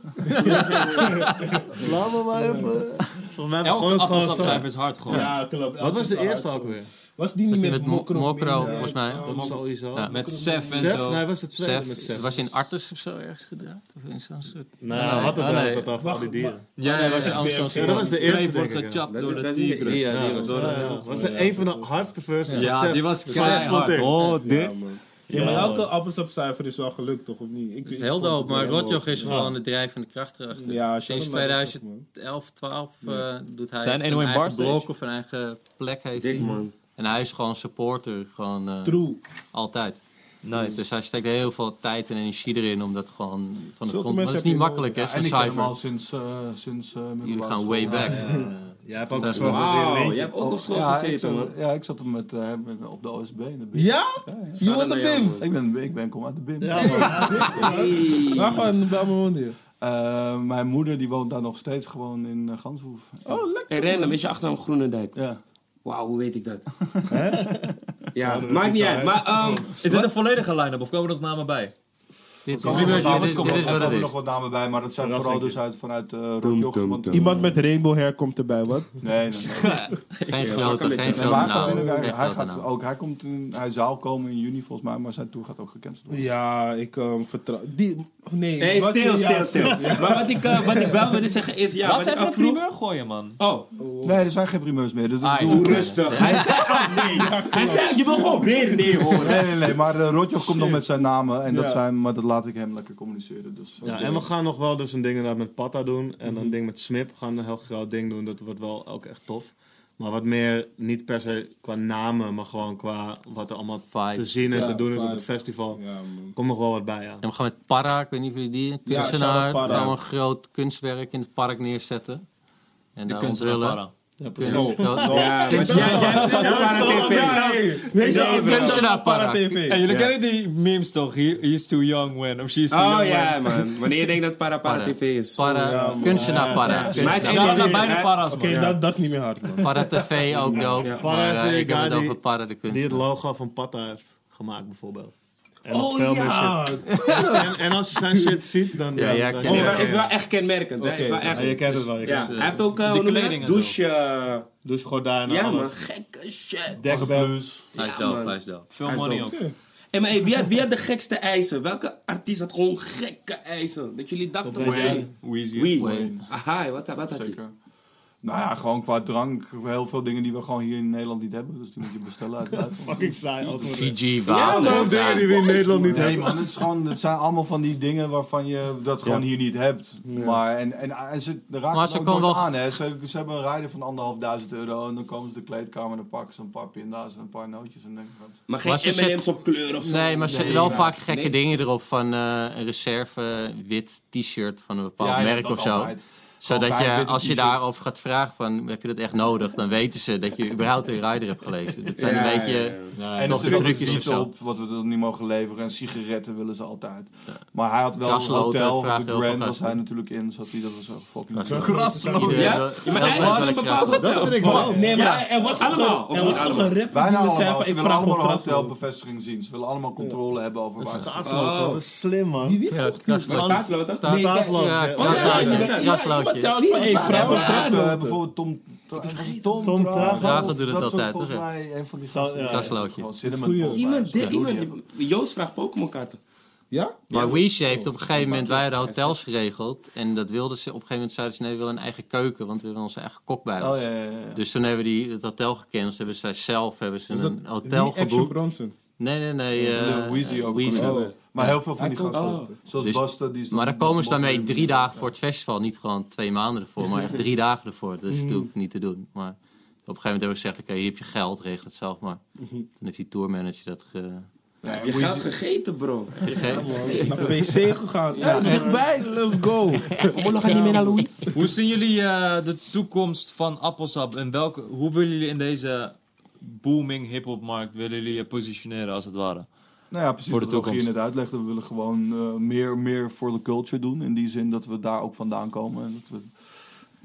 S7: Laat me maar even... Volgens mij begon
S2: Elke
S7: het gewoon zo.
S2: appelsapcijfer is hard gewoon.
S5: klopt.
S7: Wat was de
S5: Elke
S7: eerste
S5: zaal.
S7: ook weer?
S5: Was die
S4: Was
S5: niet
S4: die
S5: met
S4: met Mo-
S5: Mokro?
S4: Mokro,
S5: Nee.
S4: volgens mij?
S7: Dat sowieso.
S4: Ja.
S2: Met Sef en
S7: Sef?
S2: zo.
S7: Nee, hij was de tweede
S4: Sef,
S7: met Sef.
S4: Was hij in Artus of zo ergens gedraaid? Of in zo'n soort...
S7: Nou, hij had het
S4: Ah,
S7: wel
S4: nee.
S7: dat af, al die dieren.
S2: Ja, hij was
S4: Zo'n- zo'n-
S7: Ja, dat was de eerste,
S2: Dave
S7: denk
S2: wordt
S7: ik.
S2: gechapt
S1: Dat
S2: door
S1: is-
S2: de
S1: dat is niet de
S2: tigers.
S4: Ja, die
S7: Ja,
S4: was-
S7: ja, ja. eh, was er een van de hardste verses.
S2: Ja,
S7: Sef.
S2: die was
S7: Dat vond
S2: keihard.
S7: ik.
S2: Oh, dit.
S5: Ja, man. Ja, maar elke appelsapcijfer is wel gelukt, toch? Of niet? Ik,
S4: Dat is
S5: ik
S4: heel
S5: vond het
S4: dope, maar
S5: wel heel
S4: Rotjoch is
S5: dope.
S4: gewoon de drijvende kracht erachter.
S5: Ja,
S4: Sinds
S5: shout-out naar Rotjoch,
S4: 2011, 12 eh, doet hij
S2: Zijn
S4: een
S2: 101
S4: eigen
S2: bar stage?
S4: blok of een eigen plek heeft
S1: Dik,
S4: hij.
S1: man.
S4: En hij is gewoon supporter, gewoon eh,
S5: True.
S4: altijd. Dus
S2: Nice.
S4: hij steekt heel veel tijd en energie erin om dat gewoon van de
S5: Zulke
S4: grond... Maar
S5: mensen
S4: dat is
S5: heb
S4: niet
S5: je
S4: makkelijk, hè,
S6: Ja,
S4: zo'n
S6: en ik ben hem al
S4: cijfer.
S6: sinds... eh sinds eh,
S4: Jullie
S6: middelbare
S4: gaan
S6: school.
S4: way back.
S7: Jij hebt ook
S4: Sef.
S7: gezorgd dat hij een
S1: Wauw,
S7: lintje
S1: je hebt ook op school
S6: ja,
S1: gezeten,
S6: ik, zat-
S1: man.
S6: Ja, ik zat hem met, eh, met- op de OSB. in de BIM.
S5: Ja? Je
S1: Shout-out
S5: wordt
S1: naar
S5: de
S1: jou,
S5: BIM.
S1: man.
S6: Ik ben, ik ben kom uit de BIM.
S1: Hey.
S5: Waarvan bij mijn mond hier?
S6: Eh, mijn moeder die woont daar nog steeds gewoon in eh, Ganshoef.
S5: Oh, lekker.
S1: En random is je achternaam Groenendijk.
S6: Ja.
S1: Wauw, hoe weet ik dat? ja, maakt niet uit. Maar ehm,
S2: Is dit een volledige line-up of komen er nog namen bij?
S4: Dit
S6: Er
S4: is- dit is
S6: komen
S4: dit is wat het
S6: er
S4: is.
S6: nog wat namen bij, maar dat zijn vooral dus uit, vanuit eh Rotjoch.
S1: tum,
S6: want-
S1: tum.
S5: Iemand met rainbow hair komt erbij, wat?
S6: Nee, nee, nee.
S4: Geen
S1: welke
S4: grote,
S1: beetje.
S4: geen
S1: En
S6: En
S4: grote
S6: waar
S4: naam.
S6: hij,
S4: Geen
S6: hij,
S4: grote
S6: gaat nou-
S4: naam.
S6: ook, hij, komt in, hij zou komen in juni volgens mij, maar zijn tour gaat ook gecanceld worden.
S5: Ja, ik ehm, vertrouw... Die... Nee,
S1: nee,
S5: wat-
S1: stil,
S5: ja,
S1: stil, stil. [laughs] Maar wat ik, eh, wat ik wel wilde zeggen is... Ja,
S2: Laat
S1: wat
S2: ze
S1: ik
S2: even een
S1: afvroeg-
S2: primeur gooien, man.
S1: Oh,
S6: Nee, er zijn geen primeurs meer. Dat
S2: Ah,
S6: doe
S1: doe
S6: ik.
S1: rustig. Hij [laughs] zei al nee. Hij zei, je wil gewoon weer nee horen.
S6: Nee, nee, nee, maar eh, Rotjoch komt nog met zijn namen en
S5: Ja.
S6: dat zijn, maar dat laat ik hem lekker communiceren. Dus,
S7: Ja, en we gaan nog wel dus een ding inderdaad met Patta doen. En een ding met Smip. We gaan een heel groot ding doen. Dat wordt wel ook echt tof. Maar wat meer, niet per se qua namen, maar gewoon qua wat er allemaal
S4: Vibe.
S7: te zien en
S5: Ja,
S7: te doen is op
S5: vibe.
S7: het festival.
S5: Ja, man.
S7: Komt nog wel wat bij, ja.
S4: En we gaan met Para, ik weet niet of jullie die
S5: Ja,
S4: kunstenaar, nou,
S5: shout-out Parra.
S4: gaan we een groot kunstwerk in het park neerzetten. En
S2: De
S4: daar
S2: kunstenaar
S4: onthullen.
S2: para.
S7: Ja,
S4: Ja,
S7: precies.
S4: dat- dat-
S1: Ja, want
S4: Denk-
S1: jij jij was van
S5: Ja,
S1: Para TV.
S5: nee.
S7: Weet je,
S5: Nee,
S7: als
S5: bro.
S7: mensen
S4: naar
S5: Van Para
S4: Para.
S5: TV.
S2: Hey, jullie kennen die memes toch? He, he's too young when, of she's too
S1: Oh
S2: young
S1: ja, man. Wanneer je denkt dat Para Para TV is.
S4: Para, kunstenaar para.
S1: Maar hij is
S2: when.
S1: één
S2: Zelfs
S1: jaar
S2: naar
S1: eerder,
S2: beide
S1: hè?
S2: para's, man.
S5: Oké, dat, dat is niet meer hard, man.
S4: Para TV ook dope.
S7: Para
S4: Maar
S7: is
S4: eh,
S7: de
S4: ik heb
S7: guy
S4: het
S7: die-
S4: over Para de
S7: die het
S4: kunstenaar.
S7: logo van Patta heeft gemaakt, bijvoorbeeld. En nog
S5: Oh
S7: veel meer
S5: ja.
S1: [laughs]
S7: shit. En, en als je zijn shit ziet, dan...
S4: Ja, ja, ik
S7: dan-
S4: ken
S7: Oh,
S1: Nee,
S4: hem.
S7: ja,
S1: maar is wel echt kenmerkend. hè. Is wel
S7: ja, je
S1: echt...
S7: kent het wel. Je
S1: Ja,
S7: kent
S1: hij heeft ook, eh,
S2: De
S1: hoe noem je dat?
S2: kleding en zo.
S1: douche... eh,
S7: het. Dus gordijnen,
S1: Ja, man.
S7: alles.
S1: Gekke shit.
S7: Dekbed.
S4: Hij is
S1: Ja,
S4: dope,
S1: man.
S4: hij is dope.
S2: Veel
S1: Hij is
S2: money
S1: dope.
S2: op.
S1: Hey, maar hey, wie, had, wie had de gekste eisen? Welke artiest had gewoon gekke eisen? Dat jullie dachten van,
S7: weet
S1: hey,
S7: jij.
S2: Weezy.
S1: wie?
S4: Wayne.
S1: Aha, wat, wat had hij?
S6: Zeker. Nou ja, gewoon qua drank. Heel veel dingen die we gewoon hier in Nederland niet hebben. Dus die moet je bestellen uit het buitenland.
S7: Fucking saai antwoord.
S4: Fiji,
S1: Ja, man.
S4: water.
S7: Gewoon dingen die we in Nederland niet
S6: Nee
S7: hebben.
S6: man, het, is gewoon, het zijn allemaal van die dingen waarvan je dat gewoon hier niet hebt. Maar, en, en, en ze raken
S4: Maar
S6: maar
S4: ze
S6: ook
S4: komen
S6: nooit
S4: wel-
S6: aan. Hè. Ze, ze hebben een rijder van anderhalfduizend euro en dan komen ze de kleedkamer en dan pakken ze een paar pinda's en een paar nootjes en denken wat.
S1: Maar geen
S4: Maar ze
S1: M&M's op kleur of zo?
S4: Nee, maar ze zetten wel
S1: ja.
S4: vaak gekke
S1: Nee.
S4: dingen erop. Van eh, een reserve eh, wit t-shirt van een bepaald
S6: ja,
S4: merk
S6: dat
S4: of zo.
S6: altijd.
S4: Zodat
S6: Gewoon
S4: je,
S6: witte
S4: als je
S6: t-shirt.
S4: daarover gaat vragen van, heb je dat echt nodig? Dan weten ze dat je überhaupt een rider hebt gelezen. Dat zijn
S1: Ja,
S4: een beetje...
S1: ja, ja.
S6: En
S4: Nog
S6: er
S4: de
S6: zit ook
S4: trucjes
S6: iets
S4: of zo.
S6: op wat we dan niet mogen leveren. En sigaretten willen ze altijd. Maar hij had wel een
S4: Grasloten
S6: hotel.
S4: vragen
S6: De
S4: heel veel
S6: Grand was
S4: gasten.
S6: hij natuurlijk in. Zat hij, dat was echt fucking...
S4: Grasloten.
S2: Grasloot.
S4: Iedereen
S1: Ja?
S4: wil-
S1: Ja, maar hij
S4: elke
S1: had
S4: wil
S1: een
S4: ik graag
S1: bepaald hotel.
S7: vind ik wel.
S5: Nee, maar
S1: Ja,
S5: er was toch
S1: allemaal,
S5: een-
S1: of
S5: Er
S1: niet
S5: was toch
S1: allemaal?
S5: een rapper
S6: Bijna
S5: die zei
S6: allemaal.
S5: van,
S6: Ze
S5: ik
S6: willen
S5: vraag om
S6: allemaal een
S5: gras.
S6: hotelbevestiging zien. Ze willen allemaal controle hebben over waar ze
S7: Staatsloten, dat is slim, man.
S4: Ja, grasloten.
S1: Maar staatsloten?
S4: Staat-
S7: Nee, staatsloten.
S4: Ja,
S7: Oh,
S4: grasloten.
S5: ja, ja, ja.
S4: Grasloten.
S5: Zelfs van, hey,
S6: Ja,
S5: vraag
S6: maar
S5: om
S6: dat
S5: gras.
S6: is, eh, bijvoorbeeld Tom, Tom, Tom,
S7: Tom
S6: Trago,
S7: Trago
S4: doet het
S6: dat is
S4: altijd,
S6: ook Volgens
S4: toch?
S6: mij een van die
S7: Zal- ja, ja.
S4: Graslootje.
S6: Gewoon cinnamon,
S5: Goeie.
S6: volgens mij.
S1: Iemand,
S6: Ja,
S1: dit,
S6: doe die
S1: iemand, Joost vraagt Pokémon kaarten.
S5: Ja?
S4: Maar Wish heeft op een gegeven moment, wij hadden hotels geregeld. En dat wilden ze, op een gegeven moment zeiden ze, nee, we willen een eigen keuken. Want we willen onze eigen kok bij
S6: even.
S4: ons.
S6: Oh, ja, ja, ja.
S4: Dus toen hebben die het hotel gecanceld. Hebben zij zelf hebben ze
S5: Is dat
S4: een hotel
S5: die Action
S4: geboekt.
S5: Bronson. [laughs]
S4: Nee, nee, nee. eh
S6: De Weezy ook.
S4: Weezy.
S6: Oh. Maar heel veel van die gasten.
S5: Oh.
S6: Zoals
S4: Dus-
S6: Basta. Die is
S4: Maar dan
S6: dan-
S4: komen ze
S6: Basta
S4: daarmee
S6: die-
S4: drie dagen voor het festival. Niet gewoon twee maanden ervoor, maar echt drie dagen ervoor.
S5: Mhm.
S4: Dat is natuurlijk niet te doen. Maar op een gegeven moment hebben we gezegd, oké, hier heb je geld, regel het zelf maar.
S5: Mhm.
S4: Toen heeft die tourmanager dat ge...
S1: Heb je geld gegeten, bro?
S4: gegeven.
S5: Naar wc gegaan. Ja, dat is dichtbij. Let's
S2: [laughs]
S5: go.
S1: Oorlog gaat niet meer naar Louis.
S2: Hoe zien jullie eh, de toekomst van appelsap? En welke, hoe willen jullie in deze booming hip-hopmarkt willen jullie je positioneren als het ware?
S6: Nou ja, precies.
S2: Voor de
S6: wat ik ook hier
S2: toekomst.
S6: net uitlegde. We willen gewoon eh, meer, meer voor de culture doen. In die zin dat we daar ook vandaan komen. En dat we,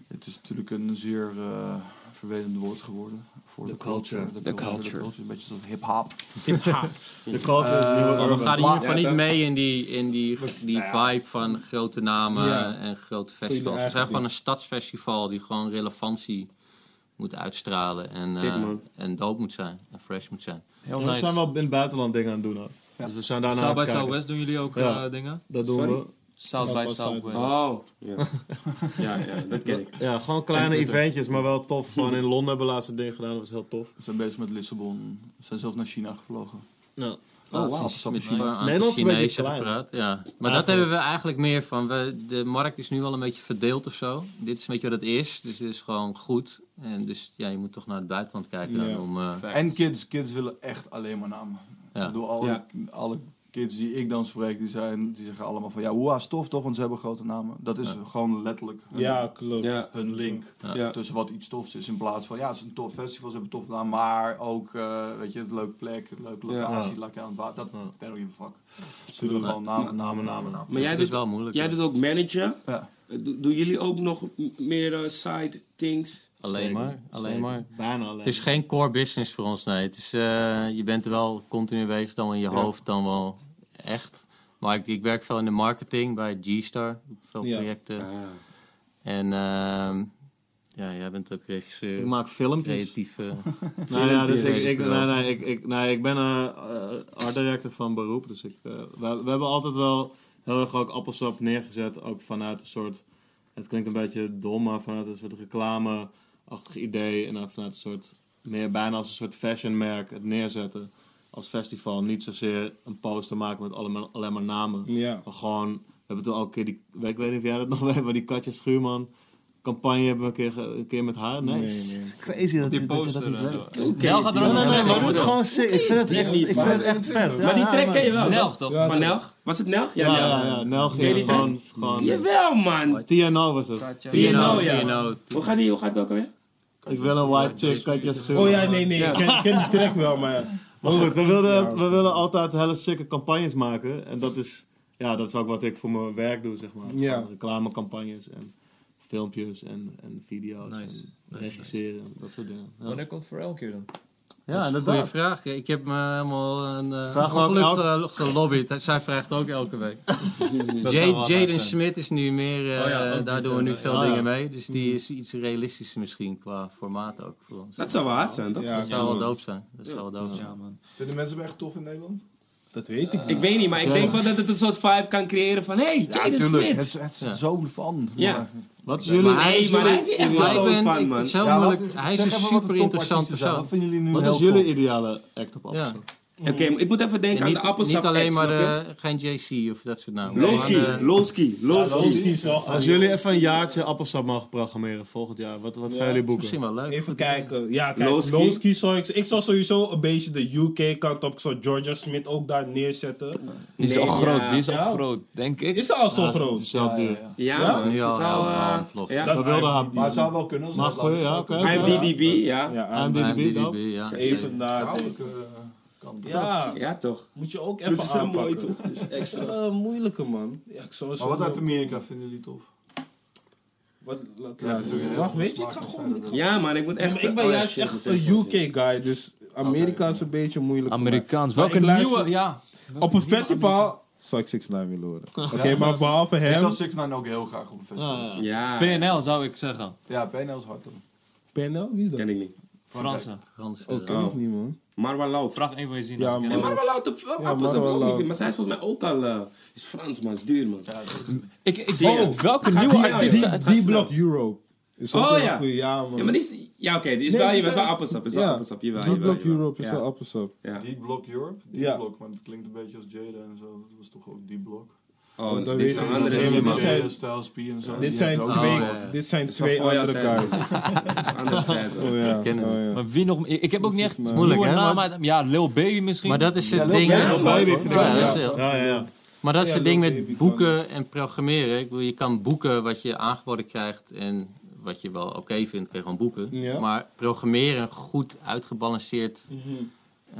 S6: het is natuurlijk een zeer eh vervelend woord geworden. Voor de culture. De
S1: culture.
S6: De Een beetje zoals hip-hop.
S7: De culture is nieuwe
S4: Maar we
S7: urban.
S4: gaan in ieder geval niet mee in die, in die, die vibe van grote namen
S5: Ja.
S4: en grote festivals. We
S5: eigen
S4: zijn gewoon een stadsfestival die gewoon relevantie moet uitstralen. En,
S1: Dik,
S4: eh,
S1: man.
S4: en dope moet zijn. En fresh moet zijn.
S7: We
S2: nice.
S7: zijn wel in het buitenland dingen aan het doen, ook. Dus we zijn daarna
S2: South
S7: aan
S2: by
S7: het kijken.
S2: Southwest doen jullie ook
S7: Ja.
S2: eh, dingen?
S7: Dat doen
S1: Sorry?
S7: we.
S2: South by Southwest. Ah,
S1: Oh. Ja. ja, ja, dat ken ik.
S7: Ja, gewoon kleine eventjes, maar wel tof. Gewoon in Londen hebben we laatst een ding gedaan, dat was heel tof.
S6: We zijn bezig met Lissabon. We zijn zelfs naar China gevlogen.
S7: Nou,
S6: Oh,
S4: Met
S6: wow.
S4: een aantal
S7: Nederland is een beetje
S4: Chinezen
S7: klein.
S4: gepraat. Ja. Maar dat hebben we eigenlijk meer van. We, de markt is nu al een beetje verdeeld of zo. Dit is een beetje wat het is. Dus dit is gewoon goed. En dus ja, je moet toch naar het buitenland kijken dan
S5: Ja.
S4: om. eh,
S6: En kids, kids willen echt alleen maar namen.
S4: Ja.
S6: Ik bedoel, alle,
S1: Ja.
S6: alle kids die ik dan spreek, die, zijn, die zeggen allemaal van... Ja, hoe stof toch, want ze hebben grote namen. Dat is gewoon letterlijk hun,
S5: Ja, klopt.
S1: Ja.
S6: hun link eh,
S1: Ja.
S6: tussen wat iets tofs is. In plaats van, ja, het is een tof festival, ze hebben een tof naam. Maar ook, eh, weet je, een leuke plek, een leuke locatie, lekker aan het water. Dat ben ik in vak. Ze doen gewoon namen, namen, namen, namen.
S1: Maar jij
S4: dat is
S1: doet,
S4: wel moeilijk.
S1: jij doet ook manager.
S6: Ja.
S1: Eh, do- Doen jullie ook nog m- meer eh, side things?
S4: alleen maar. Alleen maar.
S7: bijna alleen.
S4: Het is geen core business voor ons, nee. Het is, eh, je bent er wel continu bezig, dan wel in je hoofd, dan wel echt. Maar ik, ik werk veel in de marketing bij G-Star, veel
S5: Ja.
S4: projecten.
S1: Ah.
S4: En ehm, ja, jij bent ook regisseur, eh,
S7: Ik maak filmpjes.
S4: creatieve.
S7: Nou ja, dus
S4: Filmpjes.
S7: ik, ik, nee, nee, ik, ik, nee, ik ben eh, eh, art director van beroep. Dus ik, eh, we, we hebben altijd wel heel erg ook appelsap neergezet. Ook vanuit een soort, het klinkt een beetje dom, maar vanuit een soort reclame-achtig idee. En dan vanuit een soort, meer bijna als een soort fashionmerk het neerzetten als festival. Niet zozeer een poster maken met allemaal, alleen maar namen.
S5: Ja.
S7: Maar gewoon, we hebben toen ook een keer die, ik weet niet of jij dat [laughs] nog weet, maar die Katja Schuurman... Campagne hebben we een keer, ge- een keer met haar. Nee, crazy dat,
S2: Die
S7: dat je dat
S2: poster.
S7: niet weet.
S2: en zo.
S1: Oké.
S2: Nel gaat er ook
S7: Nee,
S2: nog
S7: nee, nee,
S2: mee.
S7: maar dit is gewoon Ah, sick. Ik vind het
S1: die
S7: echt,
S1: niet,
S7: ik vind
S1: maar-
S7: het echt vet.
S1: Maar die
S7: Ja,
S1: track
S7: man.
S1: ken je wel?
S2: Nel,
S1: toch?
S2: toch?
S5: Ja.
S1: Van Nelg? Was het Nelg? Ja,
S7: Ja, ja,
S1: Nelg.
S7: ja. Nel
S1: Ken je
S7: ging
S1: die
S7: gewoon... gewoon
S1: Jawel, man.
S7: TNO was het.
S2: Katja.
S1: TNO,
S4: TNO,
S1: nou, ja.
S5: nou,
S4: TNO.
S1: Hoe gaat die? Hoe gaat het ook alweer?
S7: Ik wil een white chick, kan ik je schudden.
S5: Oh ja, nee, nee. Ik ken, ik ken die track wel, maar...
S7: Maar goed, we willen, we willen altijd hele sikke campagnes maken. En dat is, ja, dat is ook wat ik voor mijn werk doe, zeg maar.
S5: Ja.
S7: Van Reclamecampagnes en filmpjes en, en video's en regisseren, dat soort dingen. Ja,
S2: Wanneer komt Pharrell een keer dan?
S7: ja
S4: Goeie
S7: inderdaad.
S4: vraag. Ik heb me helemaal een eh,
S7: Vraag me ook
S4: ongeluk
S7: elke-
S4: gel- gelobbyd. Zij vraagt ook elke week.
S2: Dat zou wel
S4: Jade-
S2: gaaf
S4: Jaden
S2: zijn.
S4: Smith is nu meer, eh,
S2: Oh ja, ook die
S4: daar doen we
S2: zijn
S4: nu
S2: er,
S4: veel
S7: ja.
S4: dingen
S7: Ah.
S4: mee. Dus die is iets realistischer misschien qua formaat ook voor ons.
S1: Dat zou wel hard zijn, toch?
S5: Ja,
S4: Dat zou wel dope zijn. Dat zou wel dope zijn.
S2: Ja, man.
S6: Vinden mensen hem echt tof in Nederland?
S5: dat weet ik niet.
S1: Ik weet niet, maar ik denk wel dat het een soort vibe kan creëren van... Hey, Jaden Smith!
S6: Het is, het is
S4: Ja.
S6: zo'n fan.
S1: Ja.
S7: Wat is jullie,
S1: Maar hij is- maar hij is niet echt
S4: Maar ik
S1: zo'n
S4: ben-
S1: fan,
S4: ik-
S1: man.
S4: het is heel
S6: Ja, wat-
S4: moeilijk. Hij is
S6: zeg
S4: een
S6: even wat de
S4: super interessant
S6: topartiesten zijn. Wat
S4: persoon.
S6: vinden jullie nu
S7: wat
S6: heel
S7: is jullie
S6: tof?
S7: ideale act op
S4: Ja.
S7: afstand?
S1: Oké, maar ik moet even denken
S4: En
S1: aan
S4: niet,
S1: de appels
S4: niet
S1: sap
S4: alleen
S1: act,
S4: maar
S1: snap je?
S4: de, geen JC of dat soort namen.
S1: Lowski,
S4: Maar, eh,
S1: Lowski, Lowski.
S5: is
S4: Oh,
S5: wel
S7: Als jullie even een jaartje appelsap mogen programmeren volgend jaar, wat, wat gaan jullie boeken?
S4: Misschien wel leuk.
S5: Even kijken. Ja, kijk,
S1: Lowski.
S5: Lowski zou ik... Ik zou sowieso een beetje de UK-kant op. Ik zou Georgia Smith ook daar neerzetten.
S2: Die is
S1: Nee,
S2: al groot,
S1: ja.
S2: die is al
S5: Ja.
S2: groot, denk ik.
S5: Is ze al zo
S7: Het
S5: groot?
S7: is heel duur.
S1: Ja,
S5: Ja?
S1: man.
S4: Nu
S1: Ze
S4: al,
S1: zou,
S4: ja,
S1: eh,
S4: man, klopt.
S1: ja.
S5: Ja,
S7: We wilden haar
S6: Maar het zou wel kunnen. als
S7: Maar
S6: het
S7: goeie,
S6: laat-
S7: ja, oké.
S1: I'm DDB, ja.
S5: Ja,
S7: IMDb,
S4: IMDb,
S7: dope.
S4: ja.
S5: even naar...
S6: Vrouwelijke eh, kant.
S5: Ja,
S1: Ja, toch.
S5: moet je ook even
S1: Dus ze zijn
S5: aanpakken.
S1: mooi, toch? Dus extra.
S5: Eh, moeilijke man. Ja, ik zou
S6: Maar
S5: zo
S6: wat uit Amerika vinden jullie tof?
S5: Wat, laat,
S6: Ja,
S5: laat-
S6: dat doe je heel
S5: wacht, weet je, ik
S6: smaak
S5: ga
S6: en
S5: gewoon...
S6: zo.
S5: Ik, ga-
S1: Ja, man, ik moet echt...
S5: maar ik ben
S1: oh, ja,
S5: juist
S1: shit,
S5: echt
S1: dat is
S5: een
S1: wel
S5: UK-guy, dus Amerika is een beetje moeilijk. voor mij.
S2: Amerikaans.
S5: Maar
S2: Welke
S5: ik luister-
S2: nieuwe, ja.
S5: Op een festival zou ik 6 9 willen horen. Oké, maar behalve
S6: Ik
S5: hem...
S6: zou Six Nine ook heel graag op een festival.
S7: Ja, ja.
S1: zin. Ja,
S2: PNL zou ik zeggen.
S6: Ja, PNL is hard hoor.
S5: Penel? Wie is dat?
S1: ken ik niet.
S2: Fransen.
S4: Frans.
S5: Oh, ken
S1: Oh.
S5: ik niet, man.
S1: Marwa Laut.
S2: Vraag een van je zien.
S5: Ja,
S2: als ik-
S5: man.
S1: En Marwa Laut op
S5: Ja,
S1: appels heb ik
S5: Marwa
S1: ook niet
S5: Laut.
S1: veel, Maar zij is volgens mij ook al... eh, Is Frans, man. Is duur, man.
S2: Ik, ik,
S1: Zie je?
S2: oh, welke
S1: Gaat
S2: nieuwe
S1: die nou,
S2: artiesten...
S1: joh?
S2: uit-
S1: snel.
S5: D-Block Europe. Is ook
S1: Oh,
S5: wel
S1: ja.
S5: een goeie, ja, man.
S1: Ja, maar die is... Ja, oké. Die is
S5: Nee,
S1: wel...
S5: ze
S1: Je bent wel
S5: zijn-
S1: appelsap. Is wel
S5: Ja.
S1: appelsap. Jawel, jawel,
S5: D-Block
S1: jawel.
S5: Europe is
S1: Ja.
S5: wel appelsap.
S1: Ja.
S6: D-Block Europe?
S5: Ja.
S6: D-Block, maar het klinkt een beetje als Jada en zo. Dat was toch ook D-Block?
S1: Oh,
S5: dat
S1: dit is
S5: weet
S1: een
S5: ik niet.
S1: andere...
S5: Dat
S1: nieuwe,
S5: weet
S1: man.
S5: ik zijn-
S6: Jada, Styles P en
S1: Oh,
S6: zo.
S5: Dit zijn,
S6: twee.
S5: twee,
S4: ja, ja.
S5: dit zijn
S1: is wel
S5: twee
S1: voor jouw
S5: andere
S1: tijd. [laughs]
S5: guys.
S1: Andere tijd, man.
S5: Oh, ja.
S4: ken hem.
S5: oh, ja.
S2: Maar wie nog... Ik, ik heb ook niet echt
S5: maar-
S2: nieuwe
S4: Moeilijk, hè,
S2: namen
S4: maar-
S2: uit- Ja, Lil Baby misschien.
S4: Maar dat is het
S6: Ja,
S4: ding.
S1: Lil
S4: Ja,
S1: Baby
S4: dat
S6: vind ik wel
S4: is
S6: leuk.
S4: heel-
S7: Ja, ja, ja.
S4: Maar dat is
S5: Ja,
S4: het
S5: Lil
S4: ding
S5: Baby
S4: met
S5: kan-
S4: boeken en programmeren. Ik bedoel, je kan boeken wat je aangeboden krijgt en wat je wel oké vindt, kun je gewoon boeken.
S5: Ja.
S4: Maar programmeren, goed uitgebalanceerd
S7: Mhm.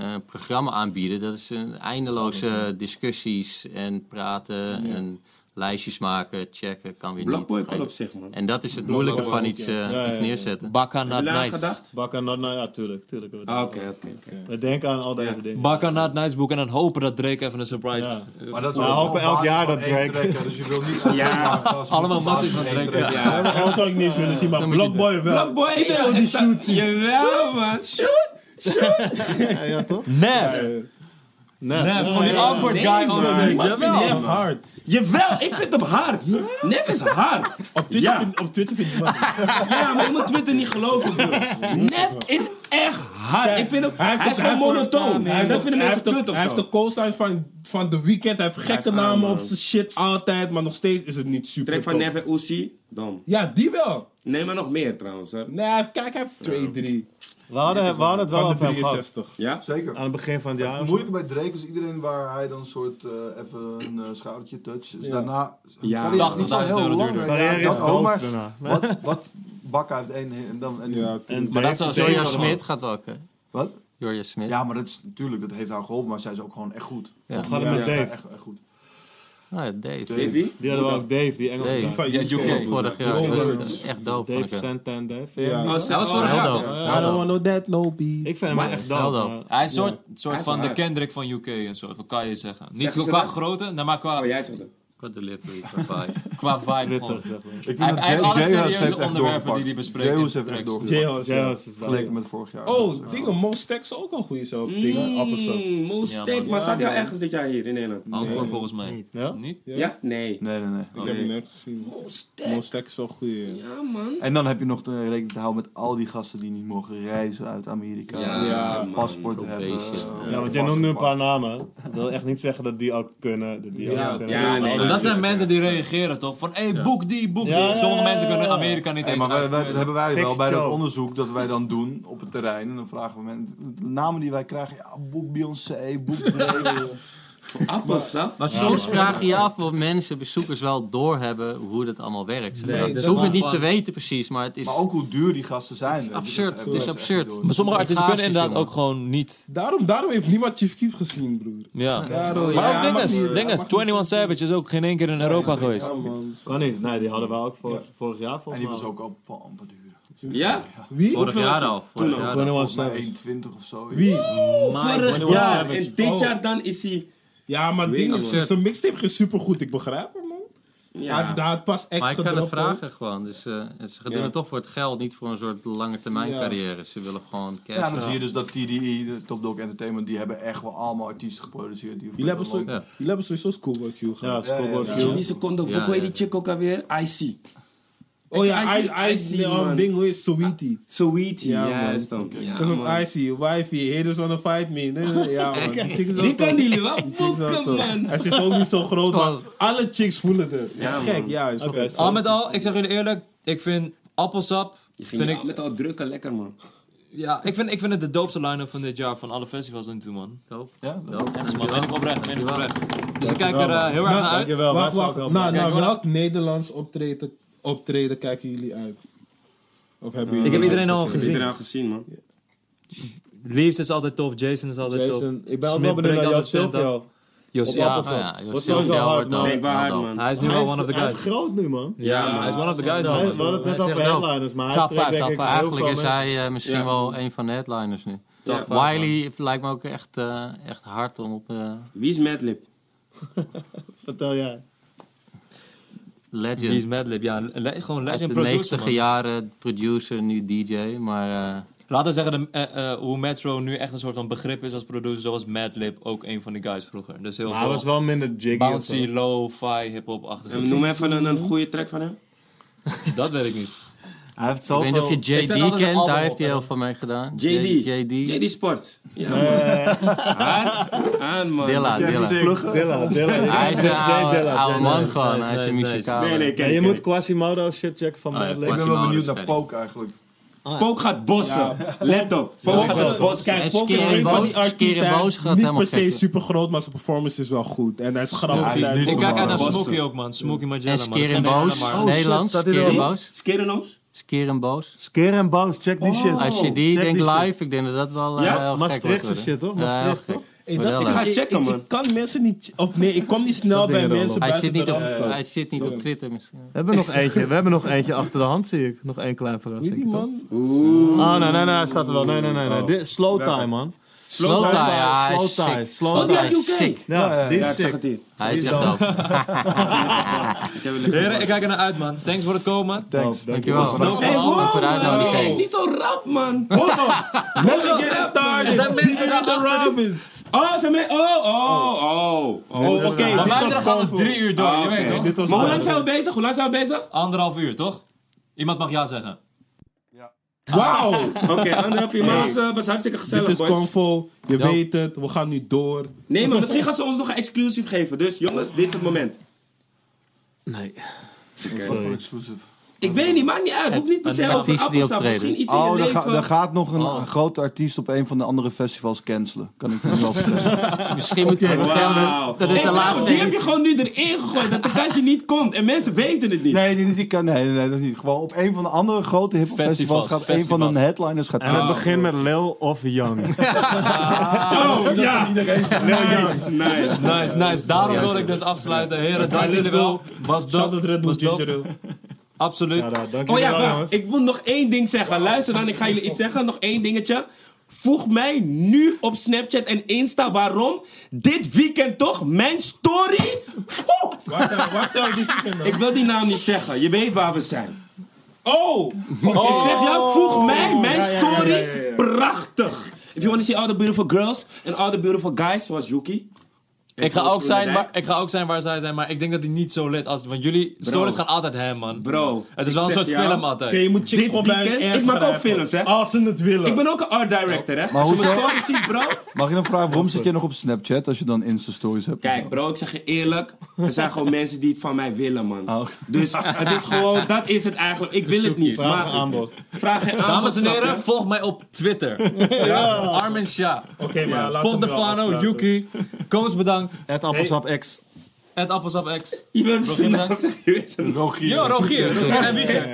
S4: eh, programma aanbieden, dat is een eindeloze discussies en praten en lijstjes maken, checken, kan weer niet.
S1: Blackboy kan op zich, man.
S4: En dat is het moeilijke van iets, eh,
S7: ja,
S4: iets
S7: ja.
S4: neerzetten.
S2: Bakka Not
S1: Heb je daar
S2: Nice.
S1: gedacht?
S7: Bakker, nou, nou ja, tuurlijk. tuurlijk we,
S1: Ah,
S7: denken,
S1: Oké, oké, oké.
S7: we denken aan al deze dingen.
S2: Bakka Not Nice boek en dan hopen dat Drake even een surprise...
S7: Ja.
S6: Maar dat is
S7: Nou,
S6: ook
S7: hopen
S6: wel
S7: elk
S6: basis
S7: jaar
S6: van
S7: dat
S6: één
S7: Drake-
S6: track, ja, dus je wil
S2: [laughs]
S6: niet...
S1: Ja.
S2: Allemaal matties van Drake,
S6: Drake.
S1: ja.
S5: Ja, maar dat zou ik niet eens willen zien, maar Blockboy wel.
S1: Blackboy, ik wil die shoot. Jawel, man. Shoot.
S7: Ja, ja, toch?
S2: Nef!
S7: Nee.
S2: Nef, van die
S1: ja.
S2: awkward
S1: Nee,
S2: guy
S1: man.
S2: on stage.
S1: Niemand
S5: Ik
S2: Jawel.
S5: vind Nef hard.
S1: Jawel, ik vind hem hard. Nef is hard.
S5: Op Twitter
S1: Ja.
S5: vind- Op Twitter vind ik hem hard.
S1: Ja, maar je moet Twitter niet geloven, bro. Nef is echt hard. Ik vind hem, hij, is gewoon monotoon. dat vinden mensen
S5: heeft de-
S1: kut of
S5: Hij heeft de
S1: zo.
S5: co-sign van, van The Weeknd. Hij heeft gekke
S1: is aan,
S5: namen
S1: man.
S5: op zijn shit altijd. Maar nog steeds is het niet super
S1: Trek van
S5: top.
S1: Nef en Uzi, dom.
S5: Ja, die wel.
S1: Neem maar nog meer, trouwens. Hè.
S5: Nee, hij heeft- kijk, hij heeft 2, 3.
S7: We hadden, we hadden het wel
S5: Van de
S7: over hem gehad.
S5: 63.
S1: Ja?
S6: Zeker.
S7: Aan het begin van het jaar.
S6: Het moeilijke bij Drake is iedereen waar hij dan een soort eh, even een eh, schoudertje touch. Dus daarna...
S1: Ja.
S2: 80.000 euro duurder.
S7: Carrière is
S6: oh, maar
S7: dood daarna.
S6: Wat, wat Bakka heeft één en dan... En
S5: Ja,
S7: En
S2: Maar dat
S7: Drake-
S2: zou
S4: Jorja
S2: zeker
S4: Smit gaat wel oké.
S6: Wat?
S4: Jorja Smit.
S6: Ja, maar dat is natuurlijk, dat heeft haar geholpen, maar zij is ook gewoon echt goed.
S4: Ja.
S7: We hadden met
S1: Ja.
S7: Dave.
S6: Echt, echt goed.
S4: Nou ja, Dave.
S1: Davy?
S7: Die hadden we ook Dave, die Engelse
S4: Dave.
S7: guy.
S5: Van
S2: Ja,
S5: UK.
S2: UK.
S4: Vorig jaar.
S5: Ja.
S4: Dat is- dat is echt dope. vond ik,
S7: Dave
S4: ja.
S7: Santan, Dave.
S5: Ja.
S1: Oh, zelfs
S4: Heel
S1: voor haar.
S4: dope.
S5: I don't want no that, no beef.
S7: Ik vind hem echt
S4: Wel
S7: dood.
S4: dope.
S7: maar-
S2: Hij is een soort, soort
S1: is
S2: van de
S1: hard.
S2: Kendrick van UK en soort van, kan je zeggen. Niet
S1: Zeggen ze
S2: qua
S1: dat?
S2: grootte, nee, maar qua,
S1: Oh, jij zegt dat.
S4: Qua delivery, qua [laughs] vibe.
S2: qua vibe. gewoon.
S7: Twitter, zeg maar.
S6: Ik
S2: Hij- hij heeft alle
S6: J-House
S2: serieuze
S6: heeft echt
S2: onderwerpen
S6: doorgepakt.
S2: die hij bespreekt in
S6: J-House heeft echt
S2: tracks.
S6: doorgepakt.
S5: Jails, ja.
S7: Jazz is dat.
S6: Vergeleken met vorig jaar.
S5: Oh, dingen, Mos Stack is ook een goede zelf. Dingen, appelsap.
S1: Mm, Moe
S2: Ja,
S1: Stek,
S2: man.
S1: maar staat jou ergens dit jaar hier in Nederland?
S2: Alcohol volgens mij.
S7: Ja?
S2: Niet?
S1: Ja? Nee.
S6: Nee, nee, nee.
S5: Ik heb hem net gezien.
S1: Moe
S5: Mos
S1: Stek.
S5: Stack is wel goed. Ja.
S1: Ja, man.
S6: En dan heb je nog de rekening te houden met al die gasten die niet mogen reizen uit Amerika.
S1: Ja,
S6: Ja,
S1: man.
S6: paspoort hebben.
S4: beestje.
S6: eh,
S7: Ja, want jij noemt nu een paar namen. Dat wil echt niet zeggen dat die ook kunnen. Dat die
S5: Ja.
S7: ook kunnen.
S1: Ja, nee.
S2: Want dat zijn mensen die reageren toch? Van, hé, boek die, boek
S7: Ja,
S2: die.
S7: ja,
S2: Sommige
S7: ja,
S2: mensen kunnen
S7: ja.
S2: Amerika niet
S6: Hey,
S2: eens
S6: maar wij, wij- dat
S2: uit.
S6: hebben wij wel
S7: Fixed
S6: bij dat
S7: Joe.
S6: onderzoek dat wij dan doen op het
S7: [laughs]
S6: terrein. En dan vragen we mensen, de namen die wij krijgen, ja, boek Beyoncé, boek Drake.
S1: Voor appelsap?
S4: Maar soms vraag je je af of mensen, bezoekers wel doorhebben hoe dat allemaal werkt. zeg maar.
S1: Nee,
S4: Ze
S1: dat
S4: hoeven
S2: is
S4: het niet
S2: waar.
S4: te weten precies, maar het is,
S6: Maar ook hoe duur die gasten zijn. weet je, dat
S4: absurd.
S6: hebben
S4: Het is
S6: ze echt
S4: absurd.
S6: niet door.
S2: Maar sommige artiesten kunnen
S4: Gaasjes,
S2: inderdaad
S4: jongen.
S2: ook gewoon niet.
S5: Daarom, daarom heeft niemand Chief Keef gezien, broer.
S2: Ja.
S5: Daarom,
S2: Maar
S5: ja,
S2: ook ding is,
S5: maar-
S2: ding is, 21 Savage is ook geen één keer in Europa geweest.
S5: Ja, man.
S7: Kan niet. Nee, die hadden we ook vor- vorig jaar
S6: En
S7: volgens
S6: die
S7: mij.
S6: was ook al pa- amper duur.
S1: Ja?
S5: Wie?
S4: Vorig jaar al. Vorig
S1: al.
S4: jaar al.
S7: 21
S6: Volgens mij
S7: Savage.
S6: 1,20 of zo.
S5: Wie?
S1: Oh, Vorig jaar. En
S5: Oh.
S1: dit jaar dan is hij...
S5: Ja, maar
S1: Weet
S5: ding
S1: ik
S5: is,
S4: niet.
S5: zijn mixtape ging supergoed. Ik begrijp hem, man. Ja.
S1: Ja.
S5: Hij had pas extra
S4: Maar ik kan het
S5: gedropt,
S4: vragen gewoon. Dus, eh, ze doen
S1: Ja.
S4: het toch voor het geld, niet voor een soort lange termijn carrière. Ze willen gewoon cash.
S6: Ja, dan zie je dus dat TDI, de Top Dog Entertainment, die hebben echt wel allemaal artiesten geproduceerd. Die
S5: Jullie hebben, zo,
S6: lang-
S4: Ja.
S5: jullie hebben sowieso Schoolboy Q gehad.
S7: Ja, Scoreboard
S1: Weet
S7: View.
S1: je Wie ze kon ook,
S4: Ja,
S1: ook weet
S4: ja.
S1: die chick ook alweer? Icy.
S5: Oh ja,
S1: Icy,
S5: Ice,
S1: Icy,
S5: Icy, die arm
S1: man.
S5: ding, hoe is Sweetie?
S1: Sweetie,
S5: Ja,
S1: ja,
S5: man.
S1: juist dan. Ja,
S5: Dat is
S1: man.
S5: een Icy, wifey, haters wanna fight me. Nee, nee,
S1: [laughs]
S5: ja, man. Die chicks
S1: Die
S5: ook
S1: kan
S5: top.
S1: jullie wel
S5: chicks ook
S1: boeken,
S5: top.
S1: man.
S5: Hij is ook niet zo groot, maar
S4: Oh.
S5: alle chicks voelen het. Ja, is gek, ja. Is wel gek.
S2: Al met al, ik zeg jullie eerlijk, ik vind appelsap.
S1: Je
S2: Vind
S1: ging
S2: ik,
S1: met al drukken, lekker, man.
S2: ja, ik, vind, ik vind het de doopste line-up van dit jaar van alle festivals nu toe, man.
S4: Doop.
S6: Ja, dat-
S4: Doop.
S2: Echt, man. Ben ik oprecht, ben ik
S4: Dankjewel.
S2: oprecht. Dus ik kijk er eh, heel erg naar uit.
S7: Dankjewel, wij
S5: Wacht,
S7: zijn
S5: wacht.
S7: ook wel
S5: Nou,
S7: blij.
S5: naar
S2: Kijk,
S5: welk Nederlands optreden, optreden kijken jullie uit? Of hebben jullie
S2: Ik heb
S5: nog
S2: iedereen al
S5: gezien?
S1: Heb je
S2: gezien.
S1: eraan gezien, man?
S2: Leaves is altijd tof, Jason is altijd
S7: Jason,
S2: tof.
S7: ik ben ook
S2: Smit
S7: wel benieuwd naar
S2: breekt
S7: jouw
S2: altijd tent af.
S7: Silvio.
S2: Jos,
S7: Op
S2: ja.
S7: appelsap.
S4: Ah, ja,
S7: Wordt
S4: Jos
S7: sowieso
S4: Silvia
S7: hard,
S4: wordt nou
S7: man.
S1: Nee,
S4: al-
S1: waar
S4: al
S1: hard,
S4: doop.
S1: man.
S2: Hij is nu
S7: Hij
S2: wel
S7: is-
S2: one of the
S7: Hij is
S2: guys.
S7: groot nu, man.
S2: Ja, man, hij is one of the guys,
S4: Ja,
S7: Hij-
S2: man.
S7: We hadden het net
S4: Hij is
S7: over
S4: echt dope.
S7: headliners, maar hij
S2: Top
S7: trekt
S2: vijf,
S7: denk ik
S2: top vijf.
S7: heel veel
S4: Eigenlijk is
S7: mensen.
S4: hij eh, misschien
S1: Ja.
S4: wel een van de headliners nu.
S1: Ja.
S2: Top five, man.
S4: Wiley lijkt me ook echt, eh, echt hard om op eh,
S1: Wie is Madlib?
S7: Vertel jij.
S4: Legend.
S2: Die is Madlib, ja. een le- Gewoon
S4: Uit de
S2: legend producer,
S4: 90
S2: man.
S4: jaren producer, nu DJ. Maar eh,
S2: Laten we zeggen de, eh, eh, hoe Metro nu echt een soort van begrip is als producer. Zoals Madlib, ook een van de guys vroeger. Dus heel
S7: Maar hij
S2: veel
S7: was wel minder jiggy. of zo.
S2: bouncy, low-fi, hip-hop-achtige.
S1: En Noem even een, een goede track van hem.
S2: Dat weet ik niet.
S7: Hij heeft
S4: ik weet niet
S7: zoveel...
S4: of je
S2: Ik zet altijd
S4: JD
S2: een
S4: kent,
S2: album
S4: daar
S2: op,
S4: heeft hij
S2: hè.
S4: heel veel mee gedaan.
S1: JD.
S4: JD.
S1: JD Sports. Ja, man. Aan, aan, man.
S4: Dilla, Dilla.
S7: Dilla, Dilla.
S4: Hij is
S7: Jay
S4: een oude,
S7: Dilla,
S4: oude
S7: Jay
S4: man
S7: Dilla.
S4: gewoon,
S2: nice,
S4: hij is een
S2: nice, nice.
S4: muzikaal.
S1: Nee, nee,
S7: Ja,
S1: kijk.
S7: je moet
S1: kijk.
S7: Quasimodo shit checken van
S4: Oh ja,
S7: Madlib.
S6: Ik ben wel
S4: Quasimodo
S6: benieuwd
S4: is
S6: naar
S4: verder.
S6: Poke eigenlijk.
S1: Pook gaat bossen. Let op. Pook gaat bossen.
S5: Kijk,
S4: En
S5: Poker is
S4: Skere
S5: een van
S4: Boos-
S5: die
S4: Skere
S5: artiesten. hij
S4: Boos
S5: is
S4: gaat
S5: Niet
S4: helemaal
S5: per se
S4: gek.
S5: super groot, maar zijn performance is wel goed. En hij is grappig.
S6: hij is nu
S2: Ik kijk uit naar
S6: Bossen.
S2: Smokey ook, man. Smokey
S4: En
S2: Magella, man.
S4: Skeren Boos,
S2: Oh,
S4: Nederlands.
S7: staat dit
S4: Skeren
S7: erop?
S4: Boos.
S1: Skerenos?
S4: Skeren Boos.
S7: Skeer en Boos, check die shit.
S4: Als je die
S7: Oh, Check
S4: denkt
S7: shit.
S4: live, ik denk dat dat wel eh,
S1: Ja?
S4: heel gek
S7: Maastrichtse
S4: wordt worden.
S7: shit, toch?
S4: Ja,
S7: Maastricht,
S4: heel gek. eh,
S7: toch?
S5: Hey,
S4: Maar
S5: dat
S4: wel,
S5: is-
S4: hè.
S1: Ik ga checken,
S5: ik-
S1: man.
S5: Ik kan mensen niet... Of nee, ik kom niet snel bij
S7: dingen erop?
S5: mensen
S4: Hij
S5: buiten
S4: zit niet
S5: de
S4: op,
S5: Randstad.
S4: hij zit niet op Twitter misschien.
S7: We hebben nog eentje, we hebben nog eentje achter de hand, zie ik. Nog één klein
S5: Wie
S7: verrassing.
S5: die man?
S7: toch? Oh, nee, nee, nee, hij staat er wel. Nee, nee, nee. nee. Dit, slow time, man.
S4: Slow tie, ja, hij
S7: Oh. slow
S4: is
S7: tie,
S4: sick.
S7: slow
S4: Slow
S7: tie.
S4: tie Oh, is sick.
S7: Ja, die
S1: Ja,
S7: is
S1: ik zag het
S7: sick.
S1: hier.
S4: Hij is dus echt dope.
S1: Ik heb het
S2: Heren,
S1: lekker.
S2: ik kijk er naar uit, man. Thanks voor het komen.
S7: Thanks.
S4: Dankjewel. Bedankt
S1: Hey,
S4: voor allemaal
S1: wow,
S4: voor de
S1: man.
S4: uitnodiging.
S1: Hey, Niet zo rap, man.
S5: [laughs]
S2: Er zijn mensen die achter.
S1: Oh, ze mee. Oh, oh, oh. oh.
S5: Oh, oké.
S2: Maar wij
S5: dit was
S2: gaan we
S5: Kamvoer.
S2: drie uur door,
S1: Ah,
S2: je
S1: oké.
S2: weet toch?
S5: Dit was
S1: Maar hoe
S5: Kamvoer.
S1: lang zijn we bezig? Hoe lang zijn we bezig?
S2: Anderhalf uur, toch? Iemand mag ja zeggen.
S5: Wauw!
S1: Oké, anderhalf uur. Maar het was, eh, was hartstikke
S5: Dit
S1: gezellig,
S5: is
S1: boys.
S5: Convo. Je
S4: Ja.
S5: weet het. We gaan nu door.
S1: Nee, maar misschien gaan ze ons nog een exclusief geven. Dus jongens, dit is het moment.
S7: Nee.
S6: Sorry. Exclusive.
S1: Ik weet niet, maakt niet uit. Hoeft niet per
S4: Een
S1: se over
S4: artiest die
S1: appelsap.
S4: optreden.
S1: Misschien iets in
S6: Oh,
S1: je
S6: daar,
S1: leven.
S6: ga- daar gaat nog een grote artiest op een van de andere festivals cancelen. Kan ik niet wel vertellen.
S4: Misschien moet je even vertellen
S1: Wauw.
S4: dat dit
S1: Hey,
S4: de
S1: trouwens,
S4: laatste
S1: die heb je
S4: is.
S1: gewoon nu erin gegooid. Dat de kastje niet komt. En mensen weten het niet.
S6: Nee, nee, niet die kan, nee, nee, nee, dat is niet. Gewoon op een van de andere grote hiphopfestivals
S2: Festivals,
S6: gaat
S2: festivals.
S6: een van de headliners gaat
S7: En het begint met Lil of Young.
S1: Oh, ja. Nice, nice.
S2: Nice, nice. Daarom wil ik dus afsluiten. Heren, dank jullie wel. Was
S5: Shout-out
S2: dope.
S5: Red Bull
S2: Was
S5: Ginger
S2: dope.
S5: Ale.
S2: Absoluut.
S7: Nou, dank
S1: Oh
S7: jullie
S1: ja,
S7: wel,
S1: wacht.
S7: jongens.
S1: Ik wil nog één ding zeggen. Luister dan, ik ga jullie iets zeggen. Nog één dingetje. Voeg mij nu op Snapchat en Insta. Waarom? Dit weekend toch? Mijn story? Foe!
S5: Waar zijn, waar zijn we dit weekend dan?
S1: Ik wil die naam niet zeggen. Je weet waar we zijn.
S5: Oh!
S1: Ik zeg jou,
S2: Oh.
S1: voeg mij mijn story. Prachtig. If you want to see all the beautiful girls and all the beautiful guys, zoals Yuki.
S2: Ik ga, ook zijn
S1: maar.
S2: waar, ik ga ook zijn waar zij zijn, maar ik denk dat hij niet zo lid als... Want jullie stories gaan altijd hem, man.
S1: Bro,
S2: Het is wel
S1: ik
S2: een
S1: zeg
S2: soort
S1: jou,
S2: film altijd.
S5: Oké, je moet chicks
S1: Dit
S5: gewoon bij hun
S1: weekend-
S5: ass
S1: ik maak ook
S5: grijpen.
S1: films, hè?
S5: Als ze het willen.
S1: Ik ben ook een art director, hè? Als je mijn
S6: hoezo?
S1: story ziet, bro.
S6: Mag je dan vragen, waarom zit je nog op Snapchat als je dan Insta-stories hebt?
S1: Kijk, bro, ik zeg je eerlijk. Er zijn gewoon mensen die het van mij willen, man.
S6: Oh.
S1: Dus het is gewoon, dat is het eigenlijk. Ik wil het niet.
S7: Vraag en
S1: Maar
S7: aanbod.
S1: vraag je aan.
S2: Dames en
S1: snap je?
S2: heren,
S5: [laughs]
S2: volg mij op Twitter. Armin Shah.
S5: Oké, maar laten
S2: Volg
S5: we wel
S2: Defano,
S5: afsluiten.
S2: Yuki. Koos bedankt.
S7: Het appelsap X.
S2: Ed Appelsap X.
S1: Iemand
S2: Rogier,
S1: zijn naam
S2: bedankt.
S1: zegt, nou je weet zijn naam.
S2: Yo, Rogier. Rogier en Wieger.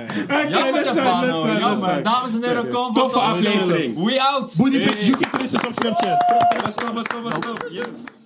S2: Jammer Stefano. Jammer. Dames en heren,
S5: eh,
S2: kom
S1: Toffe aflevering.
S2: We out.
S5: Booty bitch, Yuki Christus op Snapchat.
S1: Basta, basta, basta. Yes.